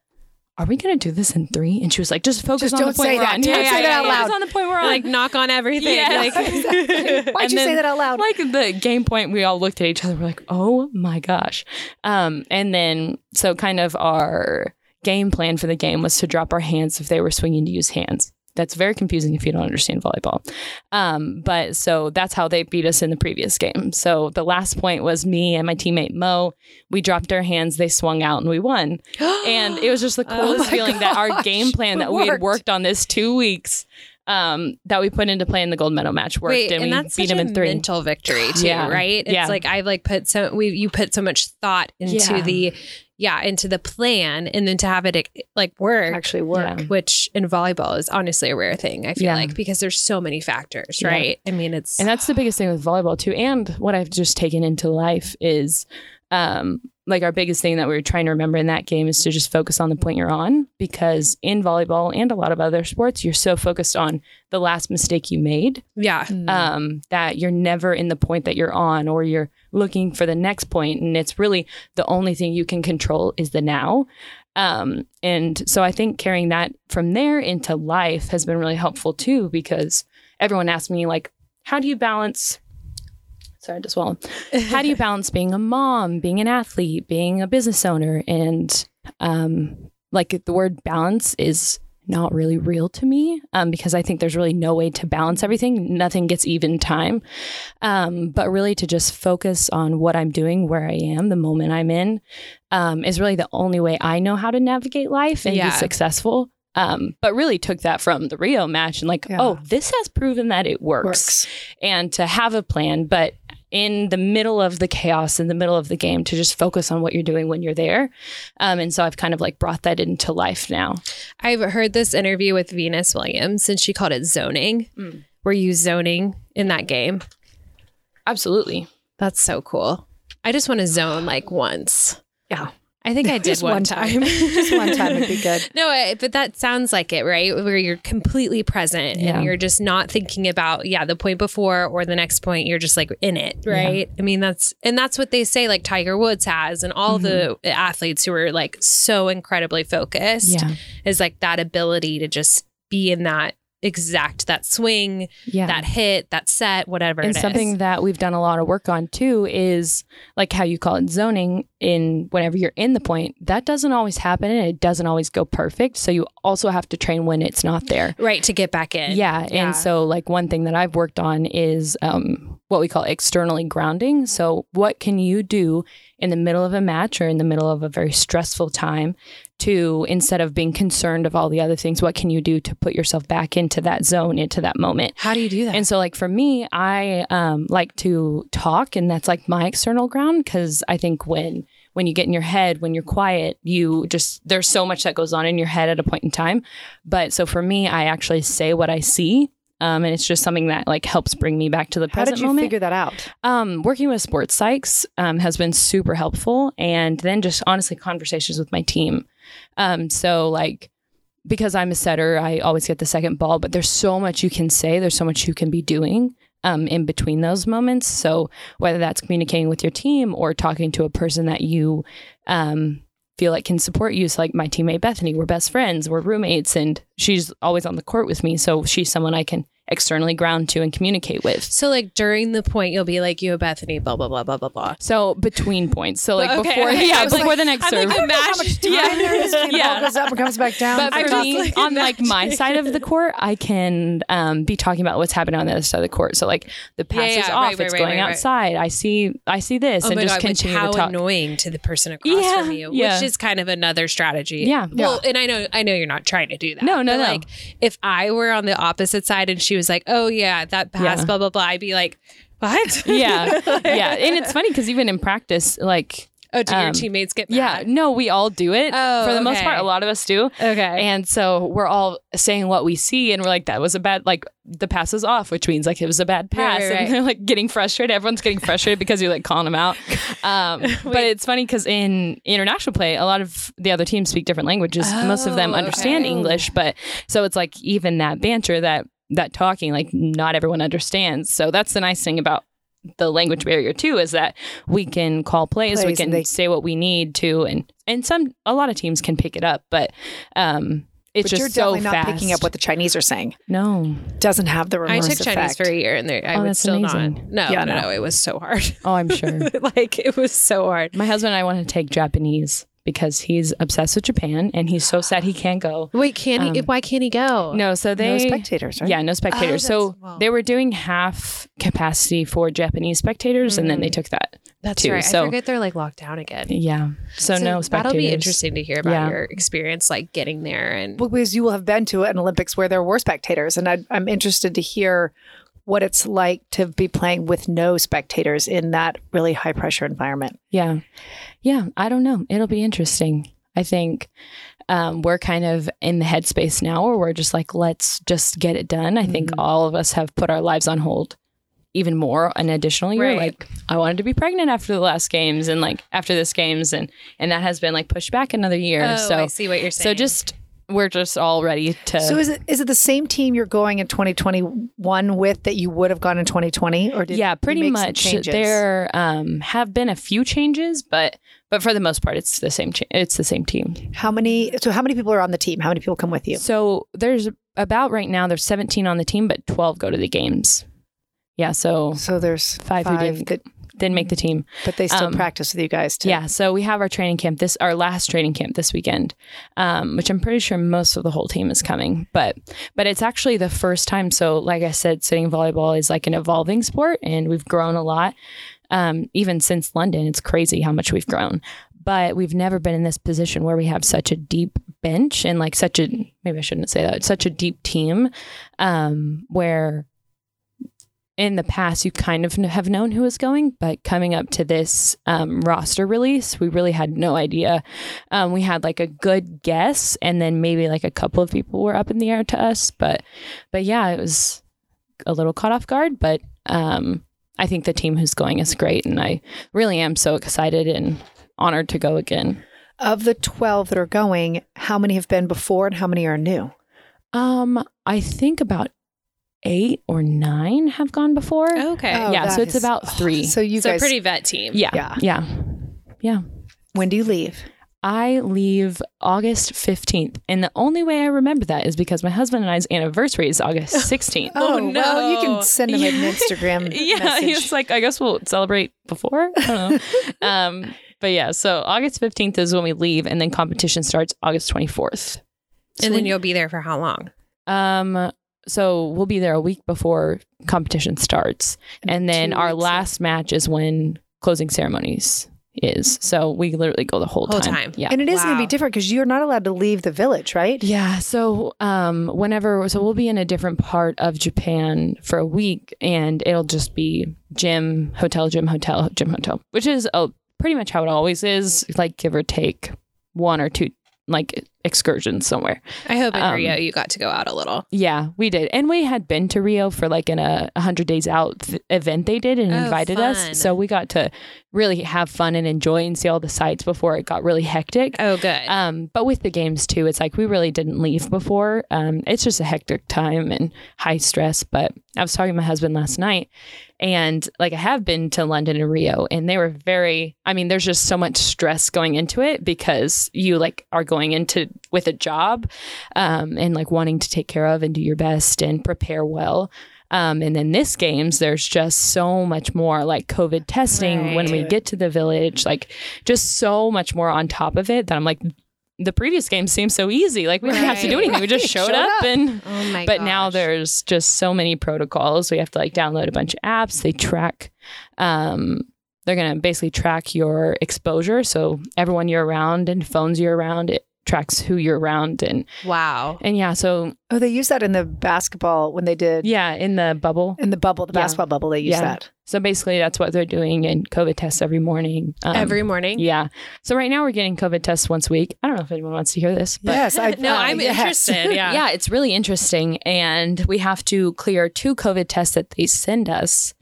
[SPEAKER 5] "Are we gonna do this in three? And she was like, "Just focus
[SPEAKER 2] Just
[SPEAKER 5] on the
[SPEAKER 2] don't
[SPEAKER 5] point
[SPEAKER 2] say
[SPEAKER 5] we're
[SPEAKER 2] that.
[SPEAKER 5] on.
[SPEAKER 2] Don't
[SPEAKER 5] yeah,
[SPEAKER 2] say
[SPEAKER 5] yeah,
[SPEAKER 2] that
[SPEAKER 5] yeah,
[SPEAKER 2] out
[SPEAKER 5] yeah.
[SPEAKER 2] loud.
[SPEAKER 5] Just on the point we're on."
[SPEAKER 3] like knock on everything.
[SPEAKER 5] Yeah.
[SPEAKER 3] Like
[SPEAKER 2] Why'd
[SPEAKER 5] And
[SPEAKER 2] you say
[SPEAKER 5] then-
[SPEAKER 2] that out loud?
[SPEAKER 5] like the game point, we all looked at each other. We're like, "Oh my gosh!" Um, and then so kind of our game plan for the game was to drop our hands if they were swinging to use hands. That's very confusing if you don't understand volleyball. Um, but so that's how they beat us in the previous game. So the last point was me and my teammate Mo. We dropped our hands, they swung out, and we won. and it was just the
[SPEAKER 3] Oh
[SPEAKER 2] my
[SPEAKER 5] coolest feeling that our
[SPEAKER 2] gosh,
[SPEAKER 5] game plan
[SPEAKER 2] it
[SPEAKER 5] that we had
[SPEAKER 2] worked.
[SPEAKER 5] worked on this two weeks um, that we put into play in the gold medal match worked,
[SPEAKER 3] Wait,
[SPEAKER 5] and,
[SPEAKER 3] and,
[SPEAKER 5] we
[SPEAKER 3] that's
[SPEAKER 5] beat
[SPEAKER 3] such
[SPEAKER 5] them
[SPEAKER 3] a
[SPEAKER 5] in three.
[SPEAKER 3] mental victory too,
[SPEAKER 5] Yeah.
[SPEAKER 3] right? It's
[SPEAKER 5] Yeah.
[SPEAKER 3] like I've like put so we you put so much thought into
[SPEAKER 5] Yeah.
[SPEAKER 3] the yeah into the plan, and then to have it like work,
[SPEAKER 2] Actually, work.
[SPEAKER 5] Yeah.
[SPEAKER 3] which in volleyball is honestly a rare thing. I feel
[SPEAKER 5] Yeah.
[SPEAKER 3] like because there's so many factors,
[SPEAKER 5] Yeah.
[SPEAKER 3] right? I mean, it's
[SPEAKER 5] And that's the biggest thing with volleyball too. And what I've just taken into life is um like our biggest thing that we were trying to remember in that game is to just focus on the point you're on because in volleyball and a lot of other sports you're so focused on the last mistake you made
[SPEAKER 3] yeah,
[SPEAKER 5] um that you're never in the point that you're on or you're looking for the next point and it's really the only thing you can control is the now um and so I think carrying that from there into life has been really helpful too because everyone asks me like how do you balance sorry I just swallowed how do you balance being a mom being an athlete being a business owner and um like the word balance is not really real to me um, because i think there's really no way to balance everything nothing gets even time um, but really to just focus on what i'm doing where i am the moment i'm in um, is really the only way i know how to navigate life and
[SPEAKER 3] Yeah.
[SPEAKER 5] be successful um, but really took that from the rio match and like
[SPEAKER 2] Yeah.
[SPEAKER 5] oh this has proven that it works
[SPEAKER 2] Works.
[SPEAKER 5] and to have a plan, but in the middle of the chaos, in the middle of the game, to just focus on what you're doing when you're there. Um, and so I've kind of like brought that into life now.
[SPEAKER 3] I've heard this interview with Venus Williams, and she called it zoning.
[SPEAKER 5] Mm.
[SPEAKER 3] Were you zoning in that game?
[SPEAKER 5] Absolutely.
[SPEAKER 3] That's so cool. I just want to zone like once.
[SPEAKER 5] Yeah.
[SPEAKER 3] I think I did
[SPEAKER 2] Just
[SPEAKER 3] one,
[SPEAKER 2] one
[SPEAKER 3] time.
[SPEAKER 2] time. Just one time would be good.
[SPEAKER 3] No, I- but that sounds like it, right? Where you're completely present
[SPEAKER 5] Yeah.
[SPEAKER 3] and you're just not thinking about, yeah, the point before or the next point. You're just like in it, right? I mean, that's, and that's what they say, like Tiger Woods has, and all
[SPEAKER 5] Mm-hmm.
[SPEAKER 3] the athletes who are like so incredibly focused is like that ability to just be in that exact, that swing,
[SPEAKER 5] Yeah.
[SPEAKER 3] that hit, that set, whatever
[SPEAKER 5] and
[SPEAKER 3] it is.
[SPEAKER 5] something that we've done a lot of work on too is like how you call it zoning in whenever you're in the point that doesn't always happen and it doesn't always go perfect so you also have to train when it's not there
[SPEAKER 3] right to get back in.
[SPEAKER 5] Yeah.
[SPEAKER 6] Yeah.
[SPEAKER 5] And so, like, one thing that I've worked on is um, what we call externally grounding. So, what can you do in the middle of a match or in the middle of a very stressful time to, instead of being concerned of all the other things, what can you do to put yourself back into that zone, into that moment?
[SPEAKER 3] How do you do that?
[SPEAKER 5] And so, like for me, I um, like to talk, and that's like my external ground because I think when when you get in your head, when you're quiet, you just there's so much that goes on in your head at a point in time. But so for me, I actually say what I see, um, and it's just something that like helps bring me back to the
[SPEAKER 2] How
[SPEAKER 5] present
[SPEAKER 2] did you
[SPEAKER 5] moment.
[SPEAKER 2] figure that out?
[SPEAKER 5] Um, working with sports psychs um, has been super helpful, and then just honestly conversations with my team. Um, so like because I'm a setter, I always get the second ball, but there's so much you can say, there's so much you can be doing. Um, in between those moments. So, whether that's communicating with your team or talking to a person that you um, feel like can support you. So like my teammate Bethany, we're best friends, we're roommates, and she's always on the court with me. So she's someone I can externally ground to and communicate with.
[SPEAKER 3] So like during the point, you'll be like, "You and Bethany, blah blah blah blah blah blah."
[SPEAKER 5] So between points. So like
[SPEAKER 3] Okay,
[SPEAKER 5] before,
[SPEAKER 3] okay. I
[SPEAKER 5] yeah,
[SPEAKER 3] was
[SPEAKER 5] before
[SPEAKER 3] like-
[SPEAKER 5] the next serve.
[SPEAKER 2] How much time there is between the
[SPEAKER 5] Yeah.
[SPEAKER 2] ball goes up and comes back down?
[SPEAKER 5] but
[SPEAKER 2] It's
[SPEAKER 5] for
[SPEAKER 2] not-
[SPEAKER 5] me, on like my side of the court, I can um, be talking about what's happening on the other side of the court. So like the
[SPEAKER 3] Yeah,
[SPEAKER 5] pass
[SPEAKER 3] yeah,
[SPEAKER 5] is
[SPEAKER 3] right,
[SPEAKER 5] off,
[SPEAKER 3] right,
[SPEAKER 5] it's
[SPEAKER 3] right,
[SPEAKER 5] going
[SPEAKER 3] right, right.
[SPEAKER 5] outside. I see, I see this,
[SPEAKER 3] Oh
[SPEAKER 5] and
[SPEAKER 3] my
[SPEAKER 5] just
[SPEAKER 3] god! Which
[SPEAKER 5] continue
[SPEAKER 3] how
[SPEAKER 5] to talk.
[SPEAKER 3] annoying to the person across
[SPEAKER 5] Yeah,
[SPEAKER 3] from you,
[SPEAKER 5] yeah.
[SPEAKER 3] which is kind of another strategy.
[SPEAKER 5] Yeah.
[SPEAKER 3] Well, and I know, I know you're not trying to do that.
[SPEAKER 5] No,
[SPEAKER 3] but
[SPEAKER 5] no, no.
[SPEAKER 3] Like if I were on the opposite side and she was like, "Oh yeah, that pass,
[SPEAKER 5] Yeah.
[SPEAKER 3] blah blah blah," I'd be like, "What?"
[SPEAKER 5] yeah, yeah. And it's funny because even in practice, like
[SPEAKER 3] Oh, do your
[SPEAKER 5] Um,
[SPEAKER 3] teammates get
[SPEAKER 5] Yeah,
[SPEAKER 3] mad?
[SPEAKER 5] no, we all do it
[SPEAKER 3] Oh,
[SPEAKER 5] for the most
[SPEAKER 3] okay.
[SPEAKER 5] part. A lot of us do.
[SPEAKER 3] Okay.
[SPEAKER 5] And so we're all saying what we see, and we're like, that was a bad, like, the pass is off, which means like it was a bad pass.
[SPEAKER 3] right, right.
[SPEAKER 5] And they're like getting frustrated. Everyone's getting frustrated because you're like calling them out. Um, but it's funny because in international play, a lot of the other teams speak different languages. Most of them
[SPEAKER 3] Oh,
[SPEAKER 5] understand
[SPEAKER 3] okay.
[SPEAKER 5] English, but so it's like even that banter, that that talking, like not everyone understands. So that's the nice thing about the language barrier too is that we can call plays, we
[SPEAKER 2] Plays
[SPEAKER 5] can
[SPEAKER 2] and they-
[SPEAKER 5] say what we need to, and and some a lot of teams can pick it up, but um, it's
[SPEAKER 2] but
[SPEAKER 5] just
[SPEAKER 2] you're
[SPEAKER 5] so
[SPEAKER 2] definitely
[SPEAKER 5] fast.
[SPEAKER 2] not picking up what the Chinese are saying.
[SPEAKER 5] no.
[SPEAKER 2] Doesn't have the
[SPEAKER 3] I
[SPEAKER 2] reverse
[SPEAKER 3] took Chinese
[SPEAKER 2] effect.
[SPEAKER 3] for a year and there, I
[SPEAKER 5] Oh,
[SPEAKER 3] was
[SPEAKER 5] that's
[SPEAKER 3] still
[SPEAKER 5] amazing.
[SPEAKER 3] not. No,
[SPEAKER 2] Yeah,
[SPEAKER 3] no,
[SPEAKER 2] no.
[SPEAKER 3] no. It was so hard.
[SPEAKER 5] Oh, I'm sure.
[SPEAKER 3] like, it was so hard.
[SPEAKER 5] My husband and I want to take Japanese because he's obsessed with Japan and he's so sad he can't go.
[SPEAKER 3] Wait, can he?
[SPEAKER 5] Um,
[SPEAKER 3] Why can't he go?
[SPEAKER 5] No, so they
[SPEAKER 2] no spectators, right?
[SPEAKER 5] Yeah, no spectators.
[SPEAKER 3] Oh,
[SPEAKER 5] so
[SPEAKER 3] that's- wow.
[SPEAKER 5] they were doing half capacity for Japanese spectators, and then they took that.
[SPEAKER 3] that's
[SPEAKER 5] too,
[SPEAKER 3] right.
[SPEAKER 5] so-
[SPEAKER 3] I forget they're like locked down again.
[SPEAKER 5] Mm. Yeah. So, no spectators.
[SPEAKER 3] That'll be interesting to hear about
[SPEAKER 5] Yeah.
[SPEAKER 3] your experience, like getting there and
[SPEAKER 2] Well, because you will have been to an Olympics where there were spectators, and I, I'm interested to hear what it's like to be playing with no spectators in that really high pressure environment.
[SPEAKER 5] Yeah. Yeah. I don't know. It'll be interesting. I think um, we're kind of in the headspace now where we're just like, let's just get it done. I think
[SPEAKER 3] Mm-hmm.
[SPEAKER 5] all of us have put our lives on hold even more an additional year.
[SPEAKER 3] Right.
[SPEAKER 5] Like I wanted to be pregnant after the last games and like after this games and and that has been like pushed back another year.
[SPEAKER 3] Oh,
[SPEAKER 5] so
[SPEAKER 3] I see what you're
[SPEAKER 5] so
[SPEAKER 3] saying.
[SPEAKER 5] just we're just all ready to
[SPEAKER 2] So is it is it the same team you're going in 2021 with that you would have gone in 2020, or did
[SPEAKER 5] yeah,
[SPEAKER 2] you
[SPEAKER 5] pretty
[SPEAKER 2] make some
[SPEAKER 5] much.
[SPEAKER 2] changes?
[SPEAKER 5] There um, have been a few changes, but but for the most part, it's the same. Cha- it's the same team.
[SPEAKER 2] How many? So how many people are on the team? How many people come with you?
[SPEAKER 5] So there's about right now there's 17 on the team, but 12 go to the games. Yeah, so
[SPEAKER 2] So there's
[SPEAKER 5] Five who didn't.
[SPEAKER 2] that-
[SPEAKER 5] didn't make the team.
[SPEAKER 2] but they still
[SPEAKER 5] Um,
[SPEAKER 2] practice with you guys too.
[SPEAKER 5] Yeah, so we have our training camp this our last training camp this weekend, um, which I'm pretty sure most of the whole team is coming. But but it's actually the first time. So like I said, sitting volleyball is like an evolving sport, and we've grown a lot. Um, even since London, it's crazy how much we've grown. But we've never been in this position where we have such a deep bench and like such a maybe I shouldn't say that such a deep team, um, where in the past you kind of kn- have known who was going, but coming up to this um, roster release, we really had no idea. Um, we had like a good guess, and then maybe like a couple of people were up in the air to us, but but yeah, it was a little caught off guard. But um, I think the team who's going is great, and I really am so excited and honored to go again.
[SPEAKER 2] Of the 12 that are going, how many have been before, and how many are new?
[SPEAKER 5] Um, I think about eight or nine have gone before.
[SPEAKER 3] okay.
[SPEAKER 2] Oh,
[SPEAKER 5] Eh, yeah, so
[SPEAKER 2] that
[SPEAKER 5] it's
[SPEAKER 2] is-
[SPEAKER 5] about three.
[SPEAKER 2] So you
[SPEAKER 3] so
[SPEAKER 2] guys,
[SPEAKER 3] pretty vet team.
[SPEAKER 5] yeah,
[SPEAKER 2] yeah.
[SPEAKER 5] yeah, yeah.
[SPEAKER 2] when do you leave?
[SPEAKER 5] I leave August 15th. And the only way I remember that is because my husband and I's anniversary is August 16th.
[SPEAKER 3] Oh,
[SPEAKER 2] well, you
[SPEAKER 3] no.
[SPEAKER 2] can send them an Instagram.
[SPEAKER 5] yeah,
[SPEAKER 2] message.
[SPEAKER 5] he was like, I guess we'll celebrate before. I don't know. um, but yeah, so August 15th is when we leave, and then competition starts August 24th.
[SPEAKER 3] And then you'll be there for how long?
[SPEAKER 5] Um, so we'll be there a week before competition starts. And then
[SPEAKER 2] two
[SPEAKER 5] our
[SPEAKER 2] weeks.
[SPEAKER 5] last match is when closing ceremonies is. So we literally go the whole,
[SPEAKER 3] Whole time.
[SPEAKER 5] Yeah.
[SPEAKER 2] and it is going to be
[SPEAKER 3] Wow.
[SPEAKER 2] different because you're not allowed to leave the village, right?
[SPEAKER 5] Yeah. So, um, whenever, so we'll be in a different part of Japan for a week and it'll just be gym, hotel, gym, hotel, gym, hotel, which is uh pretty much how it always is, like give or take one or two like excursions somewhere.
[SPEAKER 3] I hope in
[SPEAKER 5] Um,
[SPEAKER 3] Rio you got to go out a little.
[SPEAKER 5] Yeah, we did. And we had been to Rio for like an uh, 100 days out th- event they did and
[SPEAKER 3] Oh,
[SPEAKER 5] invited
[SPEAKER 3] fun.
[SPEAKER 5] us. So we got to really have fun and enjoy and see all the sights before it got really hectic.
[SPEAKER 3] Oh, good.
[SPEAKER 5] Um, but with the games too, it's like we really didn't leave before. Um, it's just a hectic time and high stress. But I was talking to my husband last night, and like I have been to London and Rio, and they were very. I mean, there's just so much stress going into it because you like are going into with a job, um, and like wanting to take care of and do your best and prepare well. Um, and then this games, there's just so much more like COVID testing when we
[SPEAKER 2] Right.
[SPEAKER 5] get to the village, like just so much more on top of it that I'm like, the previous game seemed so easy. Like we didn't have to do
[SPEAKER 3] Right.
[SPEAKER 5] anything. We just showed,
[SPEAKER 2] Showed
[SPEAKER 5] up,
[SPEAKER 2] up.
[SPEAKER 5] and
[SPEAKER 3] oh my
[SPEAKER 5] but now
[SPEAKER 3] gosh.
[SPEAKER 5] there's just so many protocols. We have to like download a bunch of apps. They track um they're going to basically track your exposure, so everyone you're around and phones you're around, it tracks who you're around and
[SPEAKER 6] Wow.
[SPEAKER 5] and yeah. So
[SPEAKER 2] Oh, they used that in the basketball when they did
[SPEAKER 5] yeah, in the bubble.
[SPEAKER 2] in the bubble, the
[SPEAKER 5] Yeah.
[SPEAKER 2] basketball bubble. They used
[SPEAKER 5] Yeah.
[SPEAKER 2] that.
[SPEAKER 5] So basically, that's what they're doing and COVID tests every morning. Um,
[SPEAKER 3] Every morning.
[SPEAKER 5] yeah. So right now we're getting COVID tests once a week. I don't know if anyone wants to hear this, but
[SPEAKER 2] yes, I,
[SPEAKER 3] No,
[SPEAKER 2] uh,
[SPEAKER 3] I'm
[SPEAKER 2] yes.
[SPEAKER 3] interested. Yeah.
[SPEAKER 5] yeah, it's really interesting. And we have to clear two COVID tests that they send us.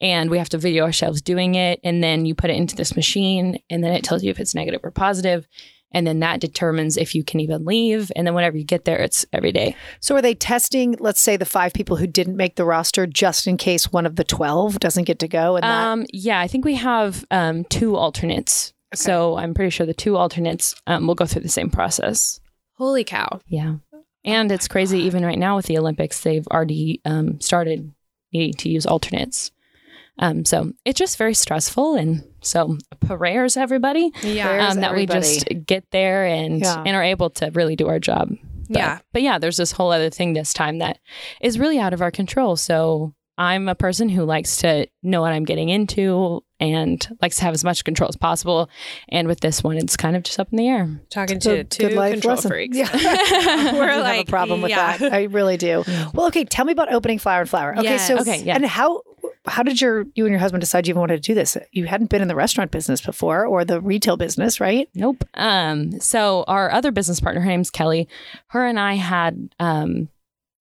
[SPEAKER 5] And we have to video ourselves doing it. And then you put it into this machine, and then it tells you if it's negative or positive, And then that determines if you can even leave. And then whenever you get there, it's every day.
[SPEAKER 2] So are they testing, let's say, the five people who didn't make the roster just in case one of the 12 doesn't get to go? And that,
[SPEAKER 5] Um, yeah, I think we have um, two alternates. So I'm pretty sure the two alternates um, will go through the same process.
[SPEAKER 3] Holy cow.
[SPEAKER 5] Yeah. And it's crazy, even right now with the Olympics, they've already um, started needing to use alternates. Um, so it's just very stressful. And so prayers, everybody,
[SPEAKER 3] Yeah. Uh,
[SPEAKER 2] Prayers,
[SPEAKER 5] um, that we just get there and,
[SPEAKER 2] Yeah.
[SPEAKER 5] and are able to really do our job. But,
[SPEAKER 6] Yeah.
[SPEAKER 5] But yeah, there's this whole other thing this time that is really out of our control. So I'm a person who likes to know what I'm getting into and likes to have as much control as possible. And with this one, it's kind of just up in the air.
[SPEAKER 3] Talking
[SPEAKER 2] So,
[SPEAKER 3] to two control freaks.
[SPEAKER 2] Yeah. I
[SPEAKER 6] We're
[SPEAKER 2] do have
[SPEAKER 6] like,
[SPEAKER 2] a problem with
[SPEAKER 6] yeah.
[SPEAKER 2] that. I really do. Well, okay, tell me about opening Flower and Flower. Okay, so
[SPEAKER 6] Yes.
[SPEAKER 5] Okay, yeah.
[SPEAKER 2] and how how did your you and your husband decide you even wanted to do this? You hadn't been in the restaurant business before or the retail business, right?
[SPEAKER 5] Nope. Um, so our other business partner, her name's Kelly. Her and I had um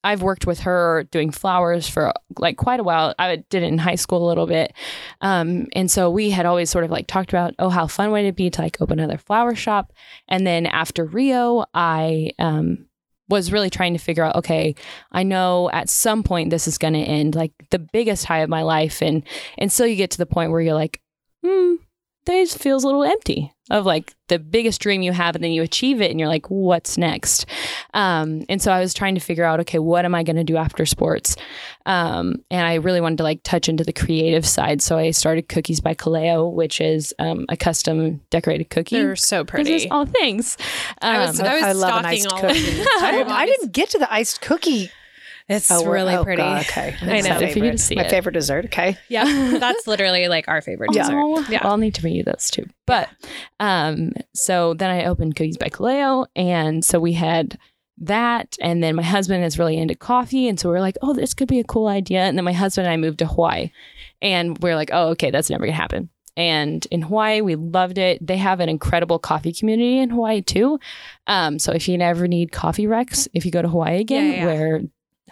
[SPEAKER 5] I've worked with her doing flowers for like quite a while. I did it in high school a little bit. Um, and so we had always sort of like talked about, oh, how fun would it be to like open another flower shop? And then after Rio, I um, was really trying to figure out, okay, I know at some point this is going to end, like the biggest high of my life. And, and so you get to the point where you're like, hmm, this feels a little empty of like the biggest dream you have and then you achieve it and you're like what's next um, and so i was trying to figure out okay what am i going to do after sports um, and i really wanted to like touch into the creative side so i started cookies by kaleo which is um, a custom decorated cookie
[SPEAKER 3] They're so
[SPEAKER 5] business,
[SPEAKER 3] pretty.
[SPEAKER 5] all things
[SPEAKER 6] I was,
[SPEAKER 5] Um,
[SPEAKER 6] I was
[SPEAKER 2] I love an
[SPEAKER 6] stalking
[SPEAKER 2] iced
[SPEAKER 6] all
[SPEAKER 2] cookie.
[SPEAKER 6] of them.
[SPEAKER 2] I didn't, I didn't get to the iced cookie.
[SPEAKER 3] It's
[SPEAKER 2] Oh, we're-
[SPEAKER 3] really
[SPEAKER 2] oh,
[SPEAKER 3] pretty.
[SPEAKER 2] God, okay,
[SPEAKER 3] I
[SPEAKER 2] That's my
[SPEAKER 3] know.
[SPEAKER 5] Excited for you to
[SPEAKER 2] favorite.
[SPEAKER 5] see
[SPEAKER 2] my
[SPEAKER 5] it.
[SPEAKER 2] favorite dessert. Okay,
[SPEAKER 3] Yeah. That's literally like our favorite
[SPEAKER 2] Yeah.
[SPEAKER 3] dessert.
[SPEAKER 5] Oh, I'll need to bring you those too. But um, so then I opened Cookies by Kaleo, and so we had that, and then my husband is really into coffee, and so we are like, oh, this could be a cool idea. And then my husband and I moved to Hawaii, and we are like, oh, okay, that's never gonna happen. And in Hawaii, we loved it. They have an incredible coffee community in Hawaii too. Um, so if you never need coffee wrecks, if you go to Hawaii again,
[SPEAKER 6] Yeah, yeah.
[SPEAKER 5] where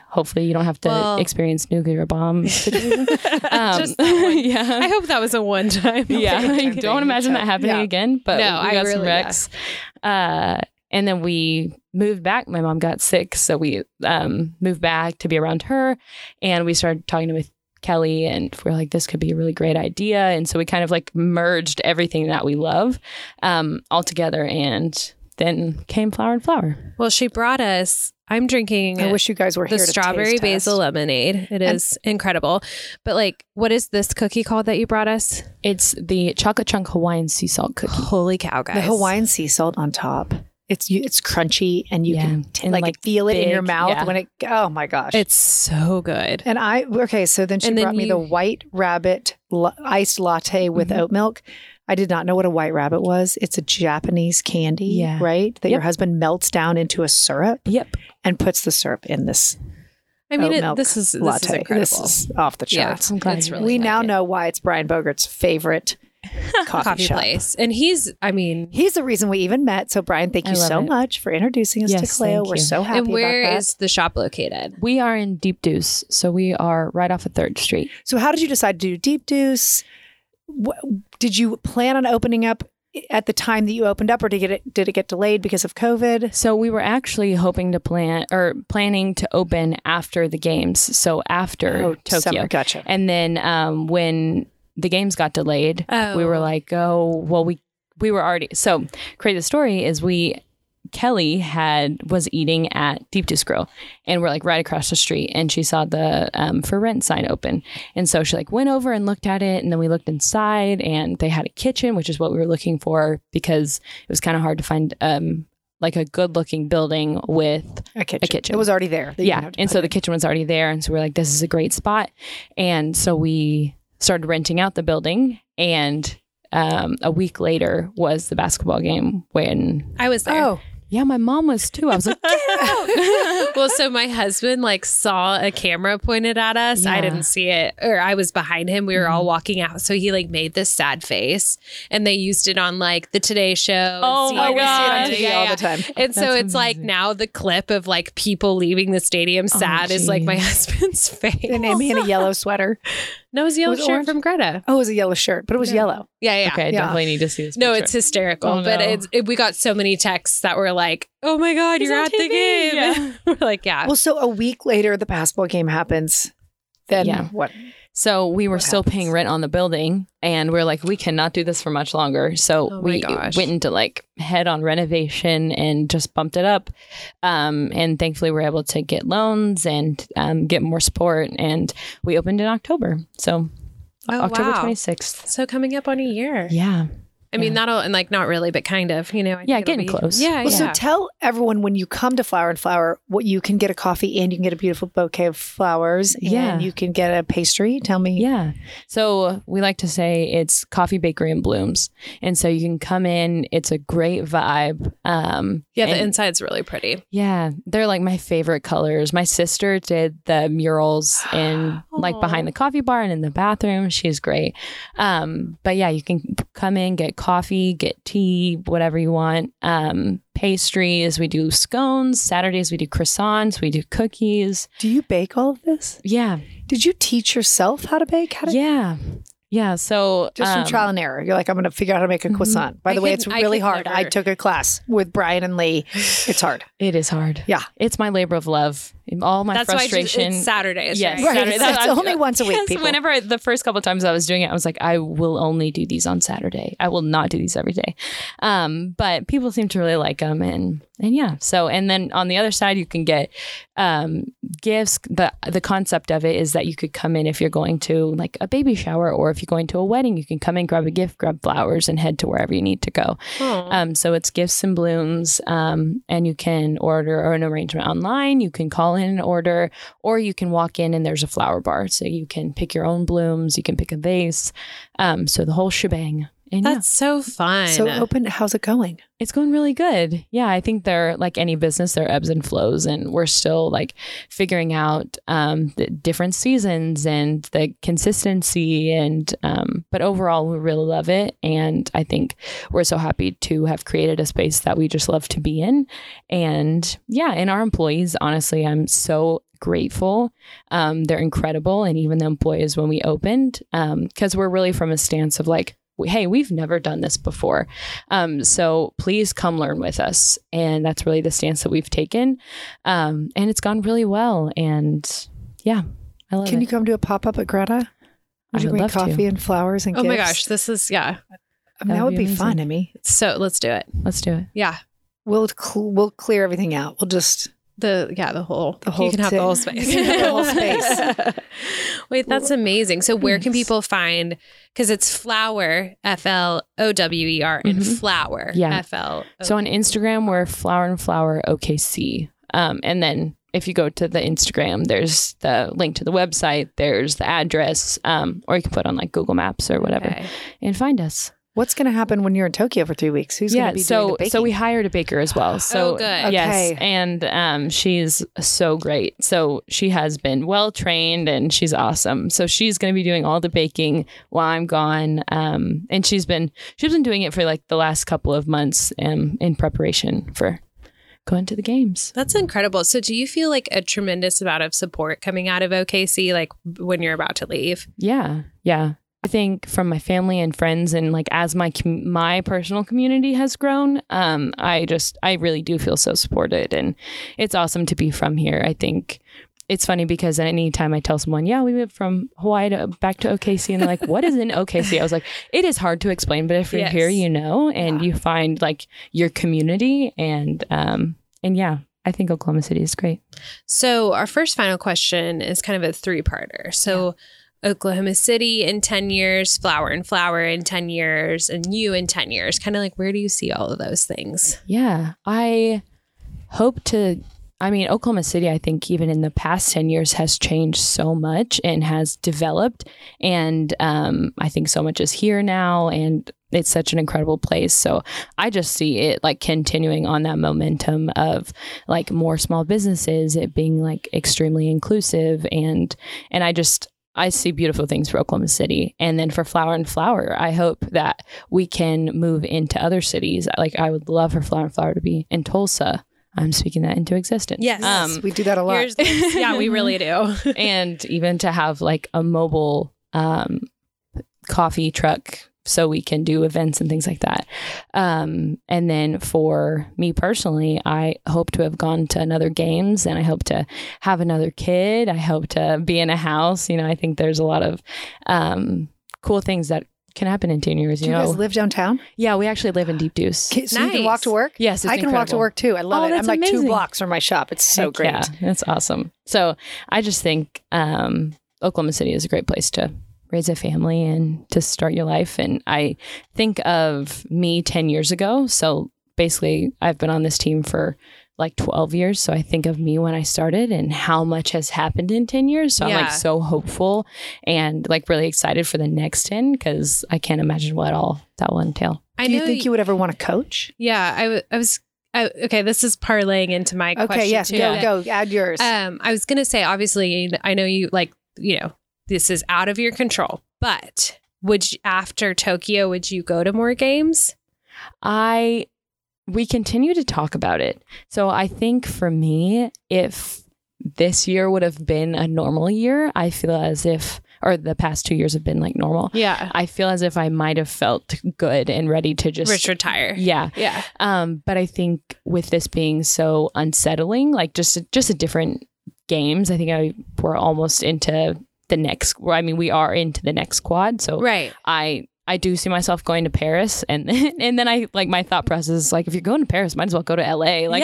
[SPEAKER 5] hopefully you don't have to
[SPEAKER 3] Well-
[SPEAKER 5] experience nuclear bomb. situations.
[SPEAKER 3] Just that one.
[SPEAKER 5] Um, yeah.
[SPEAKER 3] Um, I hope that was a one time.
[SPEAKER 5] Yeah, you
[SPEAKER 2] kidding.
[SPEAKER 5] don't imagine that happening
[SPEAKER 2] Yeah.
[SPEAKER 5] again. But
[SPEAKER 3] No,
[SPEAKER 5] we
[SPEAKER 3] I
[SPEAKER 5] got some
[SPEAKER 3] really-
[SPEAKER 5] wrecks. Uh, and then we moved back. My mom got sick, so we um, moved back to be around her, and we started talking with Kelly, and we are like, this could be a really great idea. And so we kind of like merged everything that we love um, all together, and then came Flower and Flower.
[SPEAKER 3] Well, she brought us. I'm drinking.
[SPEAKER 2] I wish you guys were
[SPEAKER 3] the
[SPEAKER 2] here. to
[SPEAKER 3] strawberry
[SPEAKER 2] taste
[SPEAKER 3] basil
[SPEAKER 2] test.
[SPEAKER 3] lemonade. It is incredible. But like, what is this cookie called that you brought us?
[SPEAKER 5] It's the chocolate chunk Hawaiian sea salt cookie.
[SPEAKER 3] Holy cow, guys!
[SPEAKER 2] The Hawaiian sea salt on top. It's you, it's crunchy and you
[SPEAKER 5] Yeah.
[SPEAKER 2] can t-
[SPEAKER 5] And,
[SPEAKER 2] like,
[SPEAKER 5] like,
[SPEAKER 2] feel it in your
[SPEAKER 5] big,
[SPEAKER 2] mouth
[SPEAKER 5] yeah.
[SPEAKER 2] when it. Oh my gosh!
[SPEAKER 3] It's so good.
[SPEAKER 2] and I okay. So then she
[SPEAKER 3] And then
[SPEAKER 2] brought me the
[SPEAKER 3] you- Mm-hmm.
[SPEAKER 2] white rabbit la- iced latte with oat milk. I did not know what a white rabbit was. It's a Japanese candy,
[SPEAKER 5] Yeah.
[SPEAKER 2] right? That your
[SPEAKER 5] Yep.
[SPEAKER 2] husband melts down into a syrup
[SPEAKER 5] Yep.
[SPEAKER 2] and puts the syrup in this
[SPEAKER 3] I mean,
[SPEAKER 2] oat
[SPEAKER 3] it,
[SPEAKER 2] milk
[SPEAKER 3] this is this
[SPEAKER 2] latte.
[SPEAKER 3] is incredible.
[SPEAKER 2] This is off the
[SPEAKER 3] Yeah.
[SPEAKER 2] charts.
[SPEAKER 5] I'm glad
[SPEAKER 3] It's
[SPEAKER 5] you
[SPEAKER 3] really
[SPEAKER 2] we
[SPEAKER 3] like
[SPEAKER 2] now
[SPEAKER 3] it.
[SPEAKER 2] know why it's Brian Bogart's favorite coffee,
[SPEAKER 3] coffee
[SPEAKER 2] shop.
[SPEAKER 3] place, and he's. I mean,
[SPEAKER 2] He's the reason we even met. So, Brian, thank
[SPEAKER 5] I
[SPEAKER 2] you
[SPEAKER 5] love
[SPEAKER 2] so
[SPEAKER 5] it.
[SPEAKER 2] much for introducing us to
[SPEAKER 5] Yes,
[SPEAKER 2] Cleo.
[SPEAKER 5] thank
[SPEAKER 2] We're
[SPEAKER 5] you.
[SPEAKER 2] so happy
[SPEAKER 3] and where
[SPEAKER 2] about that.
[SPEAKER 3] is the shop located?
[SPEAKER 5] We are in Deep Deuce, so we are right off of Third Street.
[SPEAKER 2] so, how did you decide to do Deep Deuce? Wh- did you plan on opening up at the time that you opened up, or did it did it get delayed because of COVID?
[SPEAKER 5] So we were actually hoping to plan or planning to open after the games, so after Tokyo.
[SPEAKER 2] Oh, summer. Gotcha.
[SPEAKER 5] And then um, when the games got delayed,
[SPEAKER 3] Oh.
[SPEAKER 5] we were like, oh, well, we we were already so crazy. The story is we Kelly had was eating at Deep Dish Grill, and we're like right across the street, and she saw the um, for rent sign open, and so she like went over and looked at it, and then we looked inside, and they had a kitchen, which is what we were looking for because it was kind of hard to find. Um, like a good looking building with
[SPEAKER 2] A kitchen.
[SPEAKER 5] kitchen.
[SPEAKER 2] It was already there. that you didn't
[SPEAKER 5] yeah
[SPEAKER 2] have to
[SPEAKER 5] and
[SPEAKER 2] put
[SPEAKER 5] so
[SPEAKER 2] it
[SPEAKER 5] the kitchen was already there and so we were like this is a great spot and so we started renting out the building and um, a week later was the basketball game when
[SPEAKER 3] I was
[SPEAKER 2] in.
[SPEAKER 3] there.
[SPEAKER 2] oh,
[SPEAKER 5] yeah, my mom was too. I was like, get out.
[SPEAKER 3] well, so my husband like saw a camera pointed at us. I
[SPEAKER 5] Yeah.
[SPEAKER 3] didn't see it, or I was behind him. We were all walking out, so he like made this sad face, and they used it on like the Today Show. and
[SPEAKER 5] Oh, my
[SPEAKER 3] CNN.
[SPEAKER 5] gosh.
[SPEAKER 2] TV
[SPEAKER 3] Yeah,
[SPEAKER 2] all
[SPEAKER 3] yeah.
[SPEAKER 2] the time.
[SPEAKER 3] And so
[SPEAKER 5] That's
[SPEAKER 3] it's like
[SPEAKER 5] amazing.
[SPEAKER 3] now the clip of like people leaving the stadium
[SPEAKER 2] Oh,
[SPEAKER 3] sad is like my
[SPEAKER 5] geez.
[SPEAKER 3] husband's face.
[SPEAKER 2] They named me in a yellow sweater.
[SPEAKER 3] No, it was a yellow
[SPEAKER 2] Was it
[SPEAKER 3] shirt
[SPEAKER 2] orange?
[SPEAKER 3] from Greta.
[SPEAKER 2] Oh, it was a yellow shirt, but it was yellow.
[SPEAKER 3] Yeah, yeah.
[SPEAKER 5] okay, I
[SPEAKER 2] Yeah.
[SPEAKER 5] definitely need to see this.
[SPEAKER 3] No,
[SPEAKER 5] picture.
[SPEAKER 3] it's hysterical.
[SPEAKER 5] Oh,
[SPEAKER 3] but
[SPEAKER 5] no.
[SPEAKER 3] it's it, we got so many texts that were like, "Oh my god,
[SPEAKER 5] He's
[SPEAKER 3] you're
[SPEAKER 5] on
[SPEAKER 3] at the
[SPEAKER 5] TV.
[SPEAKER 3] game!"
[SPEAKER 5] Yeah.
[SPEAKER 3] we're like, "Yeah."
[SPEAKER 2] Well, so a week later, the basketball game happens. Then
[SPEAKER 5] Yeah.
[SPEAKER 2] what?
[SPEAKER 5] So we were
[SPEAKER 2] What
[SPEAKER 5] still paying
[SPEAKER 2] happens?
[SPEAKER 5] rent on the building, and we are like, we cannot do this for much longer. So
[SPEAKER 3] Oh my
[SPEAKER 5] we
[SPEAKER 3] gosh.
[SPEAKER 5] went into like head on renovation and just bumped it up. Um, and thankfully, we were able to get loans and um, get more support. And we opened in October, so
[SPEAKER 3] Oh,
[SPEAKER 5] October
[SPEAKER 3] wow.
[SPEAKER 5] twenty sixth.
[SPEAKER 3] so coming up on a year.
[SPEAKER 5] Yeah,
[SPEAKER 3] I mean, that'll and like not really, but kind of. You know, I
[SPEAKER 5] Yeah,
[SPEAKER 3] think it'll
[SPEAKER 5] getting
[SPEAKER 3] be-
[SPEAKER 5] close.
[SPEAKER 3] Yeah,
[SPEAKER 2] Well, so
[SPEAKER 3] Oh, yeah.
[SPEAKER 2] tell everyone when you come to Flower and Flower, what you can get a coffee and you can get a beautiful bouquet of flowers
[SPEAKER 5] Yeah.
[SPEAKER 2] and you can get a pastry. Tell me.
[SPEAKER 5] yeah. So we like to say it's Coffee Bakery and Blooms, and so you can come in. It's a great vibe. Um,
[SPEAKER 3] yeah, the
[SPEAKER 5] and-
[SPEAKER 3] inside's really pretty.
[SPEAKER 5] Yeah, they're like my favorite colors. My sister did the murals in like behind the coffee bar and in the bathroom. She's great. Um, but yeah, you can come in, get coffee, get tea, whatever you want. Um, pastries, we do scones. Saturdays we do croissants, we do cookies.
[SPEAKER 2] Do you bake all of this?
[SPEAKER 5] Yeah,
[SPEAKER 2] Did you teach yourself how to bake? How to
[SPEAKER 5] yeah, yeah. So
[SPEAKER 2] Just from
[SPEAKER 5] um,
[SPEAKER 2] trial and error. You're like, I'm going to figure out how to make a
[SPEAKER 5] Mhm.
[SPEAKER 2] croissant. By the
[SPEAKER 3] I
[SPEAKER 2] way,
[SPEAKER 3] could-
[SPEAKER 2] it's
[SPEAKER 3] I
[SPEAKER 2] really
[SPEAKER 3] could
[SPEAKER 2] hard. I
[SPEAKER 3] never-
[SPEAKER 2] took a class with Brian and Lee. It's hard.
[SPEAKER 5] It is hard.
[SPEAKER 2] Yeah.
[SPEAKER 5] it's my labor of love. All my
[SPEAKER 3] That's
[SPEAKER 5] frustration.
[SPEAKER 3] why it's, it's Saturdays.
[SPEAKER 5] Yes,
[SPEAKER 2] Right.
[SPEAKER 3] right?
[SPEAKER 5] Saturday.
[SPEAKER 2] That's
[SPEAKER 5] what I-
[SPEAKER 2] only once a week,
[SPEAKER 5] Yes,
[SPEAKER 2] people.
[SPEAKER 5] Whenever the first couple times I was doing it, I was like, I will only do these on Saturday. I will not do these every day. Um, but people seem to really like them, and and yeah. So and then on the other side, you can get um, gifts. the The concept of it is that you could come in if you're going to like a baby shower, or if you're going to a wedding, you can come in, grab a gift, grab flowers, and head to wherever you need to go.
[SPEAKER 3] Aw.
[SPEAKER 5] Um, so it's gifts and blooms, um, and you can order an arrangement online. You can call in an order, or you can walk in and there's a flower bar, so you can pick your own blooms. You can pick a vase, um, so the whole shebang. And yeah,
[SPEAKER 3] That's so fun.
[SPEAKER 2] So open, how's it going?
[SPEAKER 5] it's going really good. Yeah, I think they're like any business, there are ebbs and flows, and we're still like figuring out um, the different seasons and the consistency. And um, but overall, we really love it, and I think we're so happy to have created a space that we just love to be in. And yeah, and our employees, honestly, I'm so grateful. Um, they're incredible, and even the employees when we opened, because we're really from a stance of like. Hey, we've never done this before. Um, so please come learn with us. And that's really the stance that we've taken. Um, and it's gone really well. And yeah, I love
[SPEAKER 2] Can
[SPEAKER 5] it.
[SPEAKER 2] you come to a pop up at Greta? Would
[SPEAKER 5] I
[SPEAKER 2] you
[SPEAKER 5] would
[SPEAKER 2] bring
[SPEAKER 5] love to.
[SPEAKER 2] coffee and flowers and
[SPEAKER 3] oh my
[SPEAKER 2] gifts?
[SPEAKER 3] gosh, this is yeah.
[SPEAKER 2] I mean, that would be, fun,
[SPEAKER 5] amazing.
[SPEAKER 2] Emmy.
[SPEAKER 3] So let's do it.
[SPEAKER 5] Let's do it.
[SPEAKER 3] Yeah,
[SPEAKER 2] We'll cl- we'll clear everything out. We'll just
[SPEAKER 3] the yeah the whole
[SPEAKER 2] The whole
[SPEAKER 3] you can have the
[SPEAKER 2] thing.
[SPEAKER 3] whole space.
[SPEAKER 2] You can have the whole space.
[SPEAKER 3] Wait, that's amazing. So where can
[SPEAKER 5] Thanks.
[SPEAKER 3] people find? Because it's flower F L O W E R and
[SPEAKER 5] Mhm.
[SPEAKER 3] flower
[SPEAKER 5] Yeah.
[SPEAKER 3] F L. E
[SPEAKER 5] So on Instagram, we're flower and flower OKC. Um, and then if you go to the Instagram, there's the link to the website, there's the address, um, or you can put on like Google Maps or whatever and find us.
[SPEAKER 2] what's going to happen when you're in Tokyo for three weeks? Who's going
[SPEAKER 5] yeah,
[SPEAKER 2] to be doing
[SPEAKER 5] so
[SPEAKER 2] the baking?
[SPEAKER 5] so we hired a baker as well. So
[SPEAKER 3] Oh, good.
[SPEAKER 5] yes,
[SPEAKER 2] Okay.
[SPEAKER 5] and um, she's so great. So she has been well trained and she's awesome. So she's going to be doing all the baking while I'm gone. Um, and she's been she's been doing it for like the last couple of months um, in preparation for going to the games.
[SPEAKER 3] That's incredible. So, do you feel like a tremendous amount of support coming out of OKC, like when you're about to leave?
[SPEAKER 5] Yeah, yeah. I think from my family and friends, and like as my com- my personal community has grown, um, I just I really do feel so supported, and it's awesome to be from here. I think it's funny because anytime I tell someone, "Yeah, we moved from Hawaii to back to OKC," and they're like, "What is in OKC?" I was like, "It is hard to explain, but if you're
[SPEAKER 3] Yes.
[SPEAKER 5] here, you know, and you find like your community, and um, and yeah, I think Oklahoma City is great."
[SPEAKER 3] So, our first final question is kind of a three parter. So, Oklahoma City in 10 years, Flower and Flower in 10 years, and you in 10 years. Kind of like, where do you see all of those things?
[SPEAKER 5] Yeah, I hope to. I mean, Oklahoma City, I think, even in the past 10 years, has changed so much and has developed. And um, I think so much is here now, and it's such an incredible place. So I just see it like continuing on that momentum of like more small businesses, it being like extremely inclusive. And, and I just, I see beautiful things for Oklahoma City. And then for Flower and Flower, I hope that we can move into other cities. Like, I would love for Flower and Flower to be in Tulsa. I'm speaking that into existence. Um,
[SPEAKER 3] Yes.
[SPEAKER 2] Yes, we do that a lot.
[SPEAKER 3] Here's- yeah, we really do.
[SPEAKER 5] and even to have like a mobile um, coffee truck so we can do events and things like that. Um, and then for me personally, I hope to have gone to another games and I hope to have another kid. I hope to be in a house. You know, I think there's a lot of um, cool things that can happen in 10 years.
[SPEAKER 2] do
[SPEAKER 5] You,
[SPEAKER 2] you
[SPEAKER 5] know,
[SPEAKER 2] guys live downtown?
[SPEAKER 5] yeah, we actually live in Deep Deuce.
[SPEAKER 2] Can, so you can walk to
[SPEAKER 3] Nice.
[SPEAKER 2] work?
[SPEAKER 5] Yes, it's
[SPEAKER 2] I can walk to
[SPEAKER 5] incredible.
[SPEAKER 2] work too. I love
[SPEAKER 5] Oh,
[SPEAKER 2] it. I'm
[SPEAKER 5] that's
[SPEAKER 2] like two
[SPEAKER 5] amazing.
[SPEAKER 2] blocks from my shop. It's so
[SPEAKER 5] Heck
[SPEAKER 2] great.
[SPEAKER 5] Yeah, that's awesome. So I just think um, Oklahoma City is a great place to raise a family and to start your life. And I think of me 10 years ago. So basically, I've been on this team for like 12 years. So I think of me when I started and how much has happened in 10 years. So I'm
[SPEAKER 3] Yeah.
[SPEAKER 5] like so hopeful and like really excited for the next 10 because I can't imagine what all that will entail.
[SPEAKER 3] I
[SPEAKER 2] do
[SPEAKER 3] know
[SPEAKER 2] you think you would ever want to coach?
[SPEAKER 3] Yeah, I, w- I was. I, okay, this is parlaying into my question.
[SPEAKER 2] Okay, yes,
[SPEAKER 3] too.
[SPEAKER 2] go, go, add yours.
[SPEAKER 3] Um, I was gonna say, obviously, I know you like, you know, this is out of your control, but would you, after Tokyo, would you go to more games?
[SPEAKER 5] I we continue to talk about it. So I think for me, if this year would have been a normal year, I feel as if or the past two years have been like normal.
[SPEAKER 3] Yeah,
[SPEAKER 5] I feel as if I might have felt good and ready to just
[SPEAKER 3] Rich retire.
[SPEAKER 5] Yeah.
[SPEAKER 3] Yeah,
[SPEAKER 5] Um, but I think with this being so unsettling, like just just a different games, I think I we're almost into the next well, I mean we are into the next quad. So
[SPEAKER 3] right.
[SPEAKER 5] I I do see myself going to Paris, and then, and then I like my thought process is like if you're going to Paris, might as well go to L.A. Like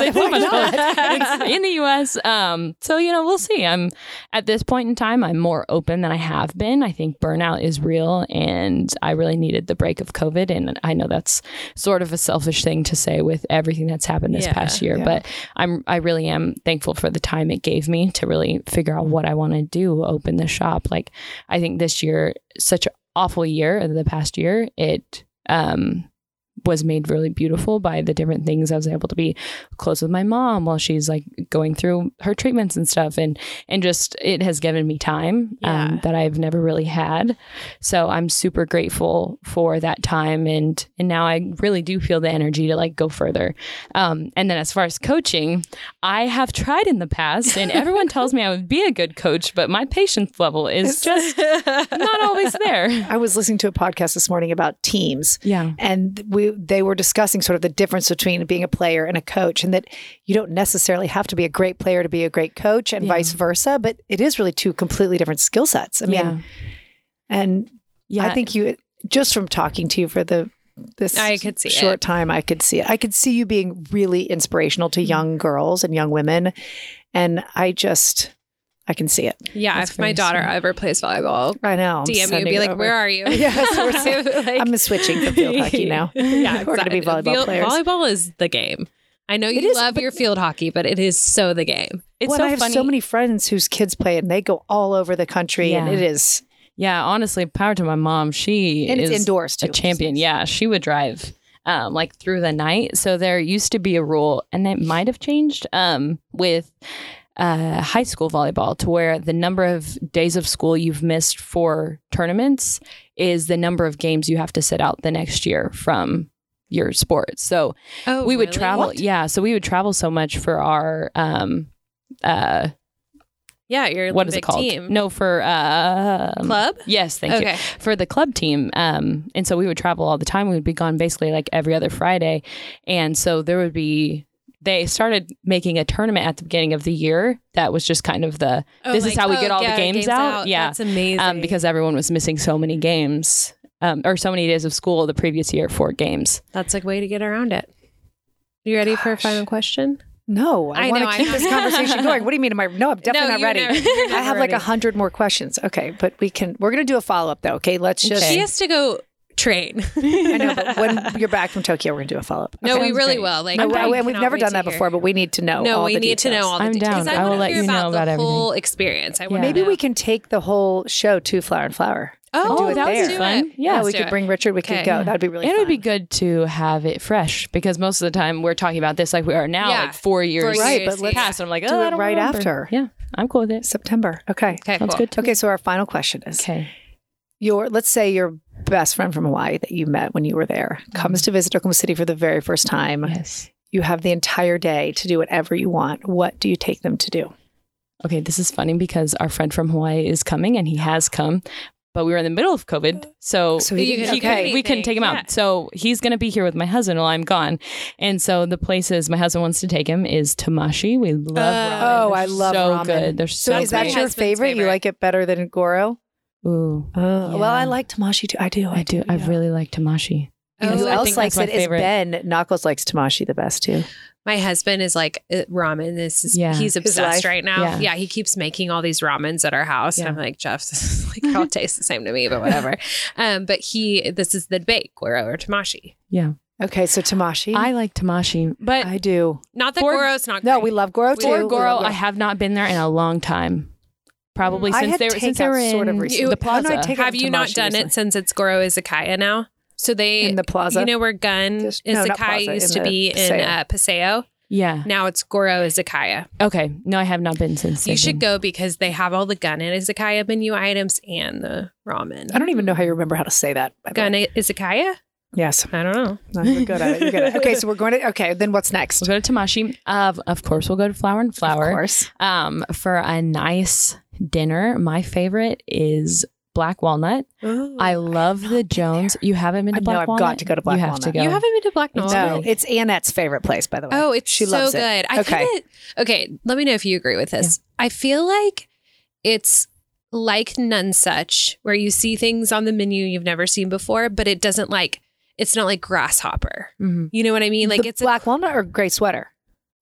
[SPEAKER 5] it's so
[SPEAKER 2] why
[SPEAKER 5] much
[SPEAKER 2] not?
[SPEAKER 5] fun. It's in the U.S. Um, so you know we'll see. I'm at this point in time, I'm more open than I have been. I think burnout is real, and I really needed the break of COVID, and I know that's sort of a selfish thing to say with everything that's happened this
[SPEAKER 3] Yeah.
[SPEAKER 5] past year,
[SPEAKER 2] Yeah.
[SPEAKER 5] but I'm I really am thankful for the time it gave me to really figure out what I want to do, open the shop. Like I think this year, such an awful year, the past year, it um was made really beautiful by the different things I was able to be close with my mom while she's like going through her treatments and stuff and and just it has given me time
[SPEAKER 3] Yeah.
[SPEAKER 5] um, that I've never really had so I'm super grateful for that time and and now I really do feel the energy to like go further um, and then as far as coaching I have tried in the past and everyone tells me I would be a good coach but my patience level is just not always there
[SPEAKER 2] I was listening to a podcast this morning about teams.
[SPEAKER 5] yeah
[SPEAKER 2] And we they were discussing sort of the difference between being a player and a coach, and that you don't necessarily have to be a great player to be a great coach, and
[SPEAKER 5] Yeah.
[SPEAKER 2] vice versa. But it is really two completely different skill sets. I mean,
[SPEAKER 5] yeah
[SPEAKER 2] and
[SPEAKER 5] yeah
[SPEAKER 2] I think you just from talking to you for the this
[SPEAKER 3] I could see
[SPEAKER 2] short
[SPEAKER 3] it.
[SPEAKER 2] time I could see it. I could see you being really inspirational
[SPEAKER 3] Mm-hmm.
[SPEAKER 2] to young girls and young women and I just I can see it.
[SPEAKER 3] Yeah,
[SPEAKER 5] That's
[SPEAKER 3] if my
[SPEAKER 5] very
[SPEAKER 3] daughter
[SPEAKER 5] sweet.
[SPEAKER 3] ever plays volleyball,
[SPEAKER 2] I know. I'm
[SPEAKER 3] DM me and
[SPEAKER 5] sending
[SPEAKER 3] be
[SPEAKER 5] it
[SPEAKER 3] like,
[SPEAKER 5] over.
[SPEAKER 3] "Where are you?"
[SPEAKER 2] Yes, we're
[SPEAKER 3] like,
[SPEAKER 2] I'm switching from field hockey now.
[SPEAKER 3] Yeah,
[SPEAKER 2] We're gonna be
[SPEAKER 3] exactly.
[SPEAKER 2] volleyball
[SPEAKER 3] Field-
[SPEAKER 2] players.
[SPEAKER 3] Volleyball is the game. I know
[SPEAKER 2] It
[SPEAKER 3] you
[SPEAKER 2] is,
[SPEAKER 3] love
[SPEAKER 2] but-
[SPEAKER 3] your field hockey, but it is so the game.
[SPEAKER 5] it's
[SPEAKER 2] well,
[SPEAKER 5] so
[SPEAKER 2] I have
[SPEAKER 5] funny
[SPEAKER 2] so many friends whose kids play it and they go all over the country and
[SPEAKER 5] Yeah.
[SPEAKER 2] it is
[SPEAKER 5] Yeah, honestly, power to my mom. She
[SPEAKER 2] and
[SPEAKER 5] is
[SPEAKER 2] it's indoors too.
[SPEAKER 5] a champion. Yeah, she would drive um, like through the night. So there used to be a rule, and it might have changed um, with uh, high school volleyball to where the number of days of school you've missed for tournaments is the number of games you have to sit out the next year from your sport. So
[SPEAKER 3] Oh,
[SPEAKER 5] we would
[SPEAKER 3] really?
[SPEAKER 5] travel. Yeah, so we would travel so much for our um, uh,
[SPEAKER 3] Yeah, your
[SPEAKER 5] what is
[SPEAKER 3] Olympic
[SPEAKER 5] it called?
[SPEAKER 3] team.
[SPEAKER 5] No, for uh,
[SPEAKER 3] club.
[SPEAKER 5] Yes, thank you
[SPEAKER 3] okay.
[SPEAKER 5] for the club team. Um, and so we would travel all the time. We would be gone basically like every other Friday. And so there would be, they started making a tournament at the beginning of the year that was just kind of the,
[SPEAKER 3] Oh,
[SPEAKER 5] this is
[SPEAKER 3] like,
[SPEAKER 5] how we
[SPEAKER 3] oh,
[SPEAKER 5] get all
[SPEAKER 3] yeah,
[SPEAKER 5] the games, out. Yeah.
[SPEAKER 3] that's amazing.
[SPEAKER 5] Um, because everyone was missing so many games um, or so many days of school the previous year for games.
[SPEAKER 3] that's like way to get around it. You ready for a final question?
[SPEAKER 2] No, I,
[SPEAKER 3] I
[SPEAKER 2] want
[SPEAKER 3] know,
[SPEAKER 2] to
[SPEAKER 3] I
[SPEAKER 2] keep
[SPEAKER 3] know.
[SPEAKER 2] this conversation going. What do you mean? Am I? No, I'm definitely not
[SPEAKER 3] you're
[SPEAKER 2] ready.
[SPEAKER 3] never- you're
[SPEAKER 2] I
[SPEAKER 3] never
[SPEAKER 2] have like a
[SPEAKER 3] ready.
[SPEAKER 2] hundred more questions. Okay, but we can. We're gonna do a follow up though. Okay, let's just.
[SPEAKER 5] Okay.
[SPEAKER 3] She has to go train.
[SPEAKER 2] I know, but when you're back from Tokyo, we're going to do a follow up.
[SPEAKER 3] No, we
[SPEAKER 5] Sounds
[SPEAKER 3] really
[SPEAKER 5] great.
[SPEAKER 3] will. Like
[SPEAKER 2] And
[SPEAKER 3] I
[SPEAKER 2] we've
[SPEAKER 3] cannot
[SPEAKER 2] never
[SPEAKER 3] wait
[SPEAKER 2] done
[SPEAKER 3] to
[SPEAKER 2] that
[SPEAKER 3] hear.
[SPEAKER 2] before, but we need to know.
[SPEAKER 3] No,
[SPEAKER 2] all
[SPEAKER 3] we
[SPEAKER 2] the
[SPEAKER 3] need to know
[SPEAKER 2] details.
[SPEAKER 3] all the
[SPEAKER 5] I'm
[SPEAKER 3] details.
[SPEAKER 5] down.
[SPEAKER 3] 'Cause
[SPEAKER 5] I will
[SPEAKER 3] wanna
[SPEAKER 5] let
[SPEAKER 3] hear
[SPEAKER 5] you know
[SPEAKER 3] about the
[SPEAKER 5] about everything.
[SPEAKER 3] whole experience. I
[SPEAKER 5] Yeah.
[SPEAKER 3] want
[SPEAKER 2] Maybe
[SPEAKER 3] know.
[SPEAKER 2] we can take the whole show to Flower and Flower.
[SPEAKER 3] Oh,
[SPEAKER 2] do it
[SPEAKER 3] that
[SPEAKER 2] there.
[SPEAKER 3] was
[SPEAKER 5] Fun.
[SPEAKER 3] fun.
[SPEAKER 5] Yeah,
[SPEAKER 2] Yeah,
[SPEAKER 3] Let's
[SPEAKER 2] we
[SPEAKER 3] do
[SPEAKER 2] could
[SPEAKER 3] it.
[SPEAKER 2] bring Richard. We could
[SPEAKER 3] Okay.
[SPEAKER 2] go.
[SPEAKER 5] Yeah.
[SPEAKER 2] That'd be really.
[SPEAKER 5] and it
[SPEAKER 2] fun.
[SPEAKER 5] would be good to have it fresh because most of the time we're talking about this like we are now,
[SPEAKER 3] Yeah.
[SPEAKER 5] like four years
[SPEAKER 2] Right, but let's-
[SPEAKER 5] past. And I'm like, oh,
[SPEAKER 2] do
[SPEAKER 5] I
[SPEAKER 2] it
[SPEAKER 5] don't
[SPEAKER 2] right
[SPEAKER 5] remember.
[SPEAKER 2] after.
[SPEAKER 5] Yeah, I'm cool with it.
[SPEAKER 2] September. Okay.
[SPEAKER 3] Okay,
[SPEAKER 5] Sounds
[SPEAKER 3] cool.
[SPEAKER 5] good. To me.
[SPEAKER 2] Okay. So our final question is:
[SPEAKER 5] Okay.
[SPEAKER 2] Your let's say your best friend from Hawaii that you met when you were there comes to visit Oklahoma City for the very first time.
[SPEAKER 5] Mm-hmm. Yes.
[SPEAKER 2] You have the entire day to do whatever you want. What do you take them to do?
[SPEAKER 5] Okay, this is funny because our friend from Hawaii is coming and he has come, but we were in the middle of COVID. So,
[SPEAKER 2] Uh, So
[SPEAKER 3] You
[SPEAKER 2] he,
[SPEAKER 3] can- okay.
[SPEAKER 5] he couldn't- we couldn't take him
[SPEAKER 3] Yeah.
[SPEAKER 5] out. So he's going to be here with my husband while I'm gone. And so the places my husband wants to take him is Tamashi. We love ramen.
[SPEAKER 2] Oh,
[SPEAKER 5] Uh, They're
[SPEAKER 2] I love
[SPEAKER 5] so
[SPEAKER 2] ramen.
[SPEAKER 5] good. They're so,
[SPEAKER 2] so is that
[SPEAKER 5] good.
[SPEAKER 3] my
[SPEAKER 2] your
[SPEAKER 3] husband's
[SPEAKER 2] favorite? You
[SPEAKER 3] favorite.
[SPEAKER 2] like it better than Goro?
[SPEAKER 5] Ooh,
[SPEAKER 2] Oh, well, I
[SPEAKER 5] Yeah.
[SPEAKER 2] like Tamashi too. I do.
[SPEAKER 5] I do. I
[SPEAKER 2] yeah.
[SPEAKER 5] really like Tamashi.
[SPEAKER 2] You know
[SPEAKER 3] Oh,
[SPEAKER 2] who
[SPEAKER 3] I
[SPEAKER 2] else
[SPEAKER 5] think
[SPEAKER 2] likes
[SPEAKER 5] that's
[SPEAKER 2] it
[SPEAKER 5] my
[SPEAKER 2] is
[SPEAKER 5] favorite.
[SPEAKER 2] Ben. Knuckles likes Tamashi the best too.
[SPEAKER 3] My husband is like uh, ramen. This is
[SPEAKER 5] Yeah.
[SPEAKER 3] he's
[SPEAKER 2] His life.
[SPEAKER 3] obsessed right now.
[SPEAKER 5] Yeah.
[SPEAKER 3] Yeah. he keeps making all these ramens at our house,
[SPEAKER 5] Yeah.
[SPEAKER 3] and I'm like, Jeff, this is like it all tastes the same to me, but whatever. um, but he, this is the bake or, or tamashi.
[SPEAKER 5] Yeah,
[SPEAKER 2] Okay, so Tamashi.
[SPEAKER 5] I like Tamashi, but
[SPEAKER 2] I do.
[SPEAKER 3] Not that
[SPEAKER 5] For-
[SPEAKER 3] Goro's not.
[SPEAKER 2] No,
[SPEAKER 3] great.
[SPEAKER 2] we love Goro too.
[SPEAKER 5] for
[SPEAKER 2] We
[SPEAKER 5] Goro,
[SPEAKER 2] love
[SPEAKER 5] I have not been there in a long time. Probably
[SPEAKER 2] Mm. I
[SPEAKER 5] since
[SPEAKER 2] had
[SPEAKER 5] they were since they were
[SPEAKER 2] takeout sort of
[SPEAKER 5] in
[SPEAKER 2] recently.
[SPEAKER 5] the
[SPEAKER 2] How
[SPEAKER 5] plaza.
[SPEAKER 2] did I take out
[SPEAKER 3] Have you not
[SPEAKER 2] Tamashi
[SPEAKER 3] done
[SPEAKER 2] recently?
[SPEAKER 3] it since it's Goro Izakaya now? So they
[SPEAKER 2] in the plaza.
[SPEAKER 3] You know where Gun
[SPEAKER 2] Just- no, not
[SPEAKER 3] Izakaya
[SPEAKER 2] plaza, in
[SPEAKER 3] used to
[SPEAKER 2] the
[SPEAKER 3] be in
[SPEAKER 2] Paseo.
[SPEAKER 3] uh, Paseo.
[SPEAKER 5] yeah.
[SPEAKER 3] Now it's Goro Izakaya.
[SPEAKER 5] Okay. No, I have not been since.
[SPEAKER 3] You
[SPEAKER 5] they've
[SPEAKER 3] should
[SPEAKER 5] been.
[SPEAKER 3] go because they have all the Gun and Izakaya menu items and the ramen.
[SPEAKER 2] I don't even know how you remember how to say that. by the
[SPEAKER 3] Gun
[SPEAKER 2] way.
[SPEAKER 3] Izakaya?
[SPEAKER 2] Yes,
[SPEAKER 3] I don't know.
[SPEAKER 2] no, you're good at it. You're good at it. Okay, so we're going to. Okay, then what's next?
[SPEAKER 5] We'll go to Tamashi. Of of course, we'll go to Flower and
[SPEAKER 2] Of
[SPEAKER 5] Flower.
[SPEAKER 2] course.
[SPEAKER 5] Um, for a nice dinner. My favorite is black walnut. I love the Jones. You haven't been
[SPEAKER 2] I
[SPEAKER 5] to
[SPEAKER 2] know,
[SPEAKER 5] Black
[SPEAKER 2] I've got
[SPEAKER 5] Walnut.
[SPEAKER 2] to go to Black
[SPEAKER 5] You have to
[SPEAKER 2] Walnut.
[SPEAKER 5] go.
[SPEAKER 3] You haven't been to Black Knoll?
[SPEAKER 2] No, it's Annette's favorite place, by the way.
[SPEAKER 3] Oh, it's
[SPEAKER 2] she
[SPEAKER 3] so
[SPEAKER 2] loves
[SPEAKER 3] good.
[SPEAKER 2] it.
[SPEAKER 3] I
[SPEAKER 2] Okay.
[SPEAKER 3] kind of okay. Let me know if you agree with this. I feel like it's like Nunsuch, where you see things on the menu you've never seen before, but it doesn't like it's not like grasshopper.
[SPEAKER 5] Mhm.
[SPEAKER 3] You know what I mean? Like
[SPEAKER 2] The
[SPEAKER 3] it's
[SPEAKER 2] black walnut or gray sweater.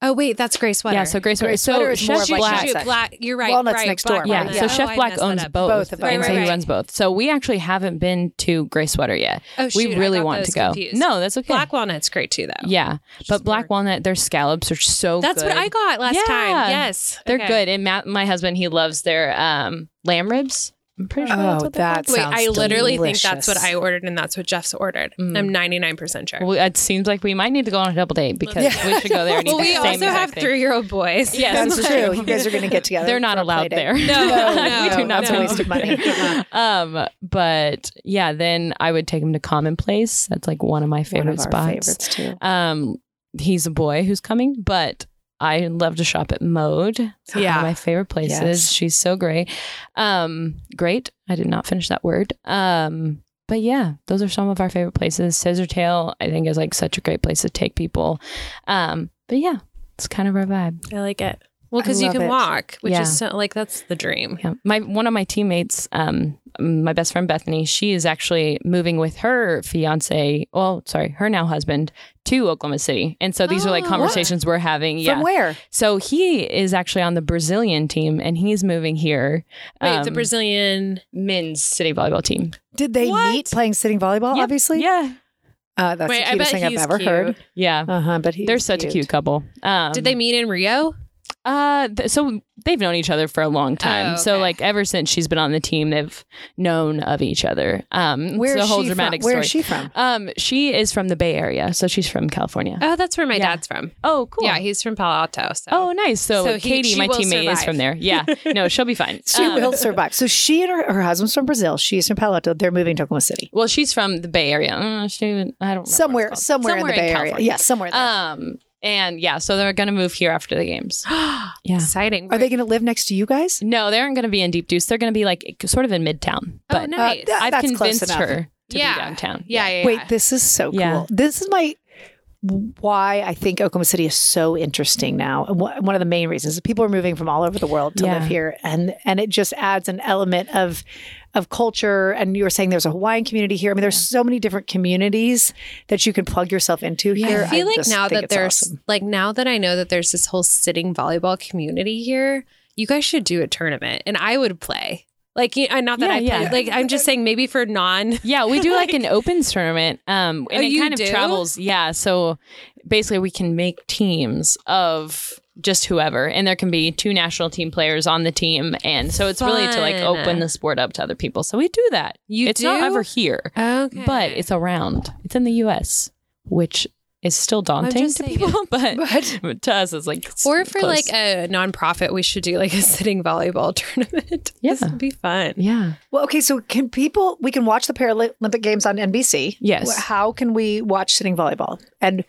[SPEAKER 3] A, oh wait, that's Grace Sweater.
[SPEAKER 5] Yeah. So Grace.
[SPEAKER 2] Grace
[SPEAKER 5] so
[SPEAKER 2] Sweater is more
[SPEAKER 5] Chef
[SPEAKER 2] of like
[SPEAKER 5] Black.
[SPEAKER 2] Nunsuch.
[SPEAKER 3] Shoot, Black. You're right.
[SPEAKER 2] Walnut's
[SPEAKER 3] right,
[SPEAKER 2] next door,
[SPEAKER 3] Black,
[SPEAKER 5] Yeah,
[SPEAKER 2] right?
[SPEAKER 5] so
[SPEAKER 3] Oh,
[SPEAKER 5] Chef
[SPEAKER 3] I
[SPEAKER 5] Black
[SPEAKER 3] messed that
[SPEAKER 5] owns
[SPEAKER 3] up.
[SPEAKER 5] both,
[SPEAKER 2] Both of them.
[SPEAKER 5] and
[SPEAKER 2] Right,
[SPEAKER 5] so
[SPEAKER 2] right,
[SPEAKER 5] he
[SPEAKER 2] right.
[SPEAKER 5] runs both. So we actually haven't been to Gray Sweater yet.
[SPEAKER 3] Oh, shoot,
[SPEAKER 5] we
[SPEAKER 3] I
[SPEAKER 5] really
[SPEAKER 3] got
[SPEAKER 5] want to
[SPEAKER 3] those
[SPEAKER 5] go.
[SPEAKER 3] confused.
[SPEAKER 5] No, that's okay.
[SPEAKER 3] Black walnut's great too, though.
[SPEAKER 5] yeah, but Black Walnut, their scallops are so.
[SPEAKER 3] That's
[SPEAKER 5] good.
[SPEAKER 3] what I got last
[SPEAKER 5] Yeah.
[SPEAKER 3] time. Yes,
[SPEAKER 5] They're
[SPEAKER 3] Okay.
[SPEAKER 5] good, and Matt, my husband, he loves their um, lamb ribs. I'm pretty sure. that's
[SPEAKER 2] Oh,
[SPEAKER 5] what they're called.
[SPEAKER 2] that
[SPEAKER 3] Wait,
[SPEAKER 2] sounds
[SPEAKER 3] I literally think that's
[SPEAKER 2] delicious.
[SPEAKER 3] what I ordered, and that's what Jeff's ordered.
[SPEAKER 5] Mm.
[SPEAKER 3] I'm 99 percent sure.
[SPEAKER 5] Well, it seems like we might need to go on a double date because
[SPEAKER 2] Yeah.
[SPEAKER 5] we should go there. And eat
[SPEAKER 3] Well,
[SPEAKER 5] the
[SPEAKER 3] we
[SPEAKER 5] same
[SPEAKER 3] also
[SPEAKER 5] exact
[SPEAKER 3] have
[SPEAKER 5] thing.
[SPEAKER 3] three year old boys.
[SPEAKER 5] Yes,
[SPEAKER 2] That's true. You guys are going to get together.
[SPEAKER 5] They're not
[SPEAKER 2] for a play
[SPEAKER 5] allowed
[SPEAKER 2] date.
[SPEAKER 5] there.
[SPEAKER 3] No,
[SPEAKER 5] we do
[SPEAKER 3] no,
[SPEAKER 5] not.
[SPEAKER 2] That's a
[SPEAKER 5] allow
[SPEAKER 2] waste of money.
[SPEAKER 5] them. um, but yeah, then I would take him to Commonplace. That's like one of my favorite
[SPEAKER 2] One of our
[SPEAKER 5] spots.
[SPEAKER 2] favorites too.
[SPEAKER 5] Um, he's a boy who's coming, but I love to shop at Mode. It's one of
[SPEAKER 3] Yeah.
[SPEAKER 5] my favorite places.
[SPEAKER 2] Yes.
[SPEAKER 5] She's so great. Um, great. I did not finish that word. Um, but yeah, those are some of our favorite places. Scissortail, I think, is like such a great place to take people. Um, but yeah, it's kind of our vibe.
[SPEAKER 3] I like it. Well,
[SPEAKER 2] I
[SPEAKER 3] because you
[SPEAKER 2] love
[SPEAKER 3] can
[SPEAKER 2] it.
[SPEAKER 3] walk, which
[SPEAKER 5] Yeah.
[SPEAKER 3] is so, like that's the dream.
[SPEAKER 5] Yeah. My one of my teammates, um, my best friend Bethany, she is actually moving with her fiance, well, sorry, her now husband to Oklahoma City. And so these are like
[SPEAKER 3] Oh.
[SPEAKER 5] conversations we're having.
[SPEAKER 2] From
[SPEAKER 5] yeah.
[SPEAKER 2] where?
[SPEAKER 5] So he is actually on the Brazilian team and he's moving here.
[SPEAKER 3] Wait, the
[SPEAKER 5] um,
[SPEAKER 3] Brazilian.
[SPEAKER 5] men's city volleyball team.
[SPEAKER 2] Did they
[SPEAKER 3] What?
[SPEAKER 2] meet playing sitting volleyball?
[SPEAKER 5] Yep.
[SPEAKER 2] Obviously,
[SPEAKER 5] Yeah.
[SPEAKER 2] Uh, that's
[SPEAKER 3] Wait,
[SPEAKER 2] the
[SPEAKER 3] I bet
[SPEAKER 2] cutest thing I've
[SPEAKER 3] he's
[SPEAKER 2] ever
[SPEAKER 3] cute.
[SPEAKER 2] heard.
[SPEAKER 5] Yeah.
[SPEAKER 2] Uh huh. But he's
[SPEAKER 5] They're such a cute couple. Um,
[SPEAKER 3] Did they meet in Rio?
[SPEAKER 5] Uh, th- so they've known each other for a long time.
[SPEAKER 3] Oh,
[SPEAKER 5] So
[SPEAKER 3] okay.
[SPEAKER 5] like ever since she's been on the team, they've known of each other. Um,
[SPEAKER 2] Where
[SPEAKER 5] it's
[SPEAKER 2] is
[SPEAKER 5] a whole
[SPEAKER 2] she
[SPEAKER 5] dramatic
[SPEAKER 2] from? Where is
[SPEAKER 5] story.
[SPEAKER 2] she from?
[SPEAKER 5] Um, she is from the Bay Area, so she's from California.
[SPEAKER 3] Oh, that's where my
[SPEAKER 5] Yeah.
[SPEAKER 3] dad's from.
[SPEAKER 5] oh, cool.
[SPEAKER 3] Yeah, he's from Palo Alto. So.
[SPEAKER 5] oh, nice. So,
[SPEAKER 3] So he-
[SPEAKER 5] Katie,
[SPEAKER 3] she
[SPEAKER 5] my
[SPEAKER 3] will
[SPEAKER 5] teammate, is
[SPEAKER 3] survive.
[SPEAKER 5] from there. Yeah. No, she'll be fine.
[SPEAKER 2] She
[SPEAKER 5] Um,
[SPEAKER 2] will survive. So she and her, her husband's from Brazil. She's from Palo Alto. They're moving to Oklahoma City.
[SPEAKER 5] Well, she's from the Bay Area. Mm, she, I don't remember what it's
[SPEAKER 2] Somewhere,
[SPEAKER 5] called.
[SPEAKER 2] somewhere, in the Bay Area.
[SPEAKER 5] California.
[SPEAKER 2] Yeah, somewhere. There.
[SPEAKER 5] Um, and yeah, so they're gonna move here after the games. Yeah.
[SPEAKER 3] exciting.
[SPEAKER 2] Are they going to live next to you guys?
[SPEAKER 5] No, they aren't gonna be in Deep Deuce. They're gonna be like sort of in Midtown. But
[SPEAKER 3] oh, nice.
[SPEAKER 2] that-
[SPEAKER 5] I've
[SPEAKER 2] that's close
[SPEAKER 5] convinced
[SPEAKER 2] enough.
[SPEAKER 5] her to
[SPEAKER 3] yeah.
[SPEAKER 5] be downtown.
[SPEAKER 3] Yeah, yeah.
[SPEAKER 2] Wait,
[SPEAKER 3] yeah.
[SPEAKER 2] this is so cool.
[SPEAKER 5] Yeah.
[SPEAKER 2] This is my why I think Oklahoma City is so interesting now. And wh- One of the main reasons is people are moving from all over the world to
[SPEAKER 5] Yeah.
[SPEAKER 2] live here, and and it just adds an element of of culture. And you were saying there's a Hawaiian community here. I mean, there's so many different communities that you can plug yourself into here.
[SPEAKER 3] I feel like
[SPEAKER 2] just
[SPEAKER 3] now
[SPEAKER 2] think
[SPEAKER 3] that
[SPEAKER 2] it's
[SPEAKER 3] there's
[SPEAKER 2] awesome.
[SPEAKER 3] like now that I know that there's this whole sitting volleyball community here, you guys should do a tournament and I would play. Like, you- I not that
[SPEAKER 5] Yeah,
[SPEAKER 3] I
[SPEAKER 5] yeah.
[SPEAKER 3] played. Like, I'm just saying maybe for non.
[SPEAKER 5] Yeah, we do like an opens tournament. Um,
[SPEAKER 3] Oh,
[SPEAKER 5] and it
[SPEAKER 3] you
[SPEAKER 5] kind of
[SPEAKER 3] do?
[SPEAKER 5] travels. Yeah, so basically we can make teams of just whoever, and there can be two national team players on the team, and so it's really to like
[SPEAKER 3] Fun.
[SPEAKER 5] open the sport up to other people. So we do that.
[SPEAKER 3] You
[SPEAKER 5] it's not
[SPEAKER 3] do?
[SPEAKER 5] ever here,
[SPEAKER 3] Okay.
[SPEAKER 5] but it's around. It's in the U.S., which is still daunting
[SPEAKER 3] just
[SPEAKER 5] to
[SPEAKER 3] saying.
[SPEAKER 5] people, but,
[SPEAKER 2] But
[SPEAKER 5] to us it's like s-
[SPEAKER 3] Or for
[SPEAKER 5] close.
[SPEAKER 3] like a nonprofit, we should do like a sitting volleyball tournament.
[SPEAKER 5] Yeah.
[SPEAKER 3] This would be fun.
[SPEAKER 5] yeah.
[SPEAKER 2] well, okay. So can people? We can watch the Paralympic Games on NBC.
[SPEAKER 5] Yes.
[SPEAKER 2] Wh- How can we watch sitting volleyball? And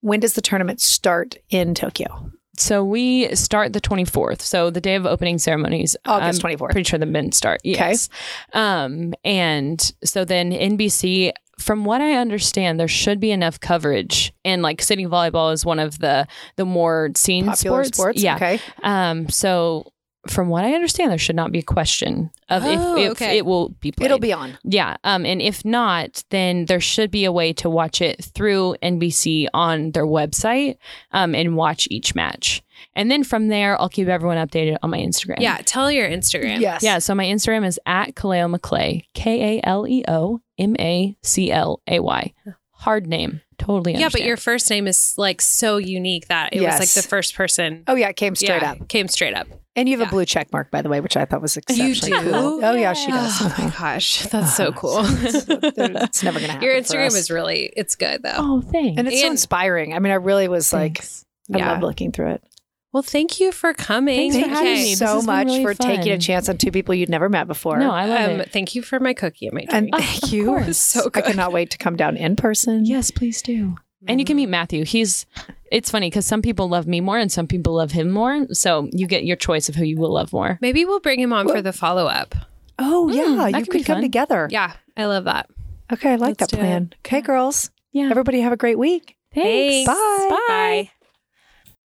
[SPEAKER 2] when does the tournament start in Tokyo?
[SPEAKER 5] So we start the 24th. So the day of opening ceremonies.
[SPEAKER 2] August
[SPEAKER 5] I'm
[SPEAKER 2] 24th.
[SPEAKER 5] Pretty sure the men start. Yes. Um, and so then NBC, from what I understand, there should be enough coverage. And like sitting volleyball is one of the the more seen
[SPEAKER 2] Popular sports.
[SPEAKER 5] sports. Yeah.
[SPEAKER 2] Okay.
[SPEAKER 5] Um, so from what I understand, there should not be a question of
[SPEAKER 3] Oh,
[SPEAKER 5] if, if
[SPEAKER 3] okay.
[SPEAKER 5] it will be played.
[SPEAKER 2] It'll be on.
[SPEAKER 5] Yeah. Um, and if not, then there should be a way to watch it through NBC on their website um, and watch each match. And then from there, I'll keep everyone updated on my Instagram.
[SPEAKER 3] Yeah. Tell your Instagram.
[SPEAKER 2] Yes.
[SPEAKER 5] Yeah. So my Instagram is at Kaleo McClay, K A L E O M A C L A Y. Hard name. Totally.
[SPEAKER 3] Yeah, but
[SPEAKER 5] understand.
[SPEAKER 3] your first name is like so unique that it was
[SPEAKER 2] Yes.
[SPEAKER 3] like the first person
[SPEAKER 2] Oh yeah, it came straight
[SPEAKER 3] Yeah,
[SPEAKER 2] up.
[SPEAKER 3] Came straight up.
[SPEAKER 2] And you have
[SPEAKER 3] Yeah.
[SPEAKER 2] a blue check mark, by the way, which I thought was exceptionally
[SPEAKER 3] do?
[SPEAKER 2] cool. Oh yeah, she does. Oh,
[SPEAKER 3] Oh my gosh, that's so cool.
[SPEAKER 2] it's never gonna happen.
[SPEAKER 3] Your
[SPEAKER 2] for
[SPEAKER 3] Instagram
[SPEAKER 2] us.
[SPEAKER 3] is really it's good though.
[SPEAKER 5] Oh, thanks.
[SPEAKER 2] and it's so
[SPEAKER 3] and-
[SPEAKER 2] inspiring. I mean, I really was like,
[SPEAKER 5] Thanks.
[SPEAKER 2] I
[SPEAKER 3] Yeah.
[SPEAKER 2] love looking through it.
[SPEAKER 3] Well, thank you for coming.
[SPEAKER 5] Thanks for
[SPEAKER 2] Thank
[SPEAKER 5] having
[SPEAKER 2] you
[SPEAKER 5] me. This
[SPEAKER 2] so
[SPEAKER 5] has been
[SPEAKER 2] much
[SPEAKER 5] really
[SPEAKER 2] for taking a
[SPEAKER 5] fun.
[SPEAKER 2] chance on two people you'd never met before.
[SPEAKER 5] No, I love
[SPEAKER 3] Um,
[SPEAKER 5] it.
[SPEAKER 3] thank you for my cookie and my
[SPEAKER 2] and
[SPEAKER 3] drink.
[SPEAKER 2] thank you.
[SPEAKER 5] course.
[SPEAKER 3] So
[SPEAKER 2] I
[SPEAKER 3] good.
[SPEAKER 2] cannot wait to come down in person.
[SPEAKER 5] Yes, please do. And you can meet Matthew. He's it's funny because some people love me more and some people love him more. So you get your choice of who you will love more.
[SPEAKER 3] Maybe we'll bring him on for the follow up.
[SPEAKER 2] Oh yeah,
[SPEAKER 5] Hmm, that
[SPEAKER 2] you
[SPEAKER 5] could be
[SPEAKER 2] could come
[SPEAKER 5] fun.
[SPEAKER 2] together.
[SPEAKER 3] Yeah, I love that.
[SPEAKER 2] Okay, I like
[SPEAKER 3] Let's
[SPEAKER 2] that
[SPEAKER 3] do it.
[SPEAKER 2] plan. Okay, girls.
[SPEAKER 5] Yeah.
[SPEAKER 2] Everybody have a great week.
[SPEAKER 5] Thanks.
[SPEAKER 2] Bye.
[SPEAKER 5] Bye.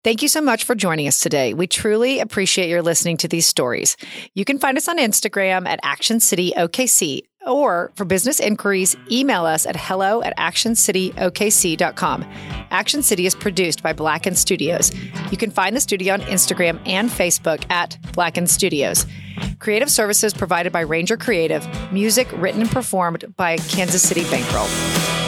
[SPEAKER 2] Thank you so much for joining us today. We truly appreciate your listening to these stories. You can find us on Instagram at Action City OKC or for business inquiries, email us at hello at actioncityokc.com. Action City is produced by Blacken Studios. You can find the studio on Instagram and Facebook at Blacken Studios. Creative services provided by Ranger Creative, music written and performed by Kansas City Bankroll.